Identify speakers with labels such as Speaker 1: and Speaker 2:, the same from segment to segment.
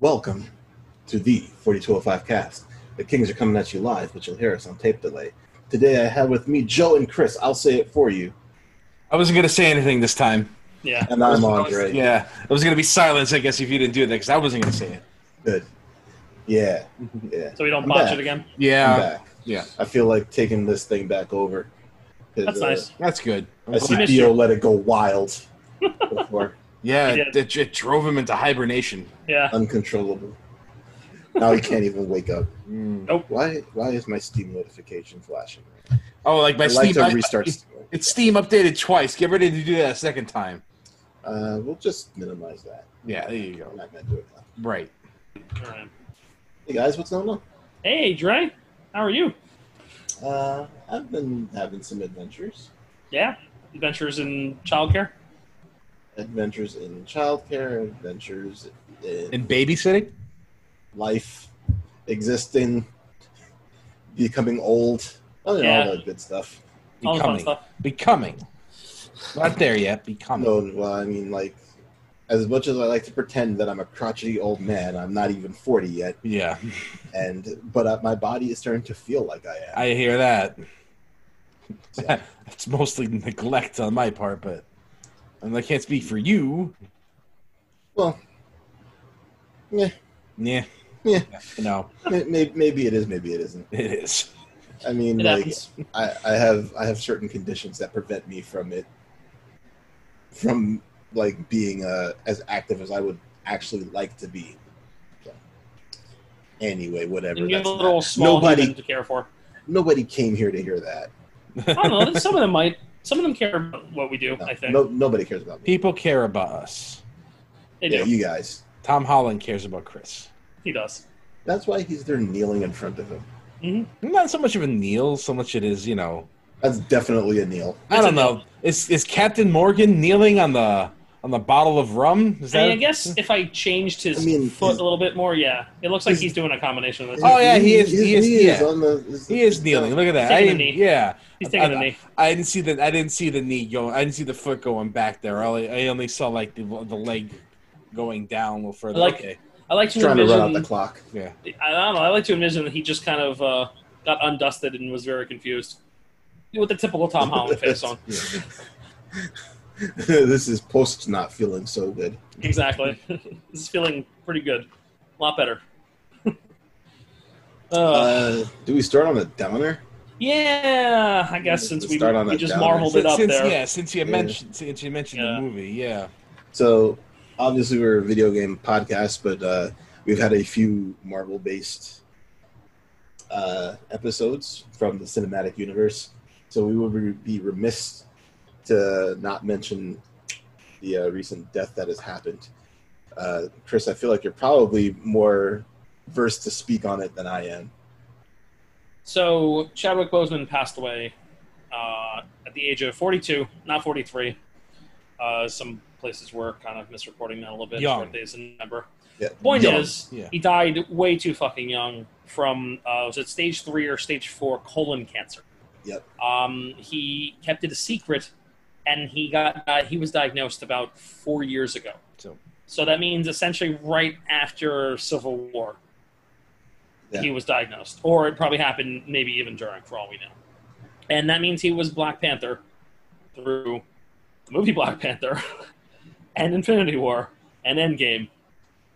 Speaker 1: Welcome to the 4205 cast. The Kings are coming at you live, but you'll hear us on tape delay. Today I have with me Joe and Chris. I'll say it for you.
Speaker 2: I wasn't gonna say anything this time.
Speaker 3: Yeah.
Speaker 1: And I'm Andre.
Speaker 2: Yeah, it was gonna be silence, I guess, if you didn't do that, because I wasn't gonna say it.
Speaker 1: Good. Yeah. Yeah.
Speaker 3: So we don't
Speaker 1: I'm
Speaker 3: botch
Speaker 1: back.
Speaker 3: it again.
Speaker 1: I'm
Speaker 2: Yeah,
Speaker 1: back.
Speaker 2: yeah,
Speaker 1: I feel like taking this thing back over. 'Cause,
Speaker 3: That's
Speaker 1: uh,
Speaker 3: nice.
Speaker 2: that's good.
Speaker 1: I see
Speaker 3: glad.
Speaker 1: Theo let it go wild before.
Speaker 2: Yeah,
Speaker 3: Yeah.
Speaker 2: it, it, it drove him into hibernation.
Speaker 3: Yeah.
Speaker 1: Uncontrollable. Now he can't even wake up.
Speaker 2: Mm.
Speaker 1: Why why is my Steam notification flashing?
Speaker 2: Oh, like my
Speaker 1: I'd like
Speaker 2: Steam. I-
Speaker 1: to
Speaker 2: I-
Speaker 1: restart
Speaker 2: it-
Speaker 1: Steam.
Speaker 2: it's Steam updated twice. Get ready to do that a second time.
Speaker 1: Uh, we'll just minimize that.
Speaker 2: Yeah, there you
Speaker 1: I'm
Speaker 2: go.
Speaker 1: not gonna do it now.
Speaker 2: Right.
Speaker 3: All right.
Speaker 1: Hey guys, what's going on?
Speaker 3: Hey, Dre. How are you?
Speaker 1: Uh, I've been having some adventures.
Speaker 3: Yeah. Adventures in childcare.
Speaker 1: Adventures in childcare, adventures in
Speaker 2: And babysitting.
Speaker 1: life, existing, becoming old. Oh, yeah,
Speaker 3: Yeah.
Speaker 1: all that good stuff.
Speaker 3: All the fun
Speaker 2: Becoming.
Speaker 3: stuff.
Speaker 2: Becoming. Not there yet. Becoming.
Speaker 1: No, well, I mean, like, as much as I like to pretend that I'm a crotchety old man, I'm not even 40 yet,
Speaker 2: Yeah,
Speaker 1: and but uh, my body is starting to feel like I am.
Speaker 2: I hear that. it's mostly neglect on my part, but and I can't speak for you.
Speaker 1: well,
Speaker 2: Yeah.
Speaker 1: Yeah.
Speaker 2: No,
Speaker 1: maybe, maybe it is, maybe it isn't.
Speaker 2: it is.
Speaker 1: I mean,
Speaker 3: It
Speaker 1: like,
Speaker 3: happens.
Speaker 1: I, I have I have certain conditions that prevent me from it from like being uh, as active as I would actually like to be. So, anyway, whatever.
Speaker 3: You have
Speaker 1: that's
Speaker 3: a little
Speaker 1: not-
Speaker 3: small
Speaker 1: nobody
Speaker 3: human to care for.
Speaker 1: nobody came here to hear that.
Speaker 3: I don't know. Some of them might. Some of them care about what we do.
Speaker 1: No,
Speaker 3: I think
Speaker 1: no- nobody cares about me.
Speaker 2: People care about us.
Speaker 3: they do.
Speaker 1: Yeah, you guys.
Speaker 2: Tom Holland cares about Chris.
Speaker 3: He does.
Speaker 1: That's why he's there kneeling in front of him.
Speaker 2: Not so much of a kneel, so much it is, you know.
Speaker 1: That's definitely a kneel.
Speaker 2: I
Speaker 3: It's
Speaker 2: don't
Speaker 3: a
Speaker 2: know.
Speaker 3: kneel.
Speaker 2: Is is Captain Morgan kneeling on the on the bottle of rum? Is
Speaker 3: I,
Speaker 2: that?
Speaker 3: mean, I guess if I changed his
Speaker 1: I mean,
Speaker 3: foot
Speaker 1: his-
Speaker 3: a little bit more, yeah, it looks like
Speaker 1: his-
Speaker 3: he's doing a combination of this.
Speaker 2: Oh, yeah, he is-
Speaker 1: His
Speaker 2: he is-
Speaker 1: knee
Speaker 2: yeah.
Speaker 1: on the. is-
Speaker 2: He is kneeling. Look at that. I didn't,
Speaker 3: Taking the knee.
Speaker 2: yeah,
Speaker 3: he's taking
Speaker 2: I-
Speaker 3: the knee.
Speaker 2: I didn't see the I didn't see the knee going. I didn't see the foot going back there. I only, I only saw like the the leg going down a little further.
Speaker 3: I like-
Speaker 2: okay.
Speaker 3: I like
Speaker 1: He's
Speaker 3: to
Speaker 1: trying to run out
Speaker 3: envision.
Speaker 1: the clock.
Speaker 2: Yeah.
Speaker 3: I don't know. I like to envision that he just kind of uh, got undusted and was very confused with the typical Tom Holland face on.
Speaker 2: yeah.
Speaker 1: this is post not feeling so good.
Speaker 3: Exactly. this is feeling pretty good. A lot better. uh,
Speaker 1: Uh, do we start on a downer?
Speaker 3: yeah, I guess since
Speaker 1: let's
Speaker 3: we,
Speaker 1: start on
Speaker 3: we
Speaker 1: a
Speaker 3: just
Speaker 1: downer.
Speaker 3: marveled it up
Speaker 2: since,
Speaker 3: there.
Speaker 2: yeah, since you
Speaker 1: Yeah.
Speaker 2: mentioned since you mentioned
Speaker 3: Yeah.
Speaker 2: the movie, yeah.
Speaker 1: So obviously we're a video game podcast, but uh, we've had a few Marvel based uh, episodes from the cinematic universe. So we would be remiss to not mention the uh, recent death that has happened. Uh, Chris, I feel like you're probably more versed to speak on it than I am.
Speaker 3: So Chadwick Boseman passed away uh, at the age of 42, not 43. Uh, some places were kind of misreporting that a little bit.
Speaker 2: Young.
Speaker 3: Birthdays in November.
Speaker 1: Yeah.
Speaker 3: Point
Speaker 1: Young.
Speaker 3: is,
Speaker 2: Yeah.
Speaker 3: he died way too fucking young from uh, was it stage three or stage four colon cancer.
Speaker 1: Yep.
Speaker 3: Um, he kept it a secret, and he got uh, he was diagnosed about four years ago.
Speaker 2: So
Speaker 3: So that means essentially right after Civil War,
Speaker 1: Yeah.
Speaker 3: he was diagnosed, or it probably happened maybe even during, for all we know. And that means he was Black Panther through the movie Black Panther and Infinity War and Endgame,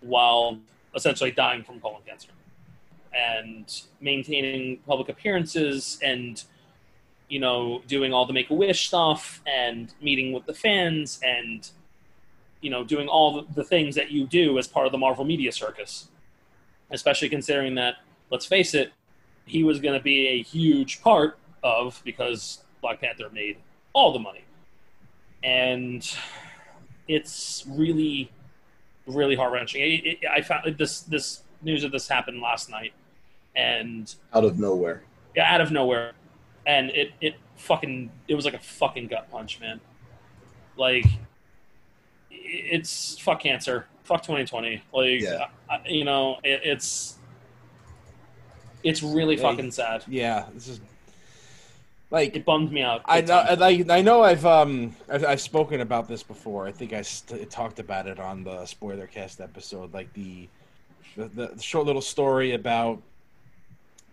Speaker 3: while essentially dying from colon cancer and maintaining public appearances and you know doing all the make a wish stuff and meeting with the fans and you know, doing all the- the things that you do as part of the Marvel Media Circus. Especially considering that, let's face it, he was going to be a huge part of because Black Panther made all the money. And it's really, really heart wrenching. It, it, I found this this news of this happened last night, and
Speaker 1: Out of nowhere.
Speaker 3: yeah, out of nowhere, and it it fucking it was like a fucking gut punch, man. Like it's fuck cancer, fuck 2020. Like
Speaker 1: Yeah.
Speaker 3: I, I- you know, it, it's it's really
Speaker 2: Hey.
Speaker 3: fucking sad.
Speaker 2: yeah, this is like
Speaker 3: It bummed me out.
Speaker 2: I
Speaker 3: big
Speaker 2: know,
Speaker 3: time.
Speaker 2: and I, I know I've um I've, I've spoken about this before. I think I st- talked about it on the spoiler cast episode, like the the, the, the short little story about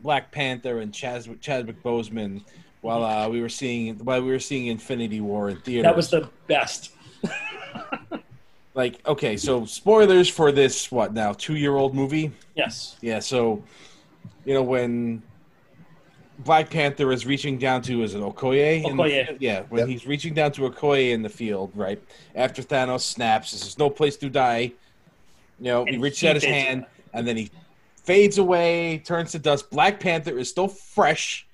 Speaker 2: Black Panther and Chadwick, Chadwick Boseman while uh, we were seeing while we were seeing Infinity War in theaters.
Speaker 3: That was the best.
Speaker 2: like okay, so spoilers for this what now two year old movie?
Speaker 3: Yes.
Speaker 2: Yeah, so you know when Black Panther is reaching down to is it Okoye? in the
Speaker 3: Okoye.
Speaker 2: field? yeah, when
Speaker 1: Yep.
Speaker 2: he's reaching down to Okoye in the field, right after Thanos snaps, this is no place to die. You know, he
Speaker 3: And
Speaker 2: reaches
Speaker 3: he
Speaker 2: out his
Speaker 3: fades
Speaker 2: hand
Speaker 3: away.
Speaker 2: and then he fades away, turns to dust. Black Panther is still fresh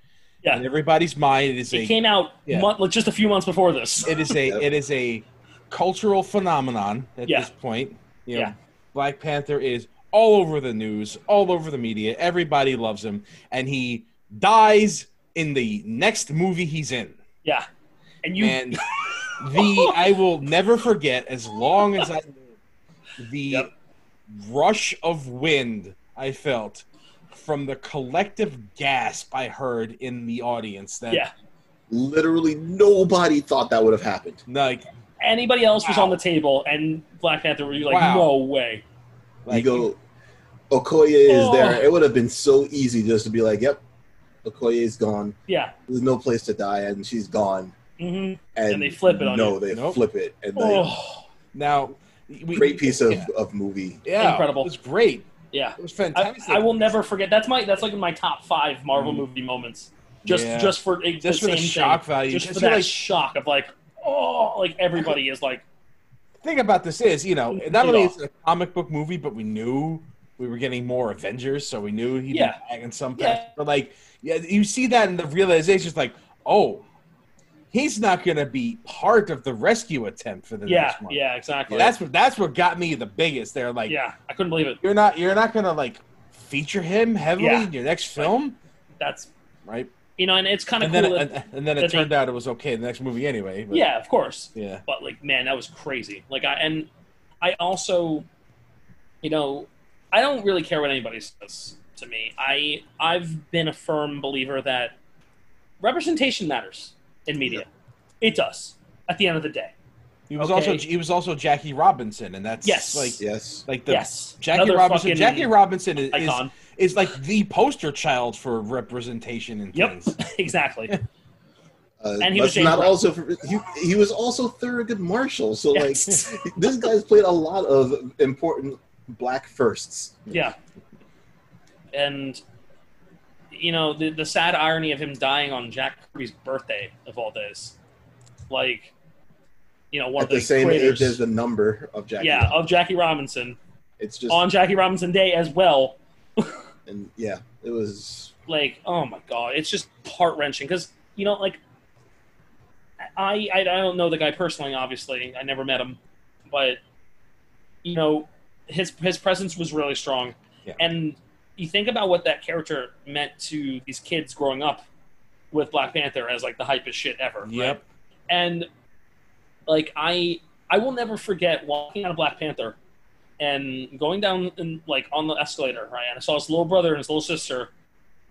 Speaker 3: Yeah.
Speaker 2: in everybody's mind. It is
Speaker 3: It
Speaker 2: a
Speaker 3: came out
Speaker 2: Yeah.
Speaker 3: month, like just a few months before this.
Speaker 2: it is a
Speaker 1: Yep.
Speaker 2: it is a cultural phenomenon at
Speaker 3: Yeah.
Speaker 2: this point. You know,
Speaker 3: Yeah.
Speaker 2: Black Panther is all over the news, all over the media. Everybody loves him, and he dies in the next movie he's in.
Speaker 3: Yeah. And you
Speaker 2: and the I will never forget as long as I live, the
Speaker 3: Yep.
Speaker 2: rush of wind I felt from the collective gasp I heard in the audience. That
Speaker 3: Yeah.
Speaker 1: Literally nobody thought that would have happened.
Speaker 2: like
Speaker 3: anybody else was
Speaker 2: Wow.
Speaker 3: on the table, and Black Panther would be like,
Speaker 2: Wow.
Speaker 3: "No way."
Speaker 2: like
Speaker 1: you go, Okoye is
Speaker 3: Oh.
Speaker 1: there. It would have been so easy just to be like, yep, Okoye is gone.
Speaker 3: Yeah.
Speaker 1: There's no place to die, and she's gone.
Speaker 3: hmm
Speaker 1: And,
Speaker 3: And they flip it on
Speaker 1: no,
Speaker 3: you.
Speaker 1: they
Speaker 2: Nope.
Speaker 1: flip it. And they,
Speaker 3: Oh.
Speaker 2: now. We,
Speaker 1: great piece of,
Speaker 2: Yeah.
Speaker 1: of movie.
Speaker 2: Yeah,
Speaker 3: Incredible.
Speaker 2: It was great.
Speaker 3: Yeah.
Speaker 2: It was
Speaker 3: I,
Speaker 2: fantastic.
Speaker 3: I will never forget. That's my. That's like in my top five Marvel
Speaker 2: Mm.
Speaker 3: movie moments. Just,
Speaker 2: Yeah.
Speaker 3: just for the
Speaker 2: just for the
Speaker 3: same
Speaker 2: shock
Speaker 3: thing.
Speaker 2: value.
Speaker 3: Just
Speaker 2: Just
Speaker 3: for
Speaker 2: you're
Speaker 3: that
Speaker 2: like,
Speaker 3: shock of like, oh, like everybody is like,
Speaker 2: thing about this is, you know, not
Speaker 3: Yeah.
Speaker 2: only is it a comic book movie, but we knew we were getting more Avengers, so we knew he'd
Speaker 3: Yeah.
Speaker 2: be back in some
Speaker 3: Yeah.
Speaker 2: fashion. But like, yeah, you see that in the realization, it's like, oh, he's not going to be part of the rescue attempt for the
Speaker 3: yeah,
Speaker 2: next one.
Speaker 3: yeah, exactly.
Speaker 2: That's what that's what got me the biggest. They're like,
Speaker 3: yeah, I couldn't believe it.
Speaker 2: you're not you're not going to like feature him heavily
Speaker 3: Yeah.
Speaker 2: in your next film,
Speaker 3: That's
Speaker 2: right?
Speaker 3: you know, and it's kind of
Speaker 2: And
Speaker 3: cool.
Speaker 2: then
Speaker 3: that-
Speaker 2: and, and then
Speaker 3: that
Speaker 2: it
Speaker 3: they-
Speaker 2: turned out it was okay in the next movie anyway. But,
Speaker 3: yeah, of course.
Speaker 2: yeah.
Speaker 3: but like man that was crazy like i and i also you know i don't really care what anybody says to me i i've been a firm believer that representation matters in media it does at the end of the day
Speaker 2: He was
Speaker 3: Okay.
Speaker 2: also he was also Jackie Robinson, and that's
Speaker 3: Yes.
Speaker 2: like
Speaker 1: Yes.
Speaker 2: like the
Speaker 3: yes
Speaker 2: Jackie
Speaker 3: Another
Speaker 2: Robinson.
Speaker 3: fucking
Speaker 2: Jackie Robinson is, is
Speaker 3: icon
Speaker 2: is like the poster child for representation in
Speaker 3: Yep.
Speaker 2: things.
Speaker 3: exactly
Speaker 1: Uh,
Speaker 3: And he
Speaker 1: let's
Speaker 3: was James
Speaker 1: not
Speaker 3: Brown.
Speaker 1: also he, he was also Thurgood Marshall. So
Speaker 3: yes.
Speaker 1: like this guy's played a lot of important black firsts.
Speaker 3: yeah and you know the, the sad irony of him dying on jack kirby's birthday of all days like you know one
Speaker 1: at
Speaker 3: of the,
Speaker 1: the same
Speaker 3: creators.
Speaker 1: age as the number of Jackie.
Speaker 3: yeah,
Speaker 1: Robinson.
Speaker 3: of Jackie Robinson
Speaker 1: it's just
Speaker 3: on Jackie Robinson Day as well.
Speaker 1: and yeah, it was
Speaker 3: Like, oh my god, it's just heart wrenching because you know, like, I, I I don't know the guy personally. Obviously, I never met him, but you know, his his presence was really strong,
Speaker 2: Yeah.
Speaker 3: and you think about what that character meant to these kids growing up with Black Panther as like the hypest shit ever. right?
Speaker 2: Yep.
Speaker 3: and like I I will never forget walking out of Black Panther and going down and like on the escalator, right? And I saw his little brother and his little sister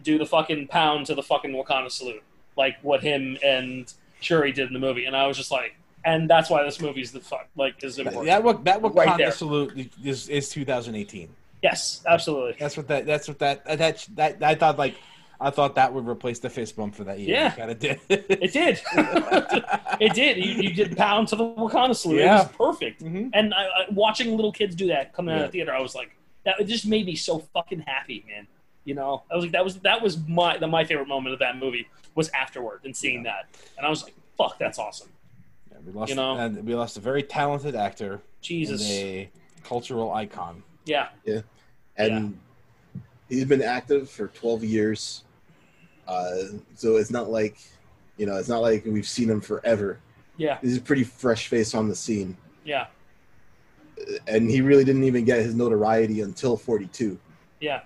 Speaker 3: do the fucking pound to the fucking Wakanda salute, like what him and Shuri did in the movie, and I was just like, and that's why this movie's the fuck like is important.
Speaker 2: That what that Wakanda
Speaker 3: Right there.
Speaker 2: salute is is 2018.
Speaker 3: Yes, absolutely.
Speaker 2: That's what that that's what that that that I thought like I thought that would replace the fist bump for that year.
Speaker 3: Yeah.
Speaker 2: kind of
Speaker 3: It
Speaker 2: did.
Speaker 3: did. it did. You, you did pound to the Wakanda salute. It
Speaker 2: Yeah.
Speaker 3: was perfect.
Speaker 2: hmm
Speaker 3: And I, I, watching little kids do that coming out
Speaker 2: Yeah.
Speaker 3: of the theater, I was like, that it just made me so fucking happy, man. You know, I was like, that was that was my the, my favorite moment of that movie was afterward and seeing that, and I was like, fuck, that's awesome.
Speaker 2: Yeah, we lost
Speaker 3: You know.
Speaker 2: and we lost a very talented actor
Speaker 3: Jesus,
Speaker 2: and a cultural icon.
Speaker 3: yeah,
Speaker 1: and he's been active for 12 years. Uh, so it's not like you know, it's not like we've seen him forever.
Speaker 3: yeah,
Speaker 1: He's a pretty fresh face on the scene.
Speaker 3: yeah,
Speaker 1: And he really didn't even get his notoriety until 42.
Speaker 3: yeah.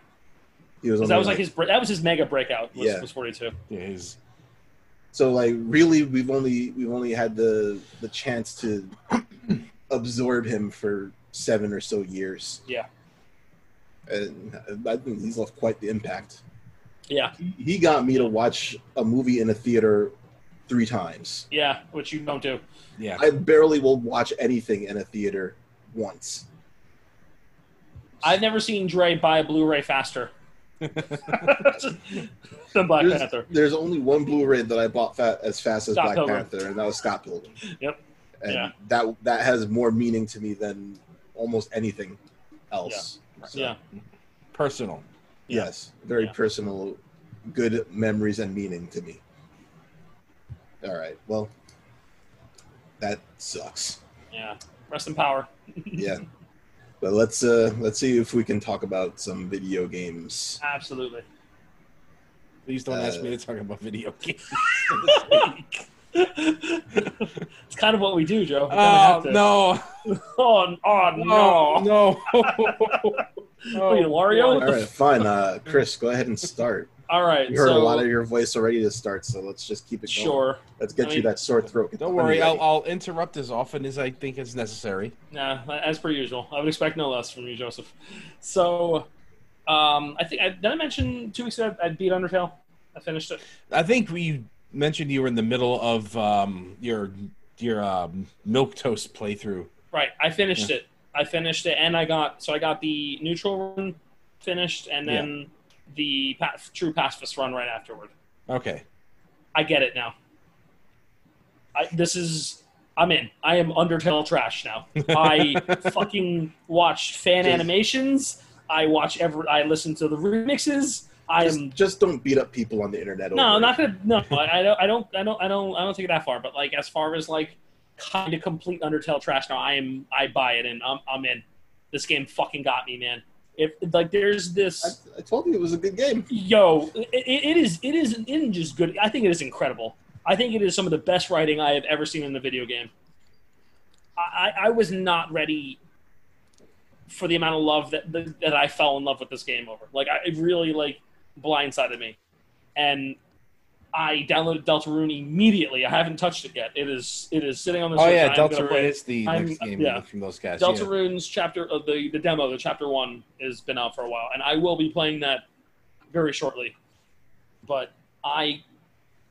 Speaker 1: He was
Speaker 3: 'Cause
Speaker 1: on
Speaker 3: that was like his bre- that was his mega breakout. Was,
Speaker 1: Yeah.
Speaker 3: was forty two.
Speaker 2: Yeah, he's-
Speaker 1: so like really we've only we've only had the the chance to absorb him for seven or so years
Speaker 3: Yeah.
Speaker 1: and i think he's left quite the impact
Speaker 3: Yeah,
Speaker 1: he, he got me to watch a movie in a theater three times
Speaker 3: yeah, which you don't do.
Speaker 2: yeah.
Speaker 1: i barely will watch anything in a theater once
Speaker 3: I've never seen Dre buy a Blu-ray faster than Black
Speaker 1: there's,
Speaker 3: Panther.
Speaker 1: there's only one Blu-ray that I bought fa- as fast as
Speaker 3: Scott
Speaker 1: Black
Speaker 3: Pilgrim.
Speaker 1: Panther, and that was Scott Pilgrim.
Speaker 3: Yep.
Speaker 1: And
Speaker 3: Yeah.
Speaker 1: that that has more meaning to me than almost anything else. So,
Speaker 3: Yeah,
Speaker 2: Personal.
Speaker 3: Yeah.
Speaker 1: Yes, very
Speaker 3: Yeah.
Speaker 1: personal, good memories and meaning to me. All right. Well, that sucks.
Speaker 3: yeah. Rest in power.
Speaker 1: Yeah. But let's uh let's see if we can talk about some video games.
Speaker 3: Absolutely.
Speaker 2: Please don't ask
Speaker 1: Uh,
Speaker 2: me to talk about video games.
Speaker 3: it's kind of what we do, Joe. We kinda
Speaker 2: Oh
Speaker 1: Uh,
Speaker 3: have to-
Speaker 2: no!
Speaker 3: Oh, oh
Speaker 2: No!
Speaker 3: no.
Speaker 2: No!
Speaker 3: What are you, Wario?
Speaker 1: All right, fine. Uh, Chris, go ahead and start.
Speaker 3: All right.
Speaker 1: We heard
Speaker 3: so,
Speaker 1: a lot of your voice already to start, so let's just keep it going.
Speaker 3: sure.
Speaker 1: Let's get
Speaker 3: I
Speaker 1: you
Speaker 3: mean-
Speaker 1: that sore throat. Get the
Speaker 2: Don't worry,
Speaker 1: honey
Speaker 2: I'll,
Speaker 1: ready.
Speaker 2: I'll interrupt as often as I think is necessary.
Speaker 3: Nah, as per usual. I would expect no less from you, Joseph. So, um, I think I, did I mention two weeks ago I beat Undertale. I finished it.
Speaker 2: I think we mentioned you were in the middle of um, your your um, milk toast playthrough.
Speaker 3: Right. I finished it. I finished it, and I got so I got the neutral run finished, and then the pa- true pacifist run right afterward.
Speaker 2: Okay,
Speaker 3: I get it now. I, this is I'm in. I am Undertale trash now. I fucking watch fan
Speaker 1: Just-
Speaker 3: animations. I watch every. I listen to the remixes. I
Speaker 1: just,
Speaker 3: am
Speaker 1: just don't beat up people on the internet.
Speaker 3: no,
Speaker 1: over
Speaker 3: I'm
Speaker 1: it.
Speaker 3: not gonna. No, I I don't. I don't. I don't. I don't. I don't take it that far. But like, as far as like, kind of complete Undertale trash. Now I am. I buy it, and I'm. I'm in. This game fucking got me, man. If like, there's this.
Speaker 1: I, I told you it was a good game.
Speaker 3: Yo, it, it is it is it isn't just good. I think it is incredible. I think it is some of the best writing I have ever seen in the video game. I, I I was not ready for the amount of love that that I fell in love with this game over. Like I it really like blindsided me, and I downloaded Deltarune immediately. I haven't touched it yet. It is it is sitting on the
Speaker 2: Oh
Speaker 3: Switch.
Speaker 2: yeah,
Speaker 3: I'm gonna
Speaker 2: Delta
Speaker 3: play it.
Speaker 2: is the
Speaker 3: I'm-
Speaker 2: next game
Speaker 3: yeah.
Speaker 2: from those guys. yeah.
Speaker 3: Deltarune's chapter of the the demo, the chapter one, has been out for a while, and I will be playing that very shortly. But I,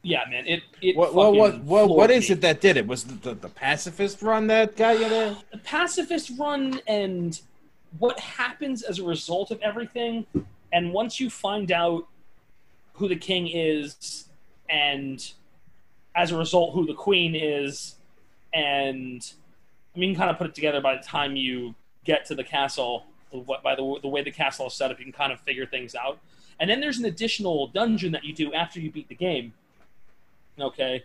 Speaker 3: yeah, man, it it
Speaker 2: What what what
Speaker 3: fucking
Speaker 2: what, what
Speaker 3: floored
Speaker 2: is
Speaker 3: me.
Speaker 2: it that did it? Was the, the, the pacifist run that got you there?
Speaker 3: The pacifist run and what happens as a result of everything, and once you find out who the king is, and as a result, who the queen is, and I mean, you can kind of put it together by the time you get to the castle. the- What by the the way the castle is set up, you can kind of figure things out. And then there's an additional dungeon that you do after you beat the game. Okay,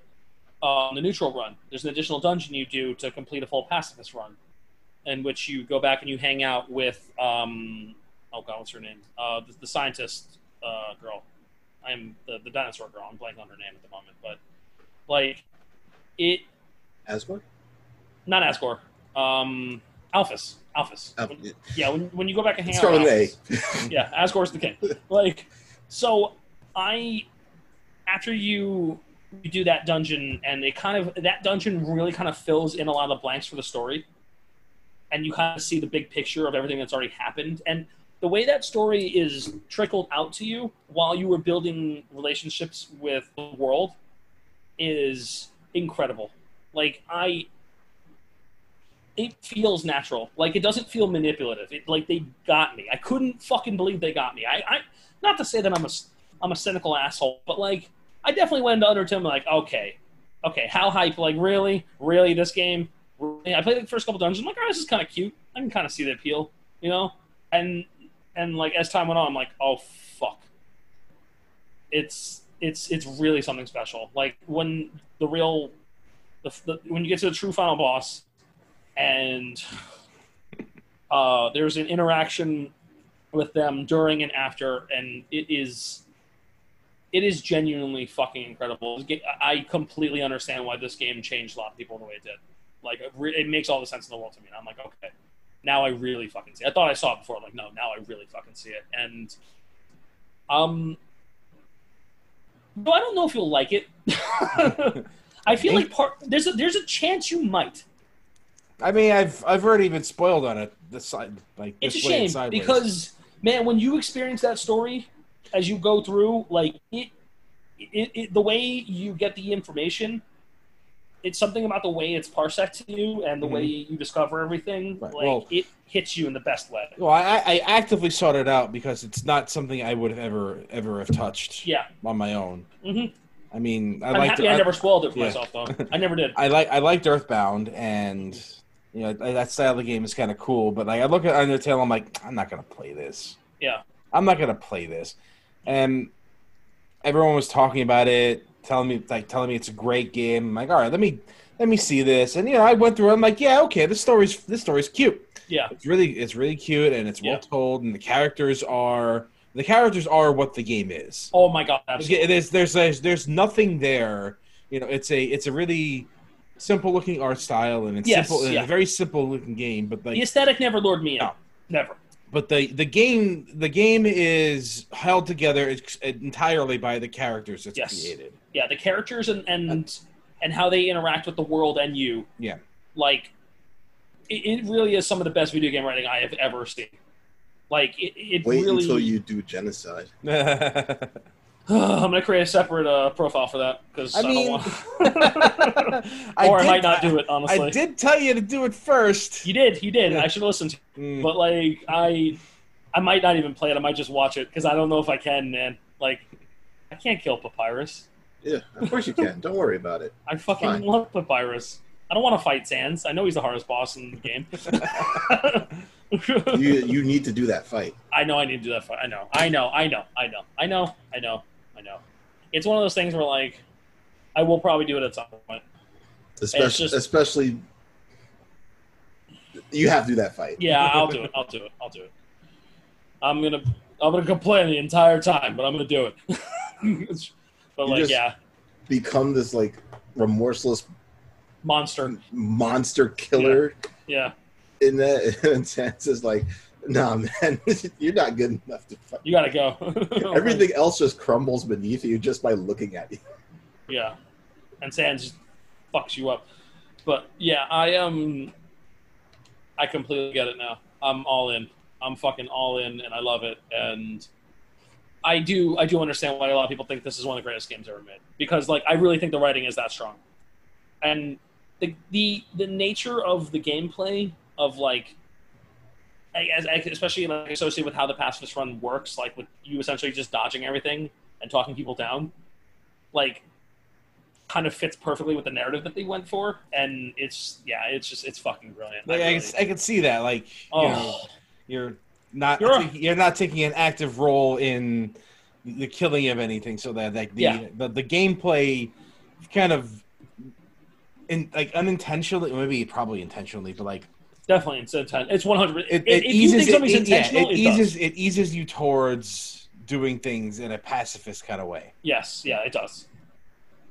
Speaker 3: on the neutral run, there's an additional dungeon you do to complete a full pacifist run, in which you go back and you hang out with um oh god, what's her name? Uh, the, the scientist uh, girl. I'm the, the dinosaur girl. I'm blanking on her name at the moment, but like it
Speaker 1: Asmar?
Speaker 3: not Asgore. Um, Alphys. Alphys.
Speaker 1: Oh,
Speaker 3: When-
Speaker 1: yeah.
Speaker 3: yeah, when, when you go back and hang
Speaker 1: Let's
Speaker 3: out
Speaker 1: start
Speaker 3: with
Speaker 1: with A.
Speaker 3: Alphys. Yeah, Asgore's the king. Like, so I, after you you do that dungeon, and it kind of that dungeon really kind of fills in a lot of the blanks for the story, and you kind of see the big picture of everything that's already happened, and the way that story is trickled out to you while you were building relationships with the world is incredible. Like I it feels natural. Like it doesn't feel manipulative. It, like they got me. I couldn't fucking believe they got me. I, I not to say that I'm a s- I'm a cynical asshole, but like I definitely went into Undertale and like, okay, okay, how hype? Like really, really, this game. Really? I played the first couple dungeons. I'm like, oh, this is kind of cute. I can kind of see the appeal, you know. And and like as time went on, I'm like, oh fuck, it's it's it's really something special. Like when the real, the, the when you get to the true final boss, and uh, there's an interaction with them during and after, and it is it is genuinely fucking incredible. This ga- I completely understand why this game changed a lot of people the way it did. Like it, re- it makes all the sense in the world to me. And I'm like, okay, now I really fucking see. It. I thought I saw it before. I'm like, no, now I really fucking see it. And um, but I don't know if you'll like it. I feel like part there's a there's a chance you might.
Speaker 2: I mean, I've I've already been spoiled on it. This side, like
Speaker 3: it's a
Speaker 2: this way and
Speaker 3: shame
Speaker 2: sideways.
Speaker 3: because man when you experience that story as you go through like it, it, it the way you get the information it's something about the way it's parsec to you and the
Speaker 2: Mhm.
Speaker 3: way you discover everything.
Speaker 2: Right,
Speaker 3: Like
Speaker 2: well-
Speaker 3: it hits you in the best way.
Speaker 2: Well, I, I actively sought it out because it's not something I would have ever ever have touched
Speaker 3: Yeah,
Speaker 2: on my own.
Speaker 3: Mhm.
Speaker 2: I mean, I
Speaker 3: I'm
Speaker 2: like
Speaker 3: happy I, never spoiled it for
Speaker 2: yeah.
Speaker 3: myself though. I never did.
Speaker 2: I like I liked Earthbound, and you know that style of the game is kind of cool. But like I look at Undertale, I'm like, I'm not gonna play this.
Speaker 3: Yeah.
Speaker 2: I'm not gonna play this. And everyone was talking about it, telling me like telling me it's a great game. I'm like, all right, let me let me see this. And you know, I went through. it. I'm like, yeah, okay, this story's this story's cute.
Speaker 3: Yeah.
Speaker 2: It's really it's really cute, and it's well
Speaker 3: Yeah.
Speaker 2: told, and the characters are the characters are what the game is.
Speaker 3: Oh my god,
Speaker 2: Yeah,
Speaker 3: absolutely.
Speaker 2: there's there's there's there's nothing there. You know, it's a it's a really simple looking art style and it's
Speaker 3: Yes,
Speaker 2: simple and
Speaker 3: yeah.
Speaker 2: a very simple looking game, but like
Speaker 3: the aesthetic never lured me in.
Speaker 2: No.
Speaker 3: Never.
Speaker 2: but the the game the game is held together ex- entirely by the characters it's
Speaker 3: Yes.
Speaker 2: created.
Speaker 3: Yeah, the characters and and and how they interact with the world and you.
Speaker 2: Uh, Yeah.
Speaker 3: Like, it, it really is some of the best video game writing I have ever seen. Like, it, it
Speaker 1: Wait
Speaker 3: really.
Speaker 1: until you do genocide.
Speaker 3: I'm gonna create a separate uh, profile for that because
Speaker 2: I
Speaker 3: I,
Speaker 2: mean-
Speaker 3: don't want.
Speaker 2: I
Speaker 3: or I,
Speaker 2: did-
Speaker 3: might not do it
Speaker 2: I,
Speaker 3: honestly.
Speaker 2: I did tell you to do it first.
Speaker 3: You did. You did.
Speaker 2: Yeah.
Speaker 3: I should listen to.
Speaker 2: Mm.
Speaker 3: But like, I, I might not even play it. I might just watch it because I don't know if I can, man. Like, I can't kill Papyrus.
Speaker 1: Yeah, of course you can. Don't worry about it.
Speaker 3: I fucking
Speaker 1: Fine.
Speaker 3: love Papyrus. I don't want to fight Sans. I know he's the hardest boss in the game.
Speaker 1: You you need to do that fight.
Speaker 3: I know I need to do that. For, I know. I know. I know. I know. I know. I know. I know. It's one of those things where like, I will probably do it at some point. It's
Speaker 1: Especially
Speaker 3: just-
Speaker 1: especially you have to do that fight.
Speaker 3: Yeah, I'll do it. I'll do it. I'll do it. I'm gonna. I'm gonna complain the entire time, but I'm gonna do it. but
Speaker 1: You
Speaker 3: like,
Speaker 1: just-
Speaker 3: yeah,
Speaker 1: Become this like remorseless
Speaker 3: monster.
Speaker 1: monster killer
Speaker 3: Yeah,
Speaker 1: in that in a sense is like, nah man, you're not good enough to fight.
Speaker 3: you gotta go.
Speaker 1: Everything else just crumbles beneath you just by looking at you.
Speaker 3: Yeah, and Sans just fucks you up. But yeah, I um, I completely get it now. I'm all in. I'm fucking all in, and I love it. And I do, I do understand why a lot of people think this is one of the greatest games ever made because, like, I really think the writing is that strong, and the the the nature of the gameplay of like. I- As, I- especially like associated with how the pacifist run works, like with you essentially just dodging everything and talking people down, like kind of fits perfectly with the narrative that they went for, and it's yeah, it's just it's fucking brilliant. I
Speaker 2: Like, I,
Speaker 3: really-
Speaker 2: can- I can see that like you know,
Speaker 3: oh,
Speaker 2: you're not
Speaker 3: You're
Speaker 2: you're,
Speaker 3: a-
Speaker 2: not taking an active role in the killing of anything so that like the
Speaker 3: Yeah.
Speaker 2: the, the gameplay kind of in like unintentionally maybe probably intentionally but like
Speaker 3: definitely it's inten- It's one hundred.
Speaker 2: it,
Speaker 3: If
Speaker 2: it,
Speaker 3: if you
Speaker 2: eases
Speaker 3: think something's
Speaker 2: it, yeah,
Speaker 3: intentional,
Speaker 2: it
Speaker 3: it, does.
Speaker 2: eases it eases you towards doing things in a pacifist kind of way
Speaker 3: Yes, yeah, it does.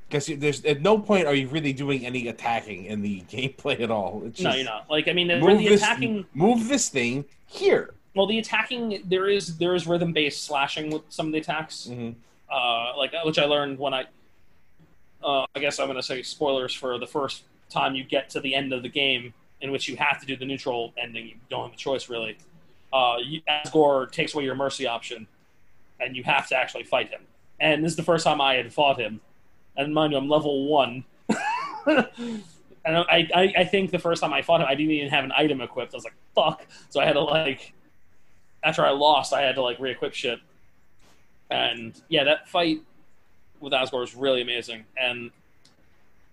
Speaker 2: because there's at no point are you really doing any attacking in the gameplay at all it's
Speaker 3: no,
Speaker 2: just
Speaker 3: you're not. Like I mean, the,
Speaker 2: move
Speaker 3: the
Speaker 2: this
Speaker 3: attacking.
Speaker 2: move this thing here
Speaker 3: Well, the attacking there is there is rhythm based slashing with some of the attacks.
Speaker 2: Mhm.
Speaker 3: uh, like which I learned when I, uh, I guess I'm going to say spoilers for the first time you get to the end of the game in which you have to do the neutral ending. You don't have a choice really. Uh, you, Asgore takes away your mercy option, and you have to actually fight him. And this is the first time I had fought him, and mind you, I'm level one. and I, I, I think the first time I fought him, I didn't even have an item equipped. I was like, "Fuck!" So I had to like, after I lost, I had to like re-equip shit. And yeah, that fight with Asgore is really amazing. And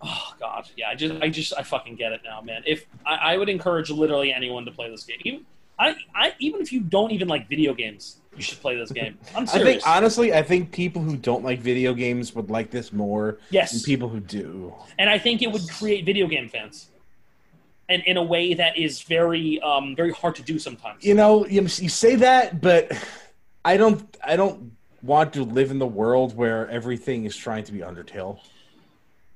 Speaker 3: oh god, yeah, I just I just I fucking get it now, man. If I, I would encourage literally anyone to play this game. Even I, I even if you don't even like video games, you should play this game. I'm
Speaker 2: i
Speaker 3: serious.
Speaker 2: think honestly i think people who don't like video games would like this more and
Speaker 3: yes.
Speaker 2: people who do.
Speaker 3: and I think it would create video game fans. And in a way that is very um very hard to do sometimes.
Speaker 2: You know, you, you say that, but I don't. I don't want to live in the world where everything is trying to be Undertale.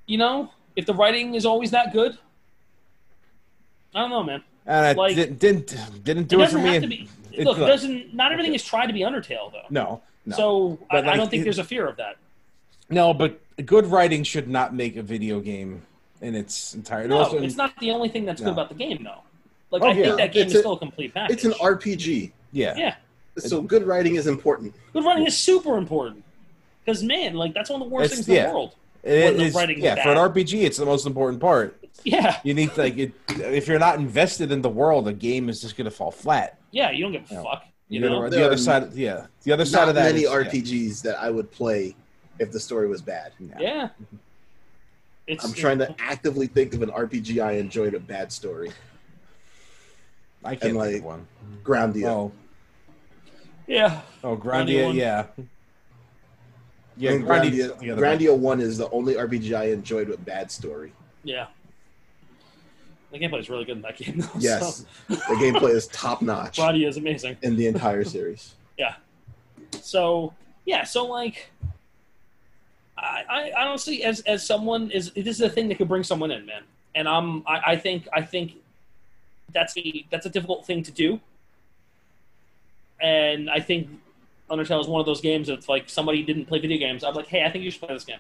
Speaker 3: You know, if the writing is always that good, I don't know, man.
Speaker 2: And I
Speaker 3: Like-
Speaker 2: didn't, didn't didn't
Speaker 3: it
Speaker 2: do it, for
Speaker 3: doesn't
Speaker 2: me.
Speaker 3: have to
Speaker 2: and-
Speaker 3: be.
Speaker 2: it's
Speaker 3: Look, it
Speaker 2: not.
Speaker 3: doesn't not everything is tried to be Undertale though.
Speaker 2: no, no,
Speaker 3: So I,
Speaker 2: But,
Speaker 3: I
Speaker 2: like,
Speaker 3: don't think
Speaker 2: it-
Speaker 3: there's a fear of that.
Speaker 2: no. But good writing should not make a video game in its entirety.
Speaker 3: No,
Speaker 2: Also-
Speaker 3: it's not the only thing that's
Speaker 2: No.
Speaker 3: good about the game though. Like
Speaker 2: Oh,
Speaker 3: I
Speaker 2: yeah.
Speaker 3: think that game
Speaker 1: It's
Speaker 3: is
Speaker 1: a-
Speaker 3: still a complete package.
Speaker 1: It's an RPG.
Speaker 2: yeah.
Speaker 3: Yeah,
Speaker 1: So good writing is important.
Speaker 3: good running is super important. Because man, like that's one of the worst
Speaker 2: It's-
Speaker 3: things in
Speaker 2: yeah.
Speaker 3: the world.
Speaker 2: It
Speaker 3: the
Speaker 2: is-
Speaker 3: writing was
Speaker 2: yeah, for an
Speaker 3: bad.
Speaker 2: RPG, it's the most important part.
Speaker 3: Yeah,
Speaker 2: You need to, like it, if you're not invested in the world, the game is just gonna fall flat.
Speaker 3: yeah, you don't give a
Speaker 2: No.
Speaker 3: fuck. You
Speaker 2: You know,
Speaker 3: know,
Speaker 2: the
Speaker 1: There
Speaker 2: other
Speaker 1: are
Speaker 2: side, yeah, the other side
Speaker 1: Not
Speaker 2: of that.
Speaker 1: many
Speaker 2: is-
Speaker 1: RPGs that I would play if the story was bad.
Speaker 2: yeah. Yeah.
Speaker 3: yeah. It's,
Speaker 1: I'm trying to actively think of an RPG I enjoyed a bad story.
Speaker 2: I
Speaker 1: And,
Speaker 2: can't think
Speaker 1: like,
Speaker 2: of one.
Speaker 1: Grandia.
Speaker 2: Oh,
Speaker 3: Yeah,
Speaker 2: oh,
Speaker 3: Grandia
Speaker 2: Grandia,
Speaker 3: one.
Speaker 2: yeah, yeah,
Speaker 1: I think Grandia,
Speaker 2: Grandia,
Speaker 1: Grandia, 1 is the only RPG I enjoyed with bad story.
Speaker 3: yeah. The gameplay is really good in that game. Though,
Speaker 1: Yes.
Speaker 3: so.
Speaker 1: The gameplay is top notch
Speaker 3: Body is amazing.
Speaker 1: in the entire series.
Speaker 3: So yeah, so like, I, I I honestly, as as someone is, this is a thing that could bring someone in, man. And I'm, I, I think, I think that's a that's a difficult thing to do. And I think Undertale is one of those games that if like somebody didn't play video games, I'm like, hey, I think you should play this game.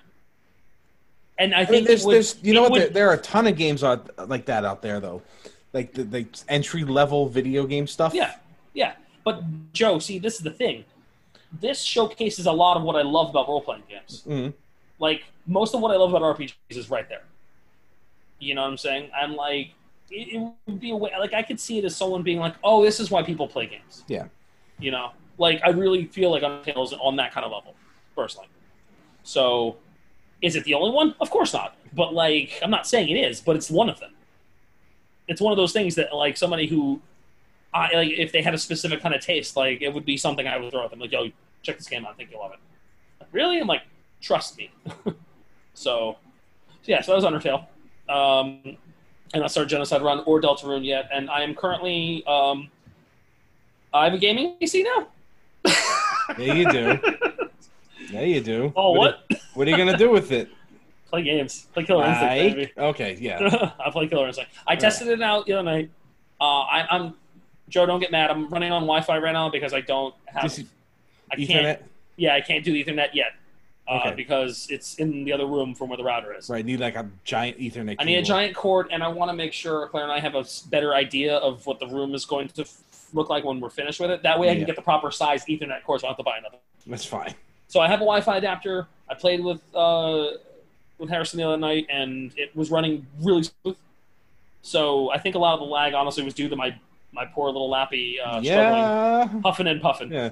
Speaker 3: And I,
Speaker 2: I mean,
Speaker 3: think
Speaker 2: there's,
Speaker 3: it would,
Speaker 2: there's, you know
Speaker 3: it
Speaker 2: what?
Speaker 3: would-
Speaker 2: there, there are a ton of games out, like that out there, though, like the, the entry level video game stuff.
Speaker 3: Yeah, yeah. But Joe, see, this is the thing. This showcases a lot of what I love about role playing games.
Speaker 2: Mhm.
Speaker 3: Like most of what I love about RPGs is right there. You know what I'm saying? I'm like, it, it would be a way. Like I could see it as someone being like, "Oh, this is why people play games."
Speaker 2: Yeah.
Speaker 3: You know, like I really feel like Undertale is on that kind of level, personally. So, is it the only one? Of course not. But like, I'm not saying it is, but it's one of them. It's one of those things that like somebody who I like if they had a specific kind of taste, like it would be something I would throw at them. Like, yo, check this game out. I think you'll love it. Like, really? I'm like, trust me. so, so, yeah, so that was Undertale. Um, and that's our Genocide run or Deltarune yet. And I am currently, um, I have a gaming PC now.
Speaker 2: yeah, you do. yeah, you do.
Speaker 3: Oh,
Speaker 2: What?
Speaker 3: what?
Speaker 2: are- what are you gonna do with it?
Speaker 3: play games. Play Killer Instinct, baby.
Speaker 2: Like- okay, yeah.
Speaker 3: I play Killer Instinct. I tested it out the other night. Uh, I, I'm Joe. Don't get mad. I'm running on Wi-Fi right now because I don't have.
Speaker 2: Just
Speaker 3: I can't.
Speaker 2: Ethernet,
Speaker 3: Yeah, I can't do Ethernet yet uh,
Speaker 2: Okay.
Speaker 3: because it's in the other room from where the router is.
Speaker 2: right? Need like a giant Ethernet.
Speaker 3: I need a
Speaker 2: cable.
Speaker 3: giant cord, and I want to make sure Claire and I have a s- better idea of what the room is going to f- look like when we're finished with it. That way, I can
Speaker 2: Yeah.
Speaker 3: get the proper size Ethernet cord, so I don't have to buy another.
Speaker 2: That's fine.
Speaker 3: So I have a Wi-Fi adapter. I played with uh, with Harrison the other night, and it was running really smooth. So I think a lot of the lag, honestly, was due to my my poor little lappy uh, struggling,
Speaker 2: yeah.
Speaker 3: puffing and puffing.
Speaker 2: Yeah.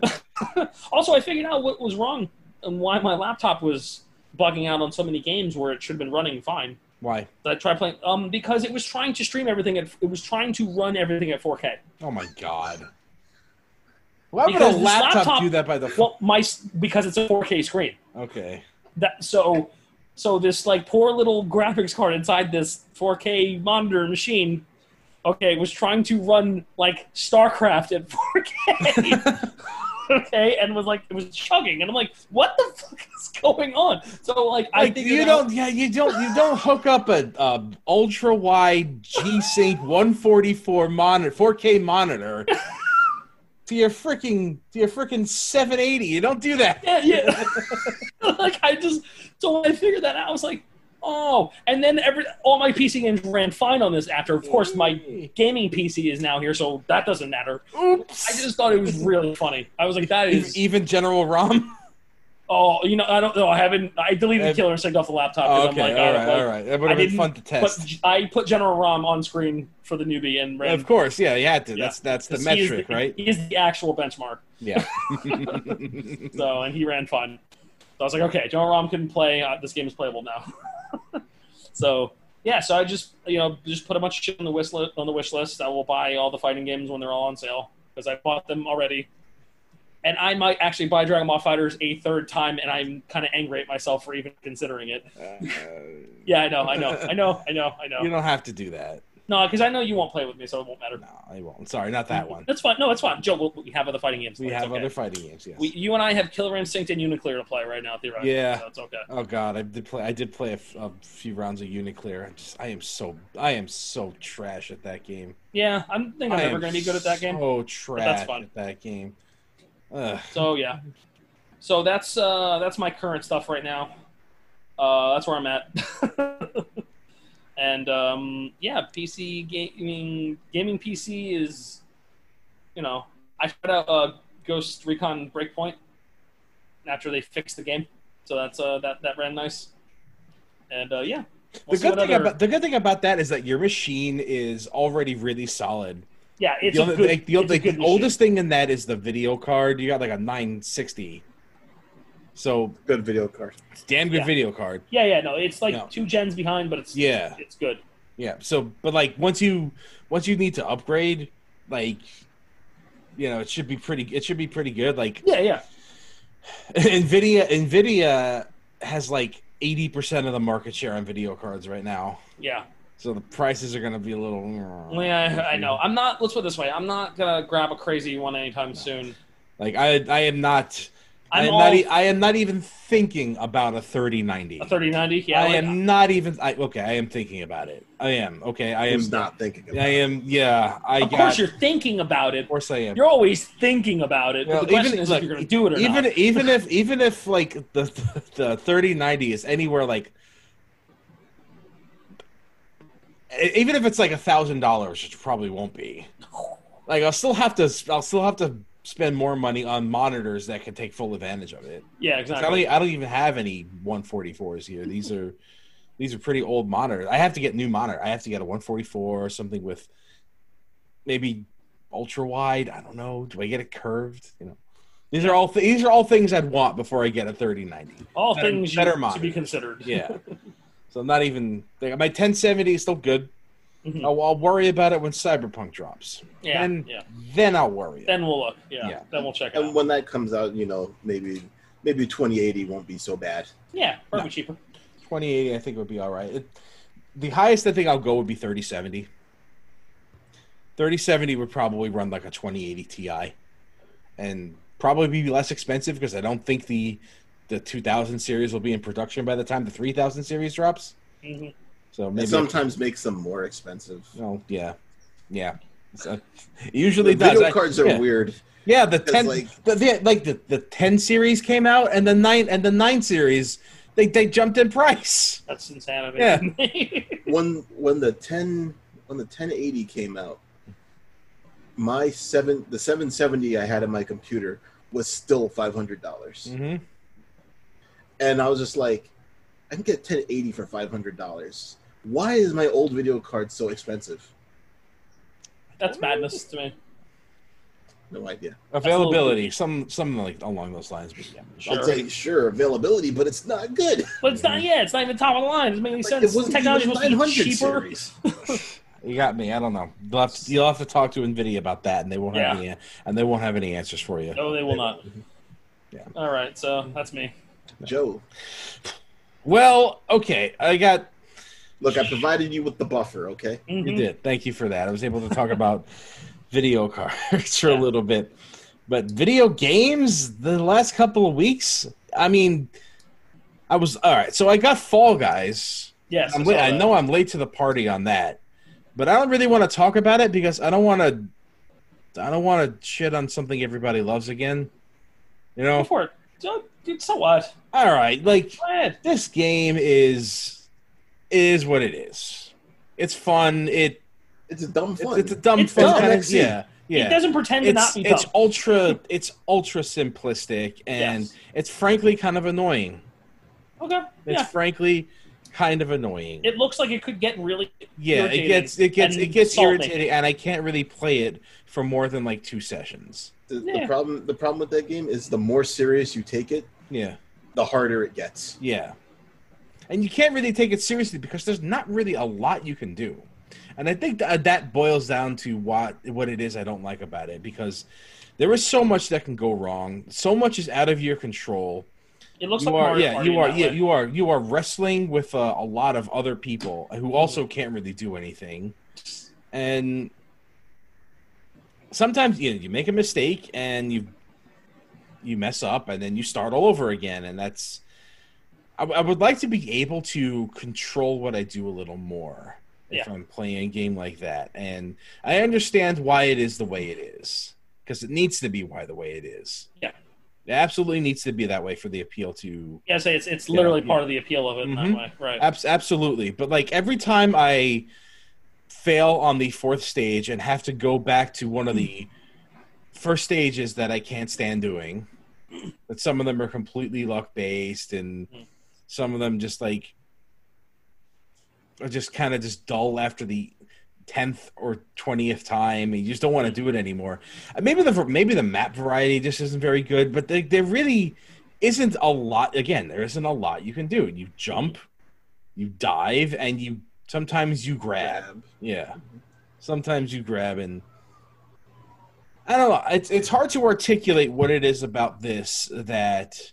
Speaker 3: also, I figured out what was wrong and why my laptop was bugging out on so many games where it should have been running fine.
Speaker 2: Why?
Speaker 3: I tried playing um because it was trying to stream everything at it was trying to run everything at 4K.
Speaker 2: Oh my god. Why would
Speaker 3: Because
Speaker 2: a
Speaker 3: this
Speaker 2: laptop,
Speaker 3: laptop-
Speaker 2: do that by the?
Speaker 3: Well, my s- because it's a 4K screen.
Speaker 2: okay.
Speaker 3: That so so this like poor little graphics card inside this 4K monitor machine okay was trying to run like StarCraft at 4K. okay, and was like it was chugging and I'm like what the fuck is going on? So like, I
Speaker 2: Like
Speaker 3: think
Speaker 2: you don't, yeah, you don't, you don't hook up a, a ultra wide G Sync 144 monitor, 4K monitor to your freaking to your freaking 780. You don't do that.
Speaker 3: yeah, yeah. like I just so when I figured that out, I was like, oh. And then every all my PC games ran fine on this after. Of course, my gaming PC is now here, so that doesn't matter.
Speaker 2: oops.
Speaker 3: I just thought it was really funny. I was like, that
Speaker 2: even,
Speaker 3: is
Speaker 2: even General Rom.
Speaker 3: oh, you know, I don't know. I haven't. I deleted
Speaker 2: Ev-
Speaker 3: Killer Instinct off the laptop
Speaker 2: Oh,
Speaker 3: because
Speaker 2: okay,
Speaker 3: I'm like,
Speaker 2: all
Speaker 3: I
Speaker 2: right, all right. That would
Speaker 3: I
Speaker 2: have been
Speaker 3: didn't-
Speaker 2: fun to
Speaker 3: But
Speaker 2: test.
Speaker 3: J- I put General Rom on screen for the newbie and ran.
Speaker 2: of course, yeah, you had to.
Speaker 3: Yeah.
Speaker 2: That's that's the
Speaker 3: 'cause he is
Speaker 2: metric, right?
Speaker 3: He is the actual benchmark.
Speaker 2: Yeah.
Speaker 3: So, and he ran fine. So I was like, okay, John Rom can play. Uh, this game is playable now. so yeah, so I just you know just put a bunch of shit on the wish list. On the wish list, I will buy all the fighting games when they're all on sale because I bought them already. And I might actually buy Dragon Ball Fighters a third time, and I'm kind of angry at myself for even considering it.
Speaker 2: Uh,
Speaker 3: Yeah, I know, I know, I know, I know, I know.
Speaker 2: You don't have to do that.
Speaker 3: no, because I know you won't play with me, so it won't matter.
Speaker 2: No, I won't. Sorry, not that one.
Speaker 3: That's fine. No, it's fine. Joe, we'll, we have other fighting games.
Speaker 2: We
Speaker 3: It's
Speaker 2: have
Speaker 3: okay.
Speaker 2: other fighting games. Yes.
Speaker 3: We, you and I have Killer Instinct and Uniclear to play right now, theoretically.
Speaker 2: Yeah.
Speaker 3: so it's okay.
Speaker 2: Oh God, I did play. I did play a, f- a few rounds of Uniclear. I just, I am so, I am so trash at that game.
Speaker 3: Yeah, I don't think I'm
Speaker 2: I
Speaker 3: ever
Speaker 2: am
Speaker 3: going to be good at that game.
Speaker 2: So trash
Speaker 3: fun.
Speaker 2: at that game. Ugh.
Speaker 3: So yeah, so that's uh, that's my current stuff right now. Uh, that's where I'm at. and um, yeah, PC gaming gaming PC is, you know, I tried out uh, Ghost Recon Breakpoint after they fixed the game, so that's uh, that that ran nice. And uh, yeah,
Speaker 2: The
Speaker 3: We'll see
Speaker 2: good
Speaker 3: what
Speaker 2: thing
Speaker 3: other-
Speaker 2: about the good thing about that is that your machine is already really solid.
Speaker 3: yeah, it's
Speaker 2: the
Speaker 3: a
Speaker 2: only-
Speaker 3: good,
Speaker 2: like, the,
Speaker 3: it's a
Speaker 2: like,
Speaker 3: good
Speaker 2: the
Speaker 3: machine.
Speaker 2: oldest thing in that is the video card. You got like a 960. So
Speaker 1: Good video card.
Speaker 2: it's a damn good
Speaker 3: Yeah.
Speaker 2: video card.
Speaker 3: Yeah, yeah, no, it's like
Speaker 2: No.
Speaker 3: two gens behind, but it's
Speaker 2: Yeah.
Speaker 3: it's good.
Speaker 2: Yeah. So but like once you once you need to upgrade, like you know, it should be pretty it should be pretty good. Like
Speaker 3: Yeah, yeah,
Speaker 2: Nvidia Nvidia has like 80% of the market share on video cards right now.
Speaker 3: yeah.
Speaker 2: So the prices are going to be a little
Speaker 3: Oh, Yeah, I know. I'm not. Let's put it this way. I'm not gonna grab a crazy one anytime soon.
Speaker 2: Like I I am not i
Speaker 3: I'm
Speaker 2: am
Speaker 3: all
Speaker 2: not e- I am not even thinking about a 3090.
Speaker 3: a 3090. Yeah,
Speaker 2: I
Speaker 3: like,
Speaker 2: am not even I, okay, I am thinking about it. I am. Okay, I am
Speaker 1: Who's not thinking about
Speaker 2: I am yeah, I
Speaker 3: Of
Speaker 2: got
Speaker 3: course, you're thinking about it.
Speaker 2: of course I am.
Speaker 3: You're always thinking about it.
Speaker 2: Well,
Speaker 3: but the question
Speaker 2: even-
Speaker 3: is
Speaker 2: look,
Speaker 3: if you're gonna do it or
Speaker 2: even
Speaker 3: not.
Speaker 2: even if even if like the the thirty ninety is anywhere like e- even if it's like a thousand dollars, which it probably won't be. Like I'll still have to I'll still have to spend more money on monitors that can take full advantage of it.
Speaker 3: Yeah,
Speaker 2: 'Cause
Speaker 3: exactly.
Speaker 2: I don't I don't even have any one forty fours here. These are these are pretty old monitors. I have to get new monitor. I have to get a one forty four or something with maybe ultra wide. I don't know. Do I get it curved? You know. These are all th- these are all things I'd want before I get a 3090.
Speaker 3: All
Speaker 2: better-
Speaker 3: things
Speaker 2: better
Speaker 3: you, to be
Speaker 2: monitors.
Speaker 3: considered.
Speaker 2: Yeah. so I'm not even my 1070 is still good.
Speaker 3: Mhm.
Speaker 2: I'll, I'll worry about it when Cyberpunk drops.
Speaker 3: yeah,
Speaker 2: Then-
Speaker 3: yeah.
Speaker 2: Then I'll worry.
Speaker 3: Then we'll look. Yeah,
Speaker 2: Yeah.
Speaker 3: then we'll check it
Speaker 1: And
Speaker 3: out.
Speaker 1: when that comes out, you know, maybe maybe 2080 won't be so bad.
Speaker 3: yeah, probably cheaper.
Speaker 2: 2080 I think would be all right. It, the highest I think I'll go would be 3070. 3070 would probably run like a 2080 Ti and probably be less expensive because I don't think the the 2000 series will be in production by the time the 3000 series drops.
Speaker 3: Mhm.
Speaker 2: So maybe
Speaker 1: It sometimes makes them more expensive.
Speaker 2: Oh yeah, yeah. So, it usually
Speaker 1: The
Speaker 2: does.
Speaker 1: video
Speaker 2: I-
Speaker 1: cards are
Speaker 2: yeah.
Speaker 1: weird.
Speaker 2: Yeah, the
Speaker 1: because,
Speaker 2: ten,
Speaker 1: like-
Speaker 2: the, the like the, the ten series came out, and the nine and the nine series, they they jumped in price.
Speaker 3: That's insanity.
Speaker 2: Yeah.
Speaker 1: When when the 10 when the 1080 came out, my seven the 770 I had in my computer was still five hundred dollars,
Speaker 2: Mm-hmm.
Speaker 1: and I was just like, I can get 1080 for five hundred dollars. Why is my old video card so expensive?
Speaker 3: That's madness to me.
Speaker 1: No idea.
Speaker 2: Availability, some some like along those lines. But yeah,
Speaker 3: Sure.
Speaker 1: I'll say sure availability, but it's not good.
Speaker 3: But it's not. Yeah, it's not even top of the line. It doesn't make any
Speaker 1: Like,
Speaker 3: sense. Technology
Speaker 1: even
Speaker 3: was supposed to be
Speaker 1: 900
Speaker 3: cheaper.
Speaker 1: series.
Speaker 2: you got me. I don't know. You'll have, to, you'll have to talk to Nvidia about that, and they won't have any and they won't have any answers for you.
Speaker 3: No, they will not.
Speaker 2: Mm-hmm. Yeah.
Speaker 3: All right, so that's me.
Speaker 1: Joe,
Speaker 2: Well, okay, I got
Speaker 1: look, I provided you with the buffer, okay?
Speaker 2: You
Speaker 3: Mhm.
Speaker 2: did. Thank you for that. I was able to talk about video cards for
Speaker 3: Yeah.
Speaker 2: a little bit. But video games, the last couple of weeks, I mean, I was all right. So I got Fall Guys.
Speaker 3: Yes,
Speaker 2: I'm
Speaker 3: saw
Speaker 2: late, I
Speaker 3: that.
Speaker 2: know I'm late to the party on that, but I don't really want to talk about it because I don't want to. I don't want to shit on something everybody loves again. You
Speaker 3: Go
Speaker 2: know.
Speaker 3: for it. So, dude, so what?
Speaker 2: All right, like
Speaker 3: Go ahead.
Speaker 2: this game is is what it is. It's fun. It
Speaker 1: It's a dumb
Speaker 2: It's,
Speaker 1: fun.
Speaker 2: it's a dumb
Speaker 3: It's
Speaker 2: fun
Speaker 3: dumb.
Speaker 2: kind of
Speaker 1: It's
Speaker 2: yeah,
Speaker 3: It
Speaker 2: yeah.
Speaker 3: doesn't pretend to
Speaker 2: It's
Speaker 3: not be dumb.
Speaker 2: it's ultra it's ultra simplistic and
Speaker 3: Yes.
Speaker 2: it's frankly kind of annoying.
Speaker 3: Okay.
Speaker 2: It's
Speaker 3: Yeah.
Speaker 2: frankly kind of annoying.
Speaker 3: It looks like it could get really.
Speaker 2: yeah, it
Speaker 3: irritating
Speaker 2: gets it gets
Speaker 3: and
Speaker 2: it gets
Speaker 3: salty.
Speaker 2: irritating, and I can't really play it for more than like two sessions.
Speaker 1: the,
Speaker 3: Yeah.
Speaker 1: the problem the problem with that game is the more serious you take it,
Speaker 2: Yeah,
Speaker 1: the harder it gets.
Speaker 2: yeah. And you can't really take it seriously because there's not really a lot you can do. And I think that that boils down to what what it is I don't like about it because there is so much that can go wrong. So much is out of your control.
Speaker 3: It looks
Speaker 2: you
Speaker 3: like
Speaker 2: are,
Speaker 3: Mario
Speaker 2: yeah,
Speaker 3: Party
Speaker 2: you are,
Speaker 3: in that
Speaker 2: yeah,
Speaker 3: way.
Speaker 2: you are, you are wrestling with uh, a lot of other people who also
Speaker 3: Mm-hmm.
Speaker 2: can't really do anything, and sometimes you know, you make a mistake and you you mess up and then you start all over again, and that's. I, I would like to be able to control what I do a little more if
Speaker 3: Yeah.
Speaker 2: I'm playing a game like that, and I understand why it is the way it is because it needs to be why the way it is.
Speaker 3: Yeah.
Speaker 2: It absolutely needs to be that way for the appeal to
Speaker 3: Yeah, so it's it's
Speaker 2: Yeah,
Speaker 3: literally
Speaker 2: yeah.
Speaker 3: part of the appeal of it
Speaker 2: Mhm.
Speaker 3: in that way, right?
Speaker 2: abs- absolutely. But like every time I fail on the fourth stage and have to go back to one of the first stages that I can't stand doing, but some of them are completely luck based and
Speaker 3: Mhm.
Speaker 2: some of them just like are just kind of just dull after the tenth or twentieth time, and you just don't want to do it anymore. Uh, Maybe the maybe the map variety just isn't very good, but they, there really isn't a lot. Again, there isn't a lot you can do. You jump, you dive, and you sometimes you grab. Yeah. Sometimes you grab and I don't know. It's it's hard to articulate what it is about this that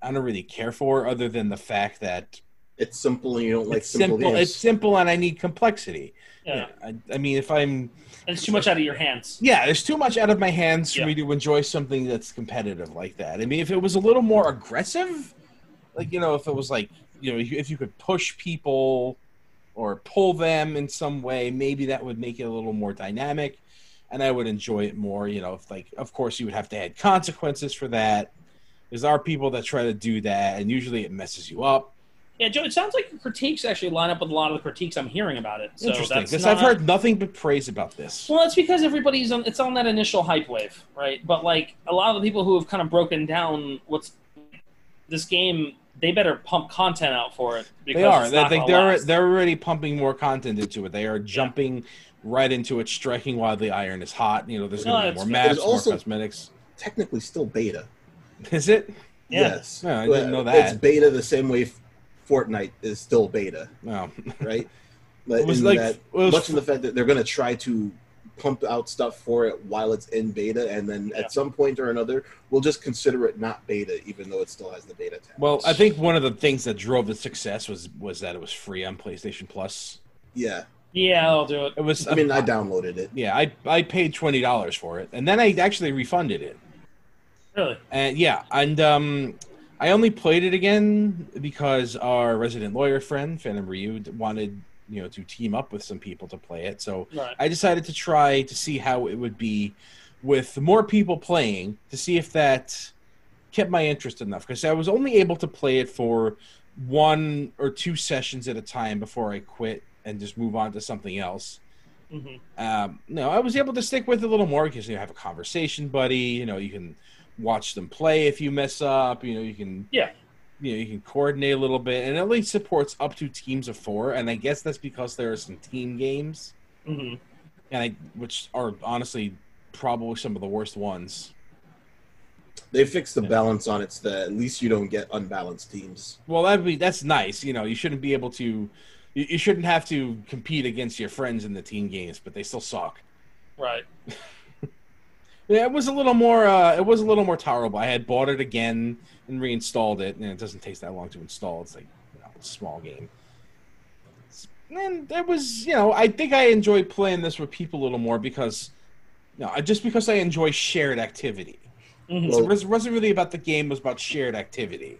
Speaker 2: I don't really care for, other than the fact that
Speaker 1: It's simple and you don't like
Speaker 2: it's
Speaker 1: simple,
Speaker 2: simple.
Speaker 1: games.
Speaker 2: It's simple, and I need complexity.
Speaker 3: Yeah.
Speaker 2: I, I mean, if I'm
Speaker 3: And it's too much out of your hands.
Speaker 2: yeah, there's too much out of my hands for
Speaker 3: Yeah.
Speaker 2: me to enjoy something that's competitive like that. I mean, if it was a little more aggressive, like you know, if it was like you know, if you- if you could push people or pull them in some way, maybe that would make it a little more dynamic, and I would enjoy it more. You know, if like, of course, you would have to add consequences for that. Because there are people that try to do that, and usually it messes you up.
Speaker 3: Yeah, Joe, it sounds like your critiques actually line up with a lot of the critiques I'm hearing about it. So
Speaker 2: Interesting,
Speaker 3: that's
Speaker 2: because
Speaker 3: not...
Speaker 2: I've heard nothing but praise about this.
Speaker 3: Well, that's because everybody's on. It's on that initial hype wave, right? But like a lot of the people who have kind of broken down what's this game, they better pump content out for it. Because
Speaker 2: They are.
Speaker 3: It's
Speaker 2: They,
Speaker 3: not
Speaker 2: they,
Speaker 3: gonna
Speaker 2: they're
Speaker 3: last.
Speaker 2: they're already pumping more content into it. They are jumping right into it, striking while the iron is hot. You know, there's
Speaker 3: No,
Speaker 2: going to be
Speaker 3: it's-
Speaker 2: more
Speaker 3: there's
Speaker 2: maps,
Speaker 1: also-
Speaker 2: more cosmetics.
Speaker 1: Technically still beta.
Speaker 2: Is it?
Speaker 3: Yeah.
Speaker 1: Yes.
Speaker 2: No, I didn't know
Speaker 1: Well, It's
Speaker 2: that.
Speaker 1: beta the same way Fortnite is still beta,
Speaker 2: No.
Speaker 1: right? But
Speaker 2: It was
Speaker 1: in
Speaker 2: like
Speaker 1: that-
Speaker 2: it was
Speaker 1: much of the fact that they're going to try to pump out stuff for it while it's in beta, and then
Speaker 3: Yeah.
Speaker 1: at some point or another, we'll just consider it not beta, even though it still has the beta tag.
Speaker 2: well. I think one of the things that drove the success was was that it was free on PlayStation Plus.
Speaker 1: yeah.
Speaker 3: Yeah, I'll do it.
Speaker 2: It was.
Speaker 1: I mean, I downloaded it.
Speaker 2: yeah, I I paid twenty dollars for it, and then I actually refunded it.
Speaker 3: Really?
Speaker 2: And yeah, and um, I only played it again because our resident lawyer friend Phantom Ryu d- wanted you know to team up with some people to play it. So
Speaker 3: Right.
Speaker 2: I decided to try to see how it would be with more people playing to see if that kept my interest enough because I was only able to play it for one or two sessions at a time before I quit and just move on to something else
Speaker 3: hmm
Speaker 2: um, no, I was able to stick with it a little more because you have a conversation buddy. You know, you can watch them play if you mess up. You know, you can
Speaker 3: Yeah.
Speaker 2: you know, you can coordinate a little bit, and it only supports up to teams of four. And I guess that's because there are some team games,
Speaker 3: hmm
Speaker 2: and I, which are honestly probably some of the worst ones.
Speaker 1: They fixed the
Speaker 2: Yeah.
Speaker 1: balance on it so that at least you don't get unbalanced teams.
Speaker 2: Well, that'd be that's nice. You know, you shouldn't be able to, you, you shouldn't have to compete against your friends in the team games, but they still suck.
Speaker 3: Right.
Speaker 2: Yeah, it was a little more. Uh, it was a little more tolerable. I had bought it again and reinstalled it, and it doesn't take that long to install. It's like you know, a small game. It's- And that was, you know, I think I enjoy playing this with people a little more because, you know, I- just because I enjoy shared activity.
Speaker 3: hmm
Speaker 2: So
Speaker 1: Well-
Speaker 2: it was- wasn't really about the game; it was about shared activity.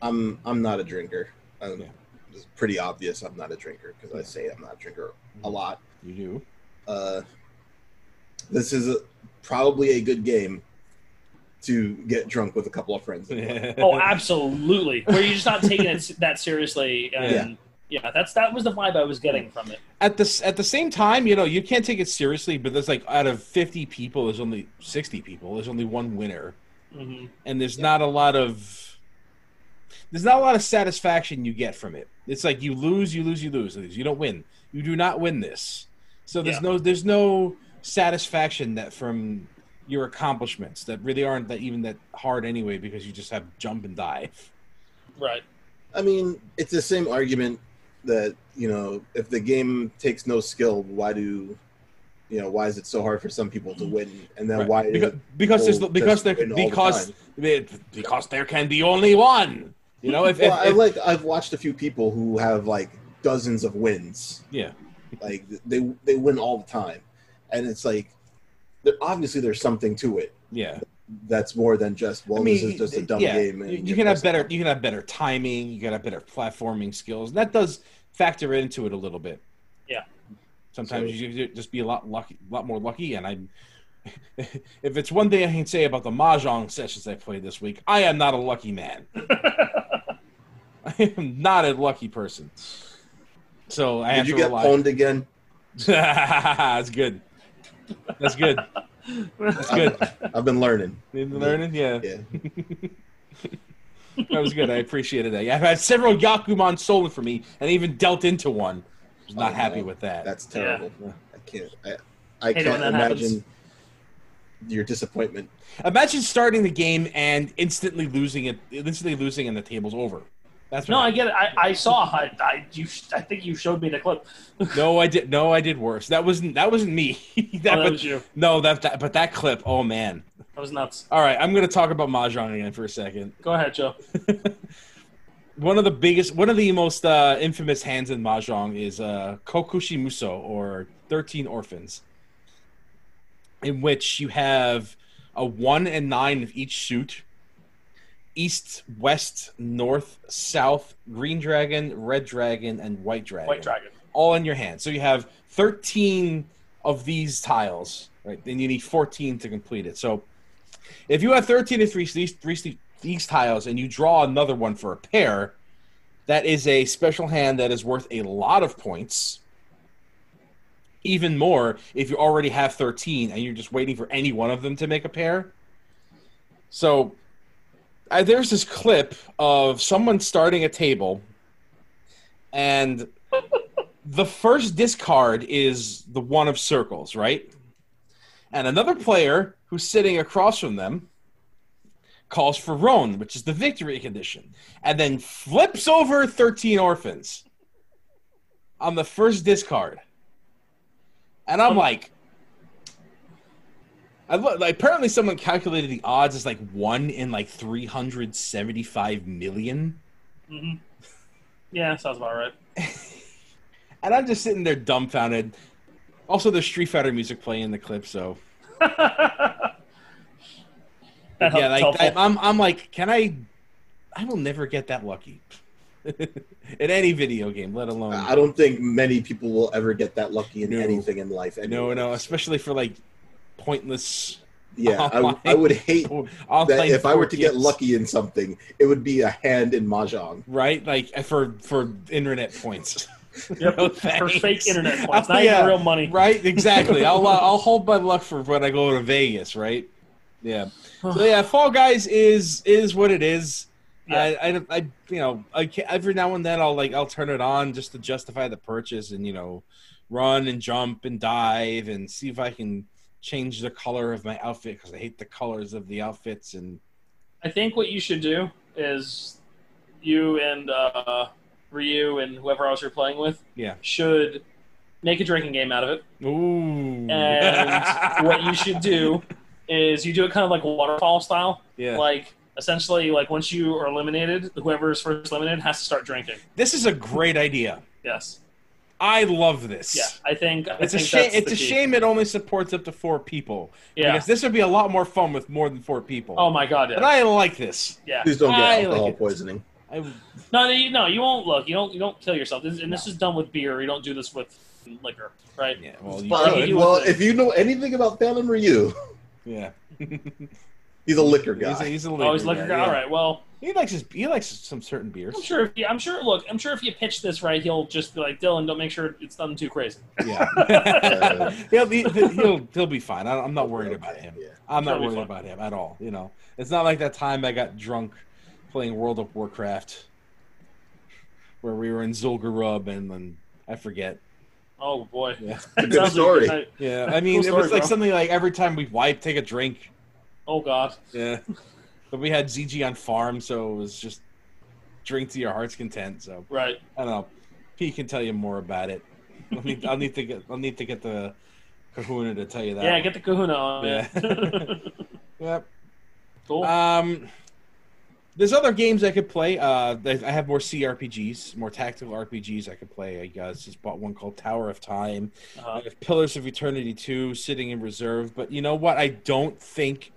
Speaker 1: I'm I'm not a drinker. Um
Speaker 2: Yeah.
Speaker 1: It's pretty obvious I'm not a drinker because I
Speaker 2: Yeah.
Speaker 1: say I'm not a drinker a
Speaker 2: Mhm.
Speaker 1: lot.
Speaker 2: You do.
Speaker 1: Uh, this is a, probably a good game to get drunk with a couple of friends. and play.
Speaker 3: Oh, absolutely. Where you're just not taking it s- that seriously. And, yeah. That's that was the vibe I was getting from it.
Speaker 2: at the s- at the same time, you know, you can't take it seriously. But there's like out of fifty people, there's only sixty people. There's only one winner.
Speaker 3: hmm
Speaker 2: and there's not a lot of there's not a lot of satisfaction you get from it. It's like you lose, you lose, you lose, you lose. You don't win. You do not win this. So there's
Speaker 3: Yeah.
Speaker 2: no there's no satisfaction that from your accomplishments that really aren't that even that hard anyway because you just have jump and dive.
Speaker 3: Right.
Speaker 1: I mean, it's the same argument that you know, if the game takes no skill, why do you know why is it so hard for some people to win, and then
Speaker 2: Mm-hmm. Right.
Speaker 1: why
Speaker 2: because, Oh, because there's
Speaker 1: people
Speaker 2: because
Speaker 1: just
Speaker 2: there
Speaker 1: win all the
Speaker 2: because
Speaker 1: time?
Speaker 2: because there can be only one. You know if,
Speaker 1: well,
Speaker 2: if-
Speaker 1: I
Speaker 2: if-
Speaker 1: like I've watched a few people who have like dozens of wins.
Speaker 2: yeah
Speaker 1: Like they they win all the time, and it's like there, obviously there's something to it
Speaker 2: yeah.
Speaker 1: that's more than just well, this is just a dumb
Speaker 2: yeah,
Speaker 1: game. And
Speaker 2: You, you
Speaker 1: you're
Speaker 2: can have
Speaker 1: just-
Speaker 2: better, you can have better timing. You can have better platforming skills. And that does factor into it a little bit.
Speaker 3: Yeah.
Speaker 2: Sometimes
Speaker 1: So-
Speaker 2: you you just be a lot lucky, lot more lucky. And I, if it's one thing I can say about the mahjong sessions I played this week, I am not a lucky man. I am not a lucky person. So I have
Speaker 1: Did you
Speaker 2: to
Speaker 1: get
Speaker 2: rely.
Speaker 1: pwned again?
Speaker 2: That's good. That's good. That's good.
Speaker 1: I've been learning.
Speaker 2: Learning, yeah.
Speaker 1: Yeah.
Speaker 2: That was good. I appreciated that. Yeah, I've had several Yakuman stolen from me, and even dealt into one. Was not
Speaker 1: Oh,
Speaker 2: happy
Speaker 1: no.
Speaker 2: with that.
Speaker 1: That's terrible. I can't. I, I
Speaker 3: Hate it
Speaker 1: can't
Speaker 3: when that
Speaker 1: imagine
Speaker 3: happens.
Speaker 1: your disappointment.
Speaker 2: Imagine starting the game and instantly losing it, instantly losing, and the table's over. That's
Speaker 3: No, I
Speaker 2: happened.
Speaker 3: get it. I, I saw. I, I you. sh- I think you showed me the clip.
Speaker 2: no, I did. No, I did worse. That wasn't. That wasn't me. that,
Speaker 3: Oh, that
Speaker 2: but-
Speaker 3: was you.
Speaker 2: no, that, that. But that clip. Oh man.
Speaker 3: That was nuts.
Speaker 2: All right, I'm going to talk about mahjong again for a second.
Speaker 3: Go ahead, Joe.
Speaker 2: One of the biggest, one of the most uh, infamous hands in mahjong is uh, Kokushi Muso, or Thirteen Orphans, in which you have a one and nine of each suit, east, west, north, south, green dragon, red dragon, and white dragon
Speaker 3: White Dragon.
Speaker 2: all in your hand. So you have 13 of these tiles, right? Then you need 14 to complete it. So if you have 13 of three, these, three, these tiles and you draw another one for a pair, that is a special hand that is worth a lot of points. Even more if you already have 13 and you're just waiting for any one of them to make a pair. So I, there's this clip of someone starting a table and the first discard is the one of circles, right? And another player who's sitting across from them calls for Roan, which is the victory condition, and then flips over 13 orphans on the first discard. And I'm like, I look, like, apparently someone calculated the odds as like one in like 375 million.
Speaker 3: hmm Yeah, sounds about right.
Speaker 2: And I'm just sitting there dumbfounded. Also, there's Street Fighter music playing in the clip, so
Speaker 3: that
Speaker 2: yeah,
Speaker 3: helped-
Speaker 2: like
Speaker 3: helpful.
Speaker 2: I, I'm, I'm like, can I? I will never get that lucky in any video game, let alone
Speaker 1: I don't think many people will ever get that lucky in
Speaker 2: No.
Speaker 1: anything in life. Anyway.
Speaker 2: no, no, especially for like pointless
Speaker 1: Yeah, I, w- I would hate
Speaker 2: po-
Speaker 1: that
Speaker 2: online.
Speaker 1: if I were to get
Speaker 2: games,
Speaker 1: lucky in something, it would be a hand in mahjong.
Speaker 2: right? Like eh, for for internet points,
Speaker 3: Yep,
Speaker 2: No
Speaker 3: for fake
Speaker 2: thanks.
Speaker 3: internet points,
Speaker 2: Oh,
Speaker 3: not
Speaker 2: yeah.
Speaker 3: even real money.
Speaker 2: right? Exactly. I'll uh, I'll hold my luck for when I go to Vegas, right? Yeah. So yeah, Fall Guys is is what it is.
Speaker 3: Yeah.
Speaker 2: I, I, I, you know, I can, every now and then I'll like I'll turn it on just to justify the purchase and you know, run and jump and dive and see if I can change the color of my outfit because I hate the colors of the outfits and
Speaker 3: I think what you should do is you and uh, Ryu and whoever else you're playing with
Speaker 2: Yeah.
Speaker 3: should make a drinking game out of it.
Speaker 2: ooh.
Speaker 3: And what you should do is you do it kind of like waterfall style.
Speaker 2: yeah,
Speaker 3: Like essentially, like once you are eliminated, whoever is first eliminated has to start drinking.
Speaker 2: this is a great idea.
Speaker 3: Yes.
Speaker 2: I love this.
Speaker 3: Yeah. I think I
Speaker 2: It's a
Speaker 3: think
Speaker 2: shame.
Speaker 3: that's
Speaker 2: It's
Speaker 3: the
Speaker 2: a
Speaker 3: key.
Speaker 2: shame it only supports up to four people.
Speaker 3: Yeah.
Speaker 2: Because this would be a lot more fun with more than four people.
Speaker 3: Oh my god. Yeah.
Speaker 2: But I like this.
Speaker 3: yeah.
Speaker 1: Please don't get
Speaker 2: I like
Speaker 1: alcohol
Speaker 2: it.
Speaker 1: poisoning.
Speaker 2: I,
Speaker 3: No, no, you, no, you won't look. You don't. You don't kill yourself. This, and this is done with beer. You don't do this with liquor, right?
Speaker 2: yeah, well, you
Speaker 3: Well,
Speaker 2: could.
Speaker 3: you-
Speaker 1: well, if you know anything about Phantom Ryu,
Speaker 2: yeah.
Speaker 1: he's a liquor
Speaker 2: He's a,
Speaker 1: guy.
Speaker 2: he's a liquor
Speaker 3: Always liquor guy.
Speaker 2: yeah.
Speaker 3: All right. Well,
Speaker 2: He likes his. He likes some certain beers.
Speaker 3: I'm sure. If you, I'm sure. Look, I'm sure if you pitch this right, he'll just be like Dylan. Don't make sure it's nothing too crazy.
Speaker 2: Yeah. he'll, be, he'll he'll be fine. I, I'm not worried about him.
Speaker 1: Yeah.
Speaker 2: I'm not
Speaker 3: That'll be
Speaker 2: worried about him at all. You know, it's not like that time I got drunk playing World of Warcraft, where we were in Zul'Gurub and then I forget.
Speaker 3: Oh boy.
Speaker 2: Yeah,
Speaker 3: That
Speaker 1: Good
Speaker 3: sounds like
Speaker 1: story.
Speaker 3: night.
Speaker 2: yeah. I mean,
Speaker 3: Cool
Speaker 2: it
Speaker 3: story,
Speaker 2: was like
Speaker 3: bro.
Speaker 2: something like every time we wipe, take a drink.
Speaker 3: Oh god.
Speaker 2: Yeah. But we had ZG on farm, so it was just drink to your heart's content. So
Speaker 3: Right.
Speaker 2: I don't know. Pete can tell you more about it. I need, I'll need to get I'll need to get the kahuna to tell you that.
Speaker 3: Yeah. Get the Kahuna on.
Speaker 2: Yeah.
Speaker 3: Yeah.
Speaker 2: yep.
Speaker 3: cool.
Speaker 2: Um there's other games I could play. Uh there's- I have more CRPGs, more tactical RPGs I could play. I guess just bought one called Tower of Time.
Speaker 3: Uh,
Speaker 2: I have Pillars of Eternity 2 sitting in reserve, but you know what? I don't think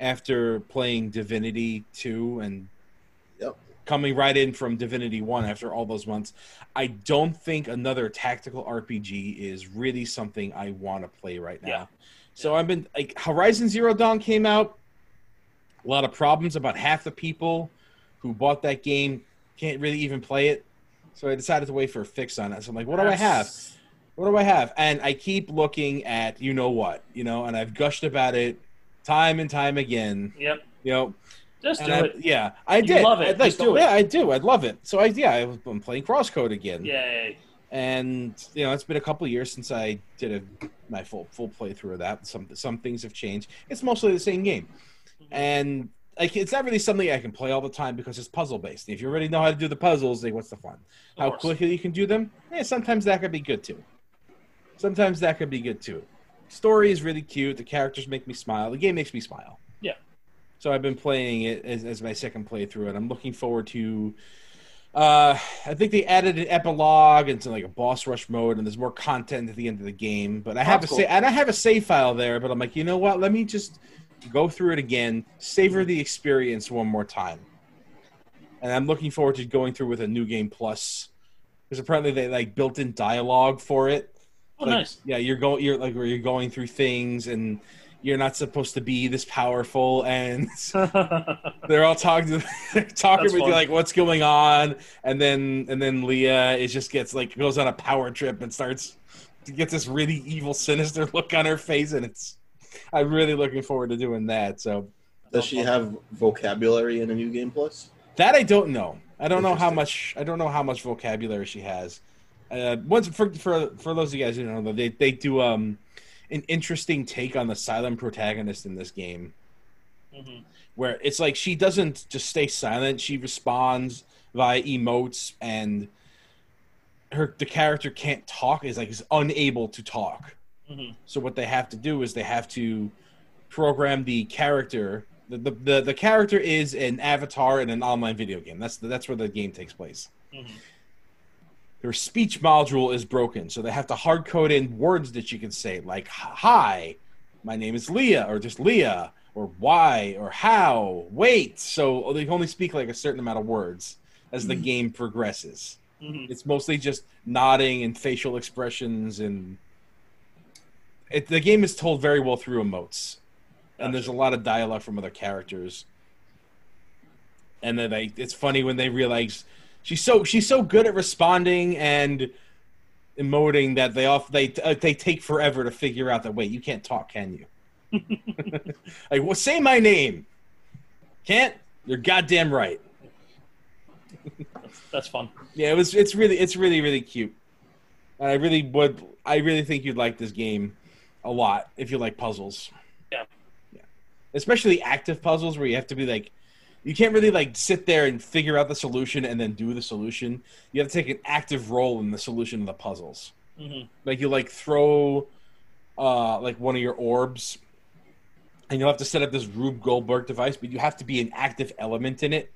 Speaker 2: after playing Divinity 2 and
Speaker 1: Yep.
Speaker 2: coming right in from Divinity 1 after all those months, I don't think another tactical RPG is really something I want to play right now.
Speaker 3: Yeah.
Speaker 2: So I've been like Horizon Zero Dawn came out, a lot of problems. About half the people who bought that game can't really even play it. So I decided to wait for a fix on it. So I'm like, what do I have? what do I have? And I keep looking at you know what, you know, and I've gushed about it time and time again.
Speaker 3: Yep.
Speaker 2: You know,
Speaker 3: Just
Speaker 2: And
Speaker 3: do
Speaker 2: I-
Speaker 3: it.
Speaker 2: yeah, I
Speaker 3: You
Speaker 2: did.
Speaker 3: love it.
Speaker 2: I'd like
Speaker 3: Just
Speaker 2: to-
Speaker 3: do it.
Speaker 2: Yeah, I do. I love it. So I yeah, I've been playing Crosscode again.
Speaker 3: Yay.
Speaker 2: and you know it's been a couple of years since I did a my full full playthrough of that. Some some things have changed. It's mostly the same game, and like it's not really something I can play all the time because it's puzzle based. If you already know how to do the puzzles, like what's the fun?
Speaker 3: Of
Speaker 2: How
Speaker 3: course.
Speaker 2: quickly you can do them? Yeah, sometimes that could be good too. Sometimes that could be good too. Story is really cute. The characters make me smile. The game makes me smile.
Speaker 3: Yeah.
Speaker 2: So I've been playing it as, as my second playthrough, and I'm looking forward to uh, I think they added an epilogue and some like a boss rush mode, and there's more content at the end of the game. But I have
Speaker 3: That's
Speaker 2: a
Speaker 3: cool.
Speaker 2: sa- and I have a save file there. But I'm like, you know what? Let me just go through it again,
Speaker 3: Mm-hmm.
Speaker 2: savor the experience one more time. And I'm looking forward to going through with a new game plus, because apparently they like built in dialogue for it.
Speaker 3: Oh,
Speaker 2: Like,
Speaker 3: nice.
Speaker 2: Yeah, you're going. You're like where you're going through things, and you're not supposed to be this powerful, and
Speaker 3: Mm-hmm.
Speaker 2: they're all talking to talking
Speaker 3: That's
Speaker 2: with
Speaker 3: fun.
Speaker 2: you like what's going on and then and then leah it just gets like goes on a power trip and starts to get this really evil sinister look on her face and it's i'm really looking forward to doing that so
Speaker 1: Does she have vocabulary in a new game plus?
Speaker 2: that i don't know i don't know how
Speaker 1: Interesting.
Speaker 2: much i don't know how much vocabulary she has uh once for for for those of you guys who don't know they they do um an interesting take on the silent protagonist in this game
Speaker 3: Mhm.
Speaker 2: where it's like she doesn't just stay silent she responds via emotes and her the character can't talk is like is unable to talk
Speaker 3: Mhm.
Speaker 2: so what they have to do is they have to program the character the the, the, the character is an avatar in an online video game that's that's where the game takes place
Speaker 3: Mhm.
Speaker 2: her speech module is broken so they have to hard code in words that you can say like hi my name is leah or just leah or why or how wait so they can only speak like a certain amount of words as the game progresses
Speaker 3: Mhm.
Speaker 2: it's mostly just nodding and facial expressions and it, the game is told very well through emotes and there's a lot of dialogue from other characters and then like it's funny when they realize she's so she's so good at responding and emoting that they off they uh, they take forever to figure out that wait you can't talk can you like well say my name can't you're goddamn right
Speaker 3: That's fun.
Speaker 2: yeah, it was. It's really, it's really, really cute. And I really would. I really think you'd like this game a lot if you like puzzles.
Speaker 3: Yeah.
Speaker 2: yeah. Especially active puzzles where you have to be like, you can't really like sit there and figure out the solution and then do the solution. You have to take an active role in the solution of the puzzles.
Speaker 3: hmm
Speaker 2: Like you like throw, uh, like one of your orbs, and you'll have to set up this Rube Goldberg device, but you have to be an active element in it.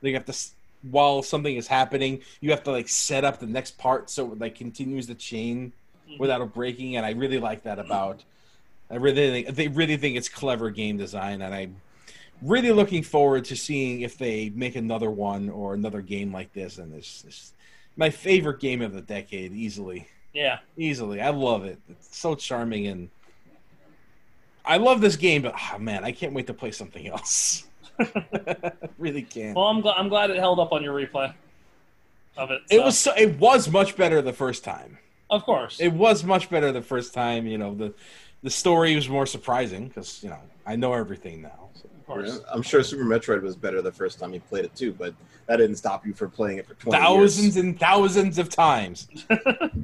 Speaker 2: Like you have to, s- while something is happening, you have to like set up the next part so it like continues the chain
Speaker 3: Mhm.
Speaker 2: without it breaking. And I really like that about. I really think they really think it's clever game design, and I'm really looking forward to seeing if they make another one or another game like this. And this is my favorite game of the decade, easily
Speaker 3: Yeah.
Speaker 2: easily. I love it. It's so charming and I love this game, but oh man, I can't wait to play something else. really can't.
Speaker 3: Well, I'm glad. I'm glad it held up on your replay of it.
Speaker 2: It
Speaker 3: so-
Speaker 2: was so, it was much better the first time.
Speaker 3: of course.
Speaker 2: It was much better the first time. You know the the story was more surprising because you know I know everything now. So.
Speaker 3: of course.
Speaker 1: Yeah, I'm sure Super Metroid was better the first time you played it too, but that didn't stop you from playing it for 20 years.
Speaker 2: Thousands and thousands of times,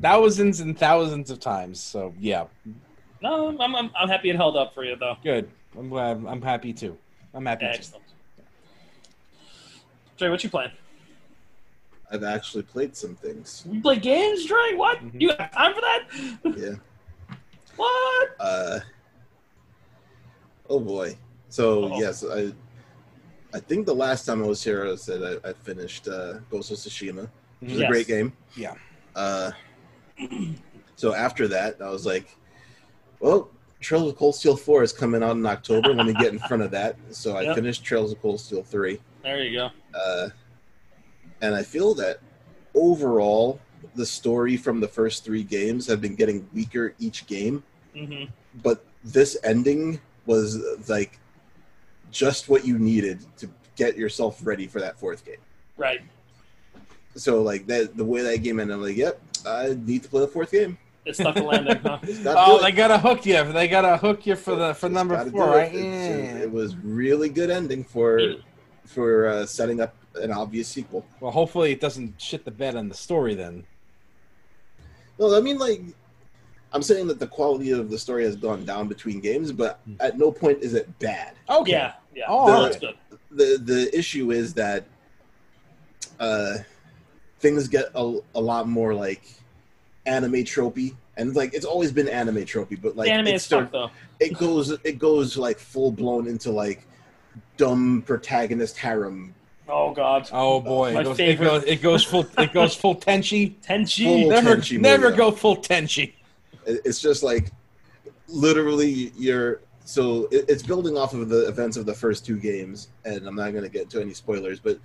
Speaker 2: thousands and thousands of times. So yeah,
Speaker 3: No, I'm, I'm, I'm happy it held up for you though.
Speaker 2: good. I'm glad. I'm happy too. I'm happy.
Speaker 3: Yeah,
Speaker 2: too.
Speaker 3: excellent. Dre, what you playing?
Speaker 1: I've actually played some things.
Speaker 3: You play games, Dre? What?
Speaker 2: Mhm.
Speaker 3: You have time for that?
Speaker 1: Yeah.
Speaker 3: what?
Speaker 1: Uh, oh boy. So
Speaker 3: Uh-oh.
Speaker 1: yes, I I think the last time I was here, I said I, I finished uh, Ghost of Tsushima. Which is
Speaker 3: Yeah.
Speaker 1: a great game.
Speaker 2: Yeah.
Speaker 1: Uh, so after that, I was like, well, Trails of Cold Steel 4 is coming out in October. Let me get in front of that. So I
Speaker 3: Yep.
Speaker 1: finished Trails of Cold Steel 3.
Speaker 3: There you go.
Speaker 1: Uh, and I feel that overall, the story from the first three games have been getting weaker each game.
Speaker 3: hmm
Speaker 1: But this ending was like just what you needed to get yourself ready for that fourth game
Speaker 3: Right.
Speaker 1: so like that the way that game ended, I'm like, yep, I need to play the fourth game.
Speaker 3: It stuck the landing, huh?
Speaker 1: Just gotta
Speaker 2: Oh,
Speaker 1: do
Speaker 2: they
Speaker 1: it.
Speaker 2: gotta hook you. They gotta hook you for the for
Speaker 1: Just
Speaker 2: number
Speaker 1: gotta do
Speaker 2: four,
Speaker 1: it.
Speaker 2: right?
Speaker 1: It's-
Speaker 2: Yeah.
Speaker 1: It was really good ending for
Speaker 3: Even,
Speaker 1: for uh, setting up an obvious sequel.
Speaker 2: Well, hopefully it doesn't shit the bed on the story then.
Speaker 1: No, I mean like I'm saying that the quality of the story has gone down between games, but
Speaker 2: Hmm.
Speaker 1: at no point is it bad.
Speaker 2: Okay.
Speaker 3: Yeah, yeah.
Speaker 2: Oh,
Speaker 3: No,
Speaker 1: all
Speaker 3: that's good.
Speaker 1: the The issue is that uh, things get a, a lot more like anime tropey, and like it's always been anime tropey, but like
Speaker 3: the anime
Speaker 1: it
Speaker 3: is
Speaker 1: start-
Speaker 3: stuck though.
Speaker 1: it goes it goes like full blown into like dumb protagonist harem,
Speaker 3: Oh God,
Speaker 2: Oh boy,
Speaker 3: My
Speaker 2: it goes, it
Speaker 3: favorite.
Speaker 2: goes it goes full it goes full tenchi.
Speaker 3: Tenchi.
Speaker 1: Full
Speaker 2: Never
Speaker 1: Tenchi
Speaker 2: never
Speaker 1: manga.
Speaker 2: go full tenchi.
Speaker 1: It- it's just like literally you're so it, it's building off of the events of the first two games and i'm not going to get to any spoilers but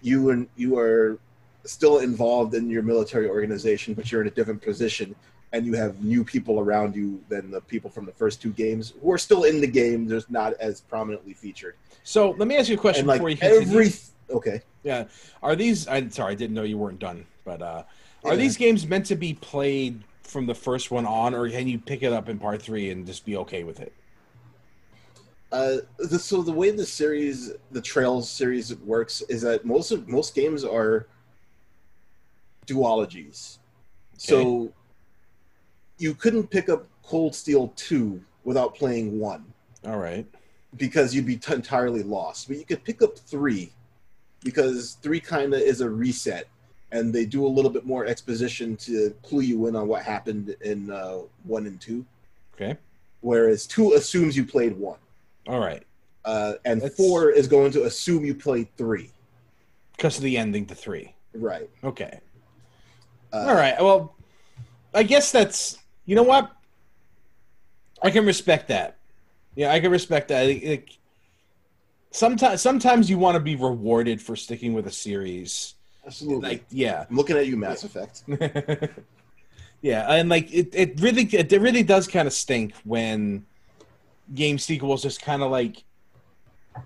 Speaker 1: you and you are still involved in your military organization but you're in a different position and you have new people around you than the people from the first two games who are still in the game just not as prominently featured
Speaker 2: So let me ask you a
Speaker 1: and
Speaker 2: question
Speaker 1: like
Speaker 2: before you continue.
Speaker 1: every okay
Speaker 2: Yeah. Are these I'm sorry, I didn't know you weren't done, but uh are
Speaker 1: Yeah.
Speaker 2: these games meant to be played from the first one on or can you pick it up in part 3 and just be okay with it?
Speaker 1: Uh, the, so the way the series, the Trails series works, is that most of most games are duologies. So you couldn't pick up Cold Steel two without playing one
Speaker 2: All right.
Speaker 1: because you'd be t- entirely lost. But you could pick up three because three kind of is a reset, and they do a little bit more exposition to clue you in on what happened in uh, one and two.
Speaker 2: Okay.
Speaker 1: Whereas two assumes you played one
Speaker 2: All right.
Speaker 1: uh, and
Speaker 2: That's-
Speaker 1: four is going to assume you played three.
Speaker 2: Cuz of the ending to 3.
Speaker 1: Right.
Speaker 2: Okay.
Speaker 1: Uh,
Speaker 2: All right. Well, I guess that's you know what I can respect that. Yeah, I can respect that. sometimes, sometimes you want to be rewarded for sticking with a series.
Speaker 1: Absolutely.
Speaker 2: Like, yeah,
Speaker 1: I'm looking at you, Mass Effect.
Speaker 2: yeah, and like it, it really, it really does kind of stink when game sequels just kind of like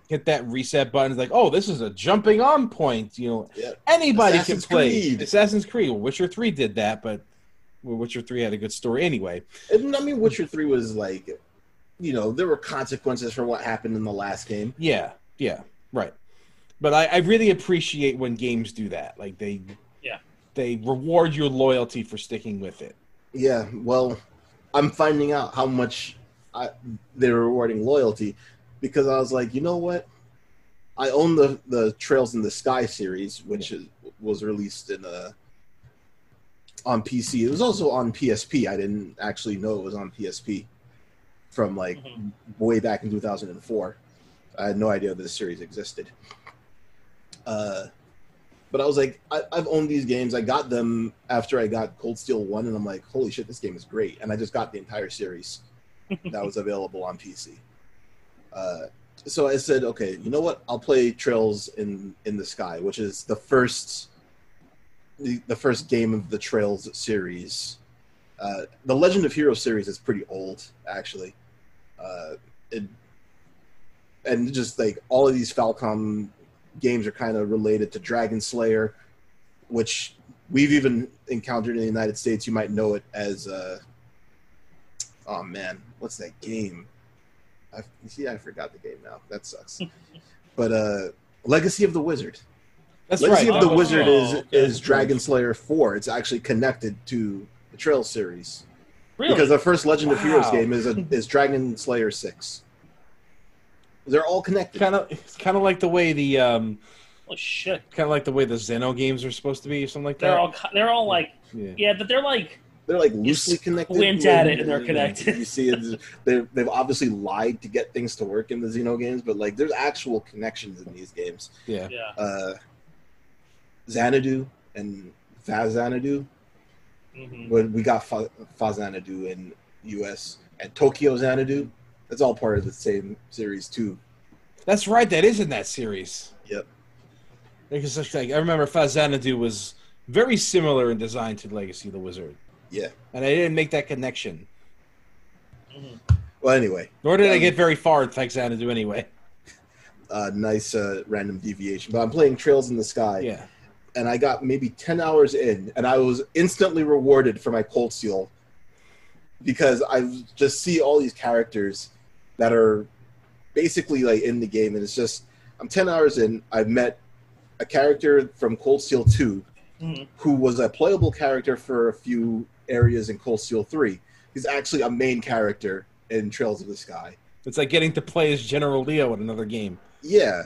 Speaker 2: hit that reset button. It's like, oh, this is a jumping on point. You know,
Speaker 1: Yeah.
Speaker 2: anybody
Speaker 1: Assassin's
Speaker 2: can play
Speaker 1: Creed.
Speaker 2: Assassin's Creed. Witcher Three did that, but well, Witcher Three had a good story anyway.
Speaker 1: And, I mean, Witcher 3 was like, you know, there were consequences for what happened in the last game.
Speaker 2: Yeah, yeah, right. But I, I really appreciate when games do that. Like they,
Speaker 3: Yeah.
Speaker 2: they reward your loyalty for sticking with it.
Speaker 1: Yeah, well, I'm finding out how much I, they're rewarding loyalty because I was like, you know what? I own the the Trails in the Sky series, which is, was released in uh on PC. It was also on PSP. I didn't actually know it was on PSP from like
Speaker 3: Mhm.
Speaker 1: way back in 2004. I had no idea this series existed. Uh, but I was like, I, I've owned these games. I got them after I got Cold Steel One, and I'm like, holy shit, this game is great. And I just got the entire series that was available on PC. Uh, so I said, okay, you know what? I'll play Trails in in the Sky, which is the first the, the first game of the Trails series. Uh, the Legend of Heroes series is pretty old, actually. Uh, it, and just like all of these Falcom games are kind of related to Dragon Slayer, which we've even encountered in the United States. You might know it as, uh, oh man, what's that game? I see, I forgot the game now. That sucks. but uh, Legacy of the Wizard.
Speaker 2: That's
Speaker 1: Legacy
Speaker 2: right.
Speaker 1: of the
Speaker 3: Oh,
Speaker 1: Wizard is
Speaker 3: okay.
Speaker 1: is Dragon Slayer Four. It's actually connected to the Trail series
Speaker 3: Really?
Speaker 1: because the first Legend of Heroes
Speaker 2: Wow.
Speaker 1: game is a, is Dragon Slayer Six. They're all connected.
Speaker 2: Kind of, it's kind of like the way the, um,
Speaker 3: oh shit!
Speaker 2: kind of like the way the Xeno games are supposed to be, or something like that.
Speaker 3: They're all they're all like
Speaker 2: yeah.
Speaker 3: yeah, but they're like
Speaker 1: They're like loosely connected.
Speaker 3: squint at it and they're connected.
Speaker 1: You see, it, they're, they've obviously lied to get things to work in the Xeno games, but like there's actual connections in these games.
Speaker 2: yeah,
Speaker 3: yeah.
Speaker 1: Uh, Xanadu and Fazanadu
Speaker 3: hmm
Speaker 1: But we got Fa- Fazanadu in U.S. and Tokyo Xanadu. That's all part of the same series too.
Speaker 2: That's right. That is in that series.
Speaker 1: Yep.
Speaker 2: Because it's like I remember, Fazanadu was very similar in design to Legacy of the Wizard.
Speaker 1: Yeah.
Speaker 2: and I didn't make that connection,
Speaker 3: Mm-hmm.
Speaker 1: Well, anyway,
Speaker 2: nor did I
Speaker 1: Um,
Speaker 2: get very far in Fazanadu anyway.
Speaker 1: uh, nice uh, random deviation. But I'm playing Trails in the Sky,
Speaker 2: Yeah.
Speaker 1: and I got maybe ten hours in, and I was instantly rewarded for my cold seal because I just see all these characters that are basically like in the game, and it's just I'm 10 hours in. I've met a character from Cold Steel 2
Speaker 3: Mhm.
Speaker 1: who was a playable character for a few areas in Cold Steel 3. He's actually a main character in Trails of the Sky.
Speaker 2: It's like getting to play as General Leo in another game.
Speaker 1: Yeah,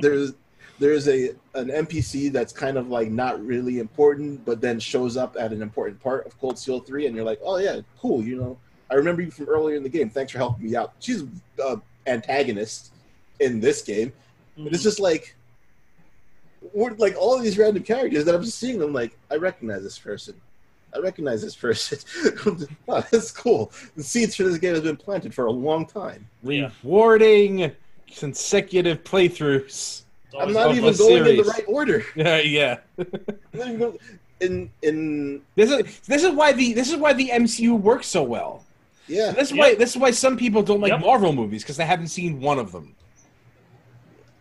Speaker 1: there's there's a an NPC that's kind of like not really important, but then shows up at an important part of Cold Steel 3, and you're like, oh yeah, cool. You know, I remember you from earlier in the game. Thanks for helping me out. She's uh, antagonist in this game. But it's just like, we're, like all these random characters that I'm just seeing. I'm like, I recognize this person. I recognize this person. I'm just, wow, that's cool. The seeds for this game has been planted for a long time.
Speaker 3: Yeah.
Speaker 2: Rewarding consecutive playthroughs.
Speaker 3: It's
Speaker 1: I'm
Speaker 3: always
Speaker 1: not even
Speaker 2: of a
Speaker 3: fun.
Speaker 1: going in the
Speaker 2: series.
Speaker 1: right order.
Speaker 2: Yeah, yeah.
Speaker 1: I'm not even going- In in
Speaker 2: This is this is why the this is why the MCU works so well.
Speaker 1: yeah,
Speaker 2: This is why this is why some people don't like
Speaker 3: Yep.
Speaker 2: Marvel movies because they haven't seen one of them.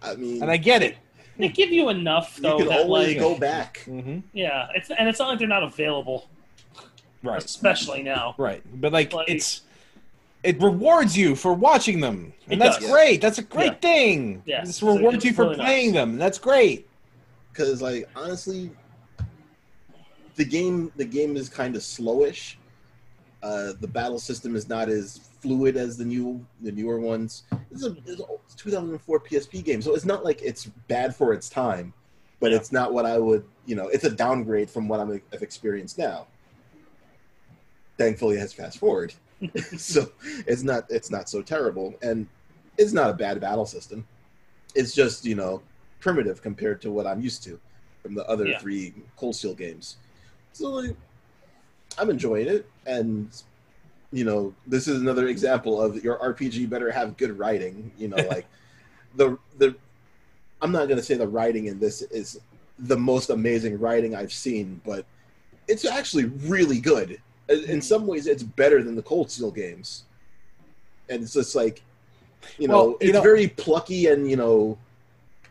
Speaker 1: I mean,
Speaker 2: And I get it.
Speaker 3: They give you enough
Speaker 1: you
Speaker 3: though
Speaker 1: can
Speaker 3: that
Speaker 1: always
Speaker 3: like
Speaker 1: go back.
Speaker 2: Mm-hmm.
Speaker 3: yeah, it's and it's not like they're not available,
Speaker 2: Right,
Speaker 3: especially now.
Speaker 2: right. But like,
Speaker 3: Like-
Speaker 2: it's it rewards you for watching them,
Speaker 3: It
Speaker 2: and that's
Speaker 3: does.
Speaker 2: great. That's a great thing.
Speaker 3: Yes,
Speaker 2: This
Speaker 3: it's-
Speaker 2: rewards
Speaker 3: it's
Speaker 2: you for
Speaker 3: really nice.
Speaker 2: playing them. That's great.
Speaker 1: Because like honestly, the game the game is kind of slowish. Uh, the battle system is not as fluid as the new the newer ones. It's a, it's a 2004 PSP game, so it's not like it's bad for its time, but it's not what I would you know. It's a downgrade from what I'm, I've experienced now. Thankfully, it has fast forward, so it's not it's not so terrible, and it's not a bad battle system. It's just you know primitive compared to what I'm used to from the other
Speaker 3: Yeah.
Speaker 1: three Cold Steel games. So like, I'm enjoying it, and you know, this is another example of your RPG better have good writing. You know, like the the I'm not gonna say the writing in this is the most amazing writing I've seen, but it's actually really good. In
Speaker 2: Mm-hmm.
Speaker 1: in some ways, it's better than the Cold Steel games, and it's just like you know,
Speaker 2: Well, you
Speaker 1: it's
Speaker 2: know-
Speaker 1: very plucky and you know,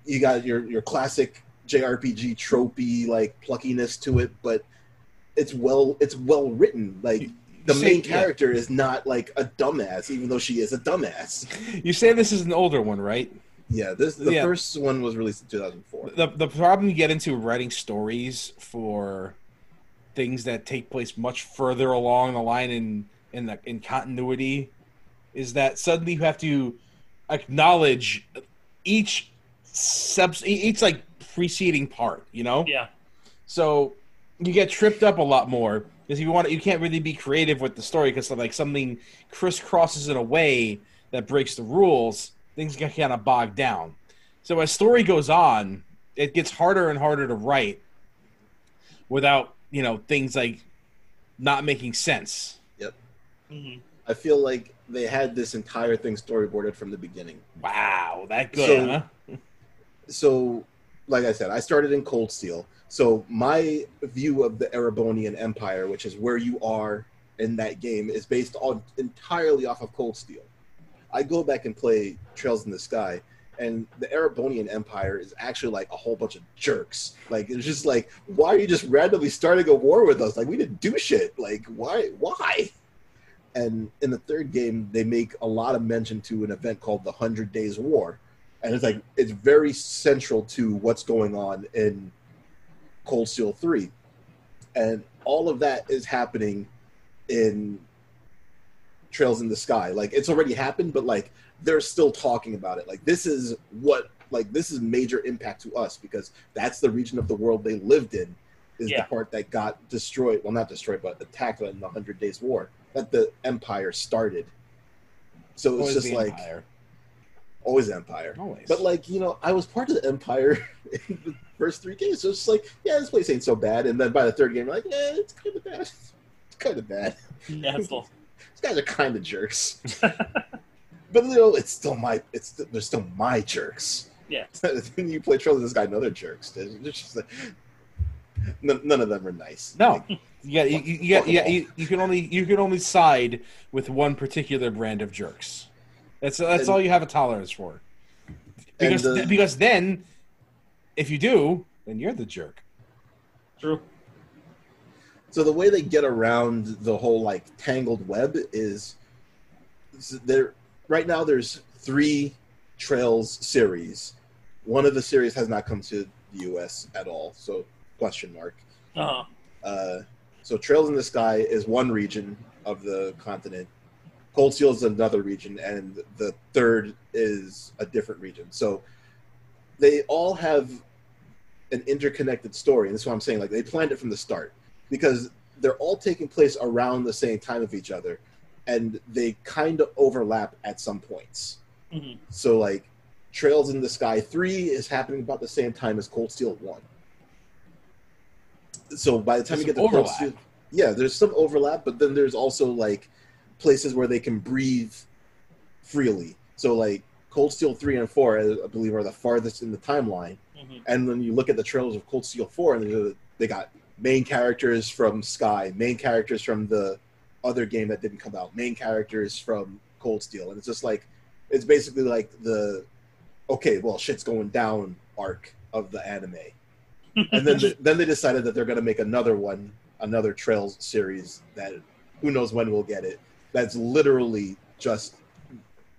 Speaker 1: you got your your classic JRPG tropey like pluckiness to it, but it's well it's well written like the
Speaker 2: You
Speaker 1: main
Speaker 2: say-
Speaker 1: character is not like a dumbass, even though she is a dumbass.
Speaker 2: yeah. You say this is an older one, right?
Speaker 1: Yeah, this the
Speaker 2: Yeah.
Speaker 1: first one was released in 2004.
Speaker 2: The the problem you get into writing stories for things that take place much further along the line in in the in continuity is that suddenly you have to acknowledge each subs e-, each like preceding part, you know?
Speaker 3: Yeah,
Speaker 2: So you get tripped up a lot more because you want you can't really be creative with the story because like something crisscrosses in a way that breaks the rules. Things get kind of bogged down. So as story goes on, it gets harder and harder to write without you know things like not making sense.
Speaker 3: hmm
Speaker 1: I feel like they had this entire thing storyboarded from the beginning.
Speaker 2: Wow, that good.
Speaker 1: So-
Speaker 2: huh?
Speaker 1: So, like I said, I started in Cold Steel. So my view of the Erebonian Empire, which is where you are in that game, is based on entirely off of Cold Steel. I go back and play Trails in the Sky, and the Erebonian Empire is actually like a whole bunch of jerks. Like it's just like, why are you just randomly starting a war with us? Like we didn't do shit. Like why? Why? And in the third game, they make a lot of mention to an event called the Hundred Days War, and it's like it's very central to what's going on in Cold Steel Three, and all of that is happening in Trails in the Sky. Like it's already happened, but like they're still talking about it. Like this is what like this is major impact to us because that's the region of the world they lived in is
Speaker 3: Yeah.
Speaker 1: the part that got destroyed. Well, not destroyed, but attacked in the Hundred Days War that the Empire started. So
Speaker 2: Always
Speaker 1: it's just
Speaker 2: the
Speaker 1: like
Speaker 2: Empire.
Speaker 1: always Empire.
Speaker 2: always.
Speaker 1: But like you know, I was part of the Empire in the first three games, so it's just like, yeah, this place ain't so bad. And then by the third game, you're like, yeah, it's kind of bad. It's kind of bad.
Speaker 3: yeah, it's still-
Speaker 1: These guys are kind of jerks. but you know, it's still my it's st- they're still my jerks.
Speaker 3: Yeah.
Speaker 1: then you play Trails of this guy, and other jerks. They're just like, none, none of them are nice.
Speaker 2: no. Yeah, you, you, you,
Speaker 1: Fuck 'em
Speaker 2: yeah,
Speaker 1: all.
Speaker 2: you, you can only you can only side with one particular brand of jerks. That's that's
Speaker 1: And-
Speaker 2: all you have a tolerance for.
Speaker 1: And,
Speaker 2: Because
Speaker 1: uh,
Speaker 2: th- because then, if you do, then you're the jerk.
Speaker 3: true.
Speaker 1: So the way they get around the whole like tangled web is is there right now there's three trails series. One of the series has not come to the U.S. at all, so question mark.
Speaker 2: Mm-hmm.
Speaker 3: Uh,
Speaker 1: Uh, so Trails in the Sky is one region of the continent. Cold Steel is another region, and the third is a different region. So they all have an interconnected story, and that's what I'm saying. Like they planned it from the start because they're all taking place around the same time of each other, and they kind of overlap at some points.
Speaker 3: mhm.
Speaker 1: So like Trails in the Sky 3 is happening about the same time as Cold Steel 1. So by the time
Speaker 2: There's
Speaker 1: you get to
Speaker 2: some
Speaker 1: Cold
Speaker 2: overlap.
Speaker 1: Steel, yeah, there's some overlap, but then there's also like places where they can breathe freely. So like Cold Steel 3 and 4 I- I believe are the farthest in the timeline.
Speaker 3: Mhm.
Speaker 1: And then you look at the trailers of Cold Steel 4 and there's a- they got main characters from Sky, main characters from the other game that didn't come out, main characters from Cold Steel. And it's just like it's basically like the okay, well, shit's going down arc of the anime, and then then they decided that they're going to make another one, another Trails series that who knows when we'll get it. That's literally just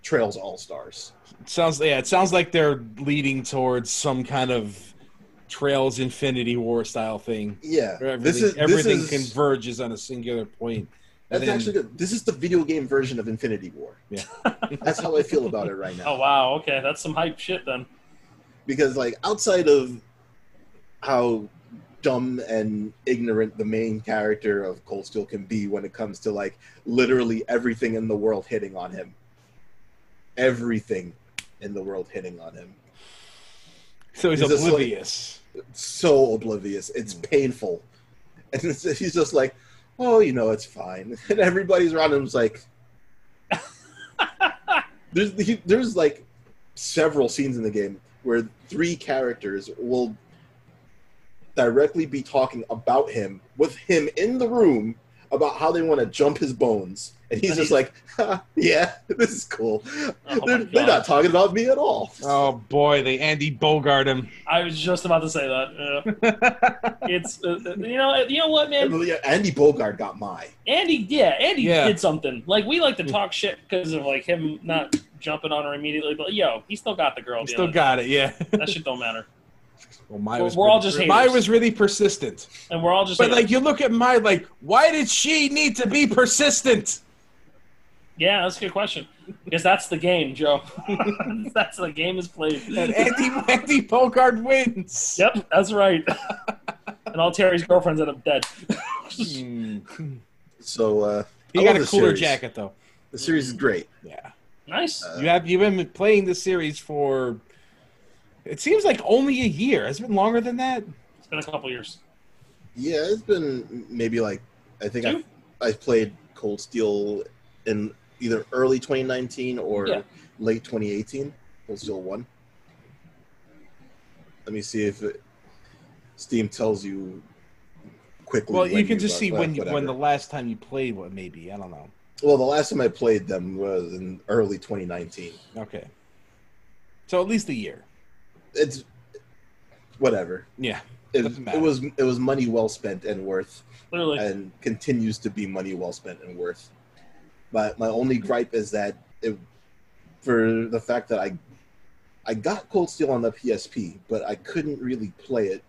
Speaker 1: Trails All Stars.
Speaker 2: Sounds yeah, it sounds like they're leading towards some kind of Trails Infinity War style thing.
Speaker 1: Yeah,
Speaker 2: Where everything,
Speaker 1: this is
Speaker 2: everything
Speaker 1: this is,
Speaker 2: converges on a singular point.
Speaker 1: that's
Speaker 2: And then-
Speaker 1: actually good. this is the video game version of Infinity War.
Speaker 2: Yeah.
Speaker 1: that's how I feel about it right now.
Speaker 3: Oh wow, okay, that's some hype shit then.
Speaker 1: because like outside of how dumb and ignorant the main character of Cold Steel can be when it comes to like literally everything in the world hitting on him. Everything in the world hitting on him.
Speaker 2: so he's
Speaker 1: Is this like-
Speaker 2: oblivious.
Speaker 1: So oblivious. It's
Speaker 3: Hmm.
Speaker 1: painful. And it's, he's just like, oh, you know, it's fine. And everybody's around him's like, there's he, there's like several scenes in the game where three characters will directly be talking about him with him in the room about how they want to jump his bones and he's just like ha, yeah this is cool
Speaker 3: Oh my
Speaker 1: they're, they're not
Speaker 3: God.
Speaker 1: talking about me at all
Speaker 2: oh boy, they Andy Bogart him.
Speaker 3: I was just about to say that. Yeah. it's uh, uh, you know you know what man,
Speaker 1: And, yeah, andy bogard got my
Speaker 3: Andy yeah Andy
Speaker 2: Yeah. Mm.
Speaker 3: did something. Like we like to talk shit because of like him not jumping on her immediately, but yo, he still got the girl.
Speaker 2: He
Speaker 3: dude.
Speaker 2: still got it, yeah.
Speaker 3: that shit don't matter,
Speaker 2: Well, my
Speaker 3: We're-
Speaker 2: was
Speaker 3: we're all
Speaker 2: pretty-
Speaker 3: just
Speaker 2: my
Speaker 3: haters.
Speaker 2: was really persistent.
Speaker 3: and we're all just
Speaker 2: But
Speaker 3: like,
Speaker 2: like you look at my like, why did she need to be persistent?
Speaker 3: yeah, that's a good question because that's the game, Joe. that's the game is played.
Speaker 2: And Andy Andy Bogart wins.
Speaker 3: Yep, that's right. and all Terry's girlfriends end up dead.
Speaker 2: Hmm.
Speaker 1: so uh
Speaker 2: He
Speaker 1: I
Speaker 2: got
Speaker 1: love the
Speaker 2: a cooler
Speaker 1: series.
Speaker 2: jacket though.
Speaker 1: the series is great
Speaker 2: Yeah.
Speaker 3: nice.
Speaker 1: Uh,
Speaker 2: You have you've been playing the series for it seems like only a year. Has it been longer than that?
Speaker 3: it's been a couple years.
Speaker 1: Yeah, it's been maybe like I think I
Speaker 3: Two?
Speaker 1: I played Cold Steel in either early 2019 or
Speaker 3: Yeah.
Speaker 1: late 2018. Cold Steel One. Let me see if it, Steam tells you quickly.
Speaker 2: Well,
Speaker 1: when
Speaker 2: you can just
Speaker 1: got-
Speaker 2: see
Speaker 1: but
Speaker 2: when you, when
Speaker 1: whatever.
Speaker 2: the last time you played what maybe. I don't know.
Speaker 1: well the last time I played them was in early 2019.
Speaker 2: Okay. So at least a year.
Speaker 1: It's whatever.
Speaker 2: Yeah.
Speaker 1: It,
Speaker 2: Doesn't matter.
Speaker 1: it was it was money well spent and worth.
Speaker 3: Literally.
Speaker 1: and continues to be money well spent and worth. But my only gripe is that it, for the fact that I I got Cold Steel on the PSP, but I couldn't really play it.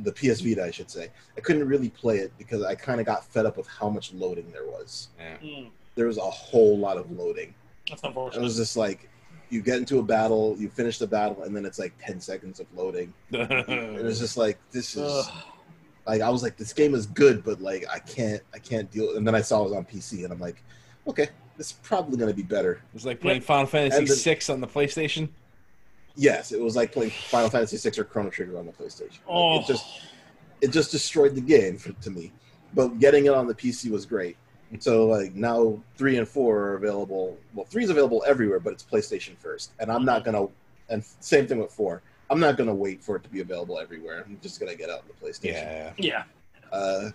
Speaker 1: The PS Vita, I should say. I couldn't really play it because I kind of got fed up with how much loading there was.
Speaker 3: Mm,
Speaker 1: There was a whole lot of loading.
Speaker 3: that's
Speaker 1: It
Speaker 3: unfortunate.
Speaker 1: was just like you get into a battle, you finish the battle, and then it's like ten seconds of loading. It was just like this is
Speaker 3: Ugh.
Speaker 1: like I was like, this game is good, but like I can't, I can't deal. And then I saw it was on PC, and I'm like, okay, this is probably gonna be better.
Speaker 2: It was like playing Final Fantasy
Speaker 1: And the-
Speaker 2: VI on the PlayStation.
Speaker 1: Yes, it was like playing Final Fantasy VI or Chrono Trigger on the PlayStation. Like,
Speaker 3: Oh,
Speaker 1: It just, it just destroyed the game for, to me. But getting it on the PC was great. So like now three and four are available. Well, three's available everywhere, but it's PlayStation first. And I'm not gonna. And same thing with four. I'm not gonna wait for it to be available everywhere. I'm just gonna get out on the PlayStation.
Speaker 2: Yeah.
Speaker 3: yeah.
Speaker 1: Uh,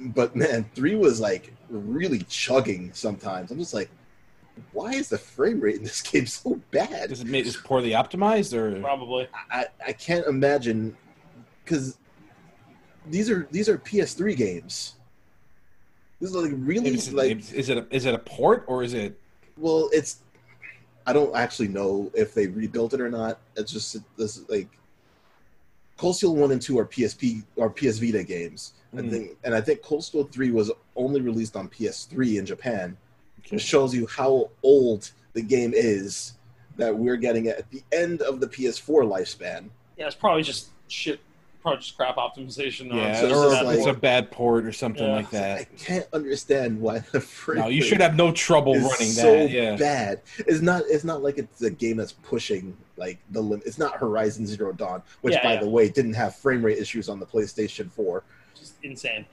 Speaker 1: but man, three was like really chugging sometimes. I'm just like, why is the frame rate in this game so bad?
Speaker 2: Does it make it poorly optimized or
Speaker 3: Probably.
Speaker 1: I, I can't imagine because these are these are PS3 games. This is like really
Speaker 2: is it,
Speaker 1: like
Speaker 2: is it a, is it a port or is it
Speaker 1: well, it's I don't actually know if they rebuilt it or not. It's just this like Cold Steel one and two are PSP or PS Vita games. I
Speaker 2: Mhm.
Speaker 1: think, and I think Cold Steel three was only released on PS3 in Japan.
Speaker 2: Okay.
Speaker 1: It shows you how old the game is that we're getting it at the end of the PS4 lifespan.
Speaker 3: Yeah, it's probably just shit. Probably just crap optimization. on-
Speaker 2: Yeah,
Speaker 1: so it's
Speaker 2: or
Speaker 1: just
Speaker 2: it's
Speaker 1: like-
Speaker 2: a bad port or something
Speaker 3: Yeah.
Speaker 2: like
Speaker 1: I
Speaker 2: that.
Speaker 1: can't understand why the freaking
Speaker 2: No, you should have no trouble
Speaker 1: is
Speaker 2: running
Speaker 1: so
Speaker 2: that. Yeah.
Speaker 1: bad. It's not. It's not like it's a game that's pushing like the limit. It's not Horizon Zero Dawn, which,
Speaker 3: Yeah,
Speaker 1: by
Speaker 3: yeah.
Speaker 1: the way, didn't have frame rate issues on the PlayStation Four.
Speaker 3: Just insane.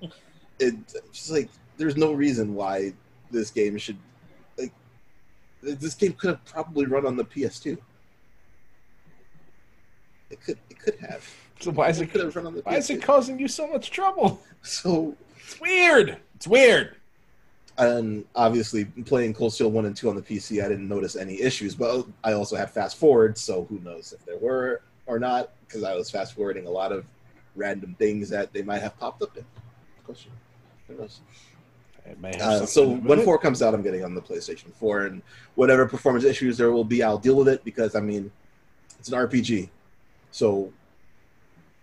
Speaker 1: It it's just like there's no reason why this game should like th- this game could have probably run on the PS2. It could. It could have.
Speaker 2: So why is
Speaker 1: It
Speaker 2: it
Speaker 1: could have run on the
Speaker 2: why is it
Speaker 1: PS2.
Speaker 2: causing you so much trouble?
Speaker 1: So
Speaker 2: It's weird. It's weird.
Speaker 1: and obviously playing Cold Steel one and two on the PC, I didn't notice any issues. But I also had fast forward, so who knows if there were or not? Because I was fast forwarding a lot of random things that they might have popped up in. Question. Who knows?
Speaker 2: It may have
Speaker 1: Uh,
Speaker 2: something
Speaker 1: so
Speaker 2: to do with
Speaker 1: when
Speaker 2: it.
Speaker 1: four comes out, I'm getting on the PlayStation Four, and whatever performance issues there will be, I'll deal with it because I mean, it's an RPG, so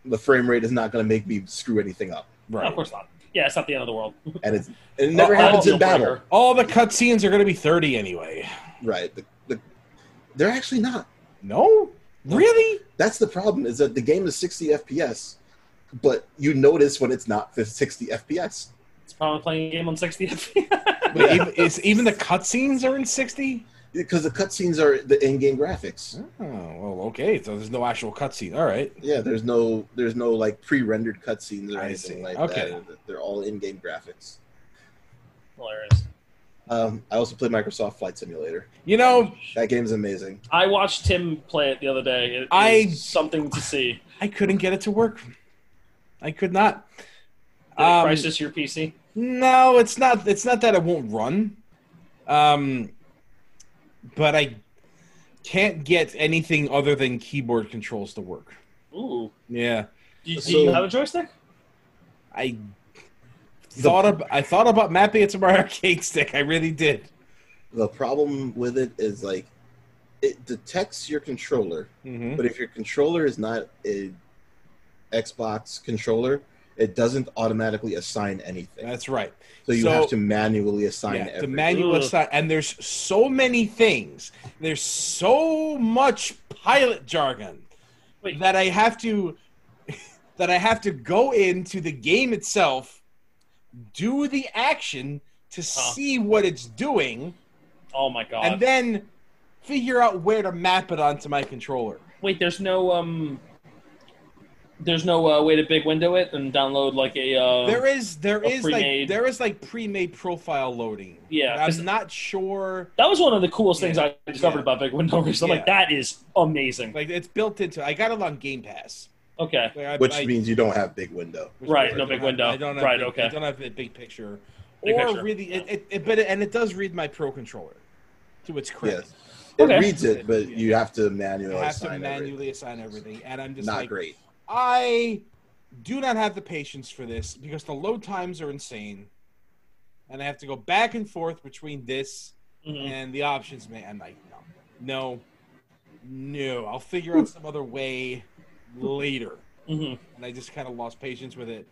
Speaker 1: the frame rate is not going to make me screw anything up,
Speaker 3: No,
Speaker 2: right.
Speaker 3: of course not. Yeah, it's not the end of the world.
Speaker 1: and it's and it never
Speaker 2: Oh,
Speaker 1: happens
Speaker 3: deal
Speaker 1: in battle.
Speaker 3: breaker.
Speaker 2: All the cutscenes are going to be 30 anyway.
Speaker 1: Right. The, the, they're actually not.
Speaker 2: No? Really?
Speaker 1: That's the problem is that the game is 60 FPS, but you notice when it's not fif- 60 FPS.
Speaker 3: It's probably playing a game on 60
Speaker 2: Wait,
Speaker 1: Yeah.
Speaker 2: even, is, even the cutscenes are in 60?
Speaker 1: Because the cutscenes are the in-game graphics.
Speaker 2: Oh, well, okay. So there's no actual cutscene. All right.
Speaker 1: Yeah, there's no there's no like pre-rendered cutscenes or
Speaker 2: I
Speaker 1: anything
Speaker 2: see.
Speaker 1: like
Speaker 2: Okay.
Speaker 1: that. They're all in-game graphics.
Speaker 3: Hilarious.
Speaker 1: Um, I also play Microsoft Flight Simulator.
Speaker 2: You know,
Speaker 1: That game's amazing.
Speaker 3: I watched Tim play it the other day. It
Speaker 2: I-
Speaker 3: is something to see. Did
Speaker 2: I couldn't get it to work. I could not.
Speaker 3: it
Speaker 2: Um,
Speaker 3: crisis your PC?
Speaker 2: No, it's not. It's not that it won't run, um, but I can't get anything other than keyboard controls to work.
Speaker 3: Ooh.
Speaker 2: Yeah,
Speaker 3: Do you, do
Speaker 1: So-
Speaker 3: you have a joystick?
Speaker 2: I thought ab- I thought about mapping it to my arcade stick. I really did.
Speaker 1: The problem with it is like it detects your controller,
Speaker 2: Mm-hmm.
Speaker 1: but if your controller is not a Xbox controller, it doesn't automatically assign anything.
Speaker 2: That's right.
Speaker 1: So you
Speaker 2: So-
Speaker 1: have to manually assign
Speaker 2: Yeah, the
Speaker 1: everything.
Speaker 2: manual
Speaker 3: Ugh.
Speaker 2: aside, and there's so many things. There's so much pilot jargon
Speaker 3: Wait.
Speaker 2: that I have to that I have to go into the game itself, do the action to see what it's doing,
Speaker 3: Oh my god.
Speaker 2: and then figure out where to map it onto my controller.
Speaker 3: Wait, there's no um, there's no uh, way to big window it and download like a. Uh,
Speaker 2: there is there
Speaker 3: a
Speaker 2: is like
Speaker 3: pre-made-
Speaker 2: there is like pre-made profile loading.
Speaker 3: Yeah,
Speaker 2: And
Speaker 3: 'cause-
Speaker 2: I'm not sure.
Speaker 3: that was one of the coolest things
Speaker 2: Yeah.
Speaker 3: I discovered
Speaker 2: Yeah.
Speaker 3: about big window recently. I'm Like that is amazing.
Speaker 2: Like it's built into. I got it on Game Pass.
Speaker 3: Okay,
Speaker 2: Like, I-
Speaker 1: which
Speaker 2: I-
Speaker 1: means you don't have big window.
Speaker 2: Which
Speaker 3: Right,
Speaker 2: means
Speaker 3: no
Speaker 2: I don't
Speaker 3: big
Speaker 2: have-
Speaker 3: window.
Speaker 2: I don't have
Speaker 3: Right,
Speaker 2: big-
Speaker 3: okay.
Speaker 2: I don't have a big picture.
Speaker 3: Big
Speaker 2: or
Speaker 3: picture.
Speaker 2: really, it, it, it, but it, and it does read my pro controller to its credit.
Speaker 1: Yes. It
Speaker 3: Okay.
Speaker 1: reads it, but you have to manually
Speaker 2: I have to
Speaker 1: assign everything.
Speaker 2: manually assign everything, and I'm just
Speaker 1: Not
Speaker 2: like,
Speaker 1: great.
Speaker 2: I do not have the patience for this because the load times are insane, and I have to go back and forth between this
Speaker 3: Mhm.
Speaker 2: and the options. Man, I'm like, no, no, no. I'll figure out some other way later.
Speaker 3: Mhm.
Speaker 2: and I just kind of lost patience with it,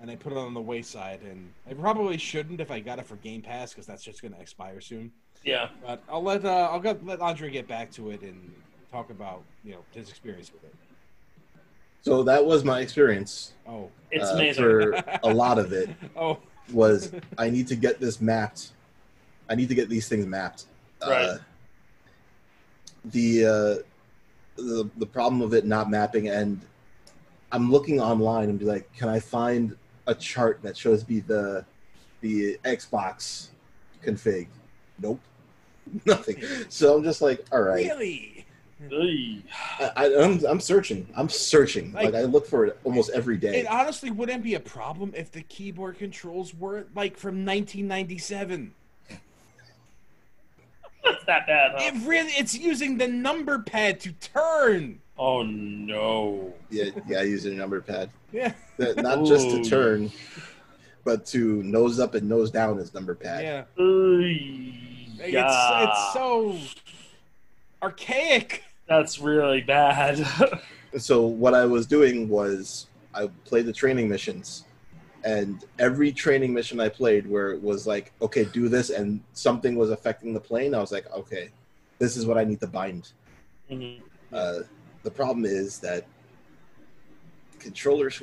Speaker 2: and I put it on the wayside. And I probably shouldn't if I got it for Game Pass because that's just going to expire soon.
Speaker 3: yeah.
Speaker 2: But I'll let uh, I'll get, let Andre get back to it and talk about you know his experience with it.
Speaker 1: So that was my experience.
Speaker 2: Oh,
Speaker 3: It's
Speaker 1: uh,
Speaker 3: amazing.
Speaker 1: For a lot of it
Speaker 2: oh,
Speaker 1: was I need to get this mapped. I need to get these things mapped. Uh,
Speaker 3: Right.
Speaker 1: the, uh, the the problem of it not mapping, and I'm looking online and be like, can I find a chart that shows me the the Xbox config? Nope, nothing. So I'm just like, all right.
Speaker 2: really?
Speaker 3: Ey.
Speaker 1: I, I, I'm I'm searching. I'm searching. Like,
Speaker 2: Like-
Speaker 1: I look for it almost every day.
Speaker 2: It honestly wouldn't be a problem if the keyboard controls were like from 1997.
Speaker 3: It's that bad. Huh?
Speaker 2: It really, it's using the number pad to turn.
Speaker 3: Oh no.
Speaker 1: yeah, yeah. I use a number pad.
Speaker 2: Yeah,
Speaker 1: That- Not just to
Speaker 3: Ooh.
Speaker 1: turn, but to nose up and nose down is number pad.
Speaker 2: yeah.
Speaker 3: Ey.
Speaker 2: Like,
Speaker 3: Yeah.
Speaker 2: It's it's so archaic.
Speaker 3: That's really bad.
Speaker 1: So what I was doing was I played the training missions, and every training mission I played where it was like, okay, do this, and something was affecting the plane. I was like, okay, this is what I need to bind.
Speaker 3: Mhm.
Speaker 1: Uh, the problem is that controllers,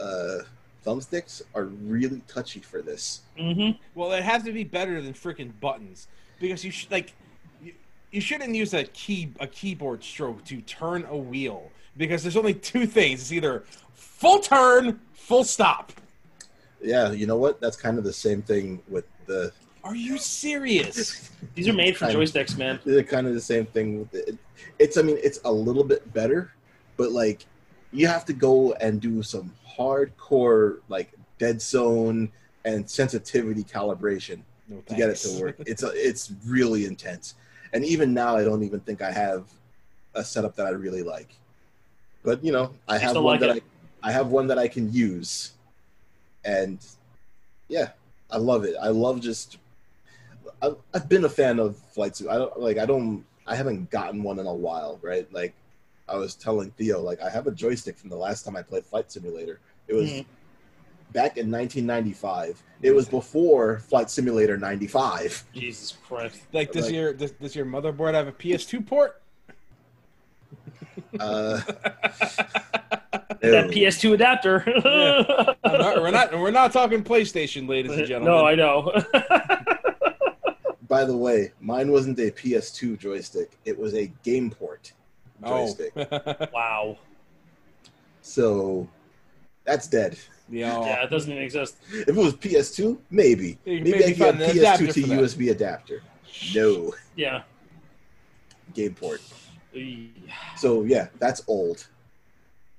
Speaker 1: uh, thumbsticks are really touchy for this.
Speaker 3: Mhm.
Speaker 2: Well, it has to be better than freaking buttons because you should like you, you shouldn't use a key a keyboard stroke to turn a wheel because there's only two things. It's either full turn, full stop.
Speaker 1: Yeah, you know what? That's kind of the same thing with the.
Speaker 2: Are you serious?
Speaker 3: These are made for
Speaker 1: Kind of-
Speaker 3: joysticks, man.
Speaker 1: They're kind of the same thing. With it. It's, I mean, it's a little bit better, but like, you have to go and do some hardcore, like, dead zone and sensitivity calibration
Speaker 2: No,
Speaker 1: to get it
Speaker 2: thanks.
Speaker 1: to work. It's a, it's really intense, and even now, I don't even think I have a setup that I really like. But you know, I have
Speaker 3: still
Speaker 1: one
Speaker 3: like
Speaker 1: that
Speaker 3: it.
Speaker 1: I, I have one that I can use, and yeah, I love it. I love just. I've, I've been a fan of flight suit. I don't like. I don't. I haven't gotten one in a while, right? Like, I was telling Theo, like I have a joystick from the last time I played Flight Simulator. It was
Speaker 3: Mhm.
Speaker 1: back in 1995. It was before Flight Simulator 95.
Speaker 3: Jesus Christ.
Speaker 2: Like does
Speaker 1: Like-
Speaker 2: your does, does your motherboard have a PS2 port?
Speaker 1: Uh,
Speaker 3: That
Speaker 1: no.
Speaker 3: PS2 adapter.
Speaker 2: I'm not- we're not we're not talking PlayStation, ladies and gentlemen.
Speaker 3: no, I know.
Speaker 1: By the way, mine wasn't a PS2 joystick. It was a game port joystick.
Speaker 2: Oh.
Speaker 3: wow.
Speaker 1: So that's dead. Oh,
Speaker 2: yeah.
Speaker 3: Yeah, it doesn't even exist.
Speaker 1: If it was PS2, maybe.
Speaker 2: You
Speaker 1: Maybe,
Speaker 2: maybe
Speaker 1: I could
Speaker 2: find
Speaker 1: have
Speaker 2: an
Speaker 1: PS2
Speaker 2: adapter
Speaker 1: to
Speaker 2: for that.
Speaker 1: USB adapter. No
Speaker 3: Yeah. Mm-hmm.
Speaker 1: game port.
Speaker 3: Eey.
Speaker 1: So yeah, that's old.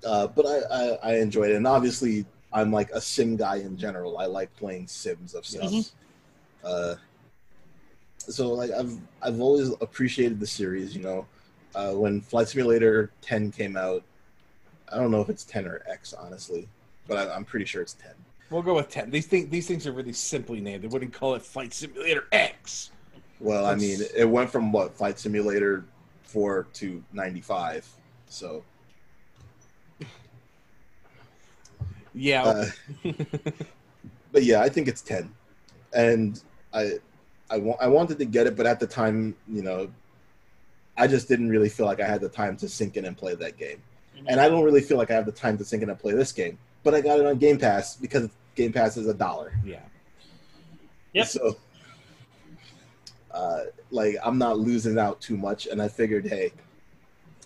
Speaker 1: Uh, but I, I, I enjoyed it, and obviously I'm like a sim guy in general. I like playing sims of stuff.
Speaker 3: Yes.
Speaker 1: Uh, so like I've I've always appreciated the series. You know, uh, when Flight Simulator 10 came out, I don't know if it's 10 or X honestly, but I, I'm pretty sure it's 10.
Speaker 2: We'll go with ten. These things these things are really simply named. They wouldn't call it Flight Simulator X.
Speaker 1: Well, I
Speaker 2: That's-
Speaker 1: mean, it went from what Flight Simulator 4 to 95. So
Speaker 2: Yeah.
Speaker 1: uh, but yeah, I think it's ten, and I, I, wa- I wanted to get it, but at the time, you know, I just didn't really feel like I had the time to sink in and play that game, and I don't really feel like I have the time to sink in and play this game. But I got it on Game Pass because Game Pass is a dollar.
Speaker 2: yeah.
Speaker 3: Yep.
Speaker 1: So, uh, like, I'm not losing out too much, and I figured, hey,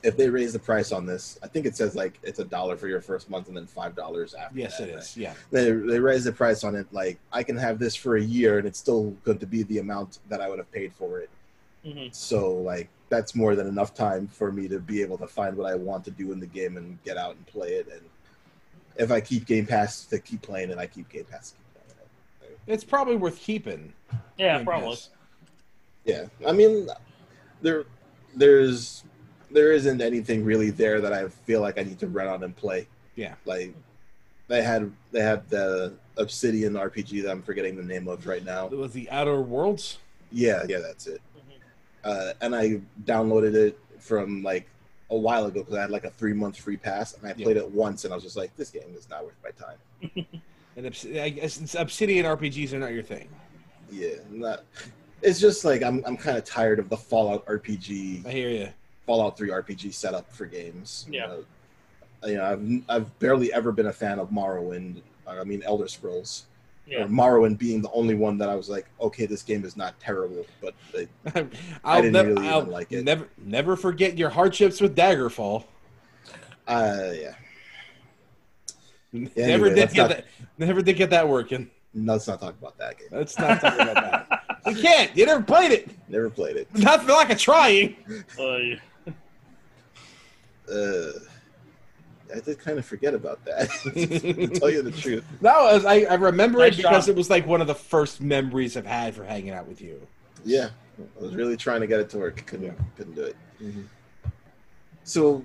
Speaker 1: if they raise the price on this, I think it says like it's a dollar for your first month and then five dollars after.
Speaker 2: Yes,
Speaker 1: that,
Speaker 2: it
Speaker 1: right?
Speaker 2: is. Yeah.
Speaker 1: they they raise the price on it like i can have this for a year and it's still going to be the amount that i would have paid for it
Speaker 3: Mhm.
Speaker 1: so like that's more than enough time for me to be able to find what i want to do in the game and get out and play it and if i keep game pass to keep playing it i keep game pass to keep playing it.
Speaker 2: It's probably worth keeping.
Speaker 3: Yeah,
Speaker 2: Game
Speaker 3: probably.
Speaker 2: Pass.
Speaker 1: yeah i mean there there's there isn't anything really there that i feel like i need to run out and play
Speaker 2: Yeah.
Speaker 1: like they had they had the obsidian rpg that i'm forgetting the name of right now
Speaker 2: It was the Outer Worlds.
Speaker 1: Yeah, yeah, that's it.
Speaker 3: Mhm.
Speaker 1: Uh, and I downloaded it from like a while ago because I had like a three month free pass, and I
Speaker 2: Yeah.
Speaker 1: played it once, and I was just like, this game is not worth my time.
Speaker 2: And Obs- I guess it's Obsidian RPGs are not your thing.
Speaker 1: Yeah, not. It's just like I'm I'm kind of tired of the Fallout RPG
Speaker 2: I hear you.
Speaker 1: Fallout 3 RPG setup for games. You
Speaker 3: Yeah.
Speaker 1: know, you know, I've, I've barely ever been a fan of Morrowind. uh, I mean, Elder Scrolls.
Speaker 3: Yeah.
Speaker 1: Or Morrowind being the only one that I was like, okay, this game is not terrible, but it,
Speaker 2: I'll
Speaker 1: didn't
Speaker 2: nev-
Speaker 1: really even
Speaker 2: I'll
Speaker 1: like it.
Speaker 2: Never, never forget your hardships with Daggerfall.
Speaker 1: uh, yeah,
Speaker 2: never
Speaker 1: anyway,
Speaker 2: did
Speaker 1: let's
Speaker 2: get
Speaker 1: not-
Speaker 2: that. Never did get that working.
Speaker 1: no, let's not talk about that game.
Speaker 2: Let's not talk about that. We can't. You never played it.
Speaker 1: Never played it.
Speaker 2: Not for lack of trying.
Speaker 3: Oy.
Speaker 1: uh, I did kind of forget about that. to tell you the truth,
Speaker 2: No, I, was- I I remember
Speaker 3: Nice
Speaker 2: it because
Speaker 3: job.
Speaker 2: it was like one of the first memories I've had for hanging out with you.
Speaker 1: yeah, I was really trying to get it to work. Couldn't couldn't do it.
Speaker 2: Mhm.
Speaker 1: So,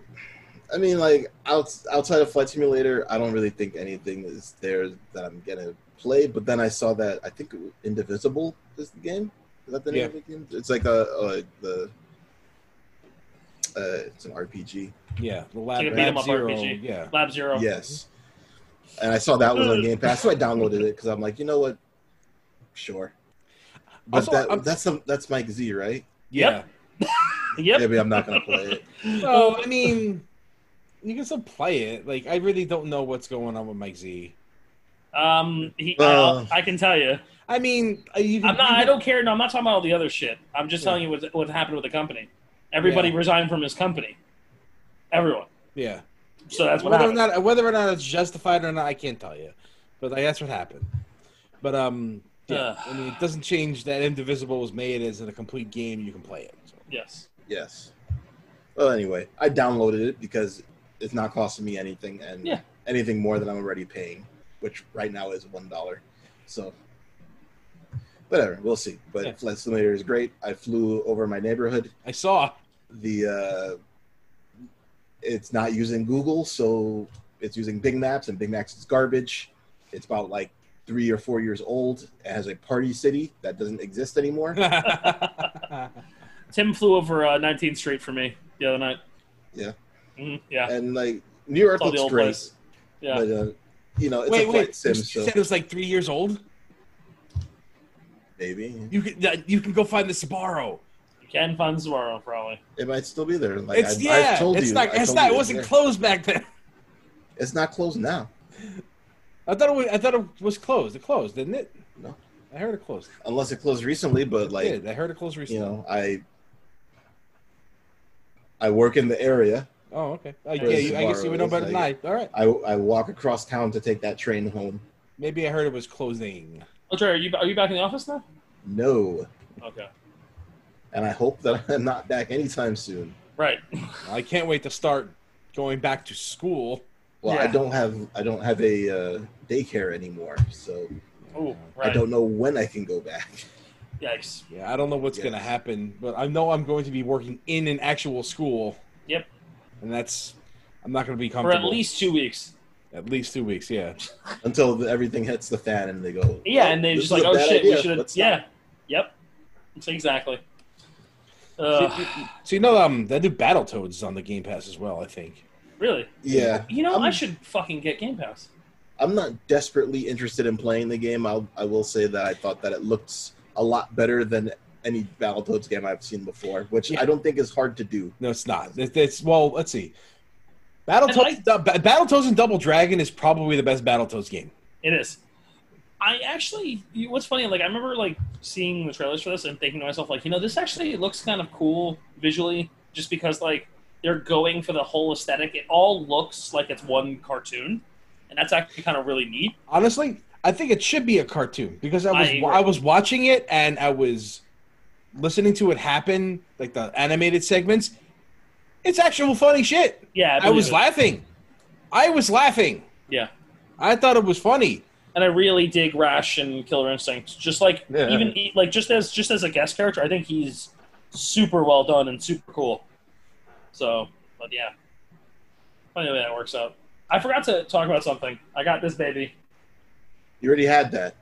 Speaker 1: I mean, like out, outside of Flight Simulator, I don't really think anything is there that I'm gonna play. But then I saw that I think it was Indivisible is the game. Is that the name
Speaker 2: Yeah.
Speaker 1: of the game? It's like a, a the it's uh, it's an RPG.
Speaker 2: Yeah, the lab,
Speaker 3: Like a
Speaker 2: lab
Speaker 3: beat-em-up
Speaker 2: zero.
Speaker 3: RPG.
Speaker 2: Yeah,
Speaker 3: Lab Zero.
Speaker 1: Yes. And I saw that one on Game Pass, so I downloaded it because I'm like, you know what? Sure. But
Speaker 2: Also,
Speaker 1: that,
Speaker 2: I'm-
Speaker 1: that's some that's Mike Z, right?
Speaker 2: yeah.
Speaker 3: Yep.
Speaker 1: Maybe I'm not gonna play it.
Speaker 2: Well, I mean, you can still play it. Like, I really don't know what's going on with Mike Z.
Speaker 3: Um, he,
Speaker 1: Well-
Speaker 3: I, I can tell you.
Speaker 2: I mean, I- you can,
Speaker 3: I'm not. I don't care. No, I'm not talking about all the other shit. I'm just
Speaker 2: Yeah.
Speaker 3: telling you what what happened with the company. Everybody
Speaker 2: Yeah.
Speaker 3: resigned from his company. Everyone.
Speaker 2: Yeah,
Speaker 3: So that's what
Speaker 2: whether or
Speaker 3: happened.
Speaker 2: not whether or not it's justified or not, I can't tell you. But like, that's what happened. But um, yeah.
Speaker 3: Ugh.
Speaker 2: I mean, it doesn't change that Indivisible was made as in a complete game. You can play it. So.
Speaker 3: yes.
Speaker 1: Yes. Well, anyway, I downloaded it because it's not costing me anything and
Speaker 3: Yeah.
Speaker 1: anything more than I'm already paying, which right now is one dollar. So, whatever, we'll see. But
Speaker 2: Yeah.
Speaker 1: Flight Simulator is great. I flew over my neighborhood.
Speaker 2: I saw.
Speaker 1: The uh, it's not using Google, so it's using Big Maps, and Big Maps is garbage. It's about like three or four years old. It has a party city that doesn't exist anymore.
Speaker 3: Tim flew over uh, 19th Street for me the other night.
Speaker 1: Yeah.
Speaker 3: Mhm, yeah.
Speaker 1: and like New York
Speaker 3: Saw the
Speaker 1: looks
Speaker 3: old
Speaker 1: great.
Speaker 3: place. Yeah.
Speaker 1: But uh, you know, it's
Speaker 2: wait,
Speaker 1: a flight
Speaker 2: wait.
Speaker 1: sim,
Speaker 2: you
Speaker 1: so
Speaker 2: said it was like three years old.
Speaker 1: maybe
Speaker 2: You can that- you can go find the Sbarro.
Speaker 3: you can find Zorro probably.
Speaker 1: it might still be there. Like
Speaker 2: It's
Speaker 1: I've,
Speaker 2: yeah.
Speaker 1: I've told
Speaker 2: it's
Speaker 1: you,
Speaker 2: not.
Speaker 1: I
Speaker 2: It's
Speaker 1: told
Speaker 2: not.
Speaker 1: you
Speaker 2: It
Speaker 1: it's
Speaker 2: wasn't
Speaker 1: there.
Speaker 2: closed back then.
Speaker 1: It's not closed now,
Speaker 2: I thought it was, I thought it was closed. It closed, didn't it?
Speaker 1: No.
Speaker 2: I heard it closed.
Speaker 1: unless it closed recently. But
Speaker 2: It
Speaker 1: like
Speaker 2: did. I heard it closed
Speaker 1: you
Speaker 2: recently.
Speaker 1: know, I I work in the area.
Speaker 2: Oh, okay. Uh,
Speaker 3: Whereas
Speaker 2: yeah, you, I guess you would know
Speaker 1: Sbarro
Speaker 2: better
Speaker 1: is
Speaker 2: than I.
Speaker 1: like-
Speaker 2: All right.
Speaker 1: I I walk across town to take that train home.
Speaker 2: Maybe I heard it was closing.
Speaker 3: Oh, Dre, are you are you back in the office now?
Speaker 1: No,
Speaker 3: Okay.
Speaker 1: and I hope that I'm not back anytime soon.
Speaker 3: Right.
Speaker 2: I can't wait to start going back to school.
Speaker 1: Well, I
Speaker 3: Yeah.
Speaker 1: don't have I don't have a uh, daycare anymore, so
Speaker 3: Oh,
Speaker 1: I
Speaker 3: right.
Speaker 1: don't know when I can go back.
Speaker 3: Yikes.
Speaker 2: Yeah, I don't know what's
Speaker 1: Yes.
Speaker 2: gonna happen, but I know I'm going to be working in an actual school.
Speaker 3: Yep.
Speaker 2: And that's I'm not gonna be
Speaker 3: For
Speaker 2: comfortable
Speaker 3: at least two weeks.
Speaker 2: at least two weeks. Yeah.
Speaker 1: until the, everything hits the fan and they go.
Speaker 3: Yeah,
Speaker 1: "Oh,
Speaker 3: and they
Speaker 1: this
Speaker 3: just
Speaker 1: is
Speaker 3: like,
Speaker 1: a
Speaker 3: oh
Speaker 1: bad
Speaker 3: shit,
Speaker 1: idea.
Speaker 3: we should have.
Speaker 1: Let's stop."
Speaker 3: Yeah, yep, That's exactly.
Speaker 2: so,
Speaker 3: Ugh,
Speaker 2: you- so you know, um, that new Battletoads is on the Game Pass as well. I think.
Speaker 3: really?
Speaker 1: Yeah,
Speaker 3: You know, i
Speaker 1: I'm-
Speaker 3: should fucking get Game Pass.
Speaker 1: I'm not desperately interested in playing the game. I'll, I will say that I thought that it looks a lot better than any Battletoads game I've seen before, which
Speaker 2: Yeah.
Speaker 1: I don't think is hard to do.
Speaker 2: No, it's not. It, it's well, let's see. Battletoads,
Speaker 3: And
Speaker 2: Du- Ba- Battletoads and Double Dragon is probably the best Battletoads game.
Speaker 3: It is. I actually, you, what's funny, like I remember like seeing the trailers for this and thinking to myself, like, you know, this actually looks kind of cool visually, just because like they're going for the whole aesthetic. It all looks like it's one cartoon, and that's actually kind of really neat.
Speaker 2: Honestly, I think it should be a cartoon because I
Speaker 3: I
Speaker 2: was
Speaker 3: agree.
Speaker 2: I, was watching it and I was listening to it happen, like the animated segments. It's actual funny shit.
Speaker 3: Yeah,
Speaker 2: I, was
Speaker 3: believe it.
Speaker 2: laughing. I was laughing.
Speaker 3: Yeah.
Speaker 2: I thought it was funny.
Speaker 3: and I really dig Rash and Killer Instinct. Just like
Speaker 2: Yeah.
Speaker 3: even e- like just as just as a guest character, I think he's super well done and super cool. So, but yeah, funny way that works out. I forgot to talk about something. I got this baby.
Speaker 1: You already had that.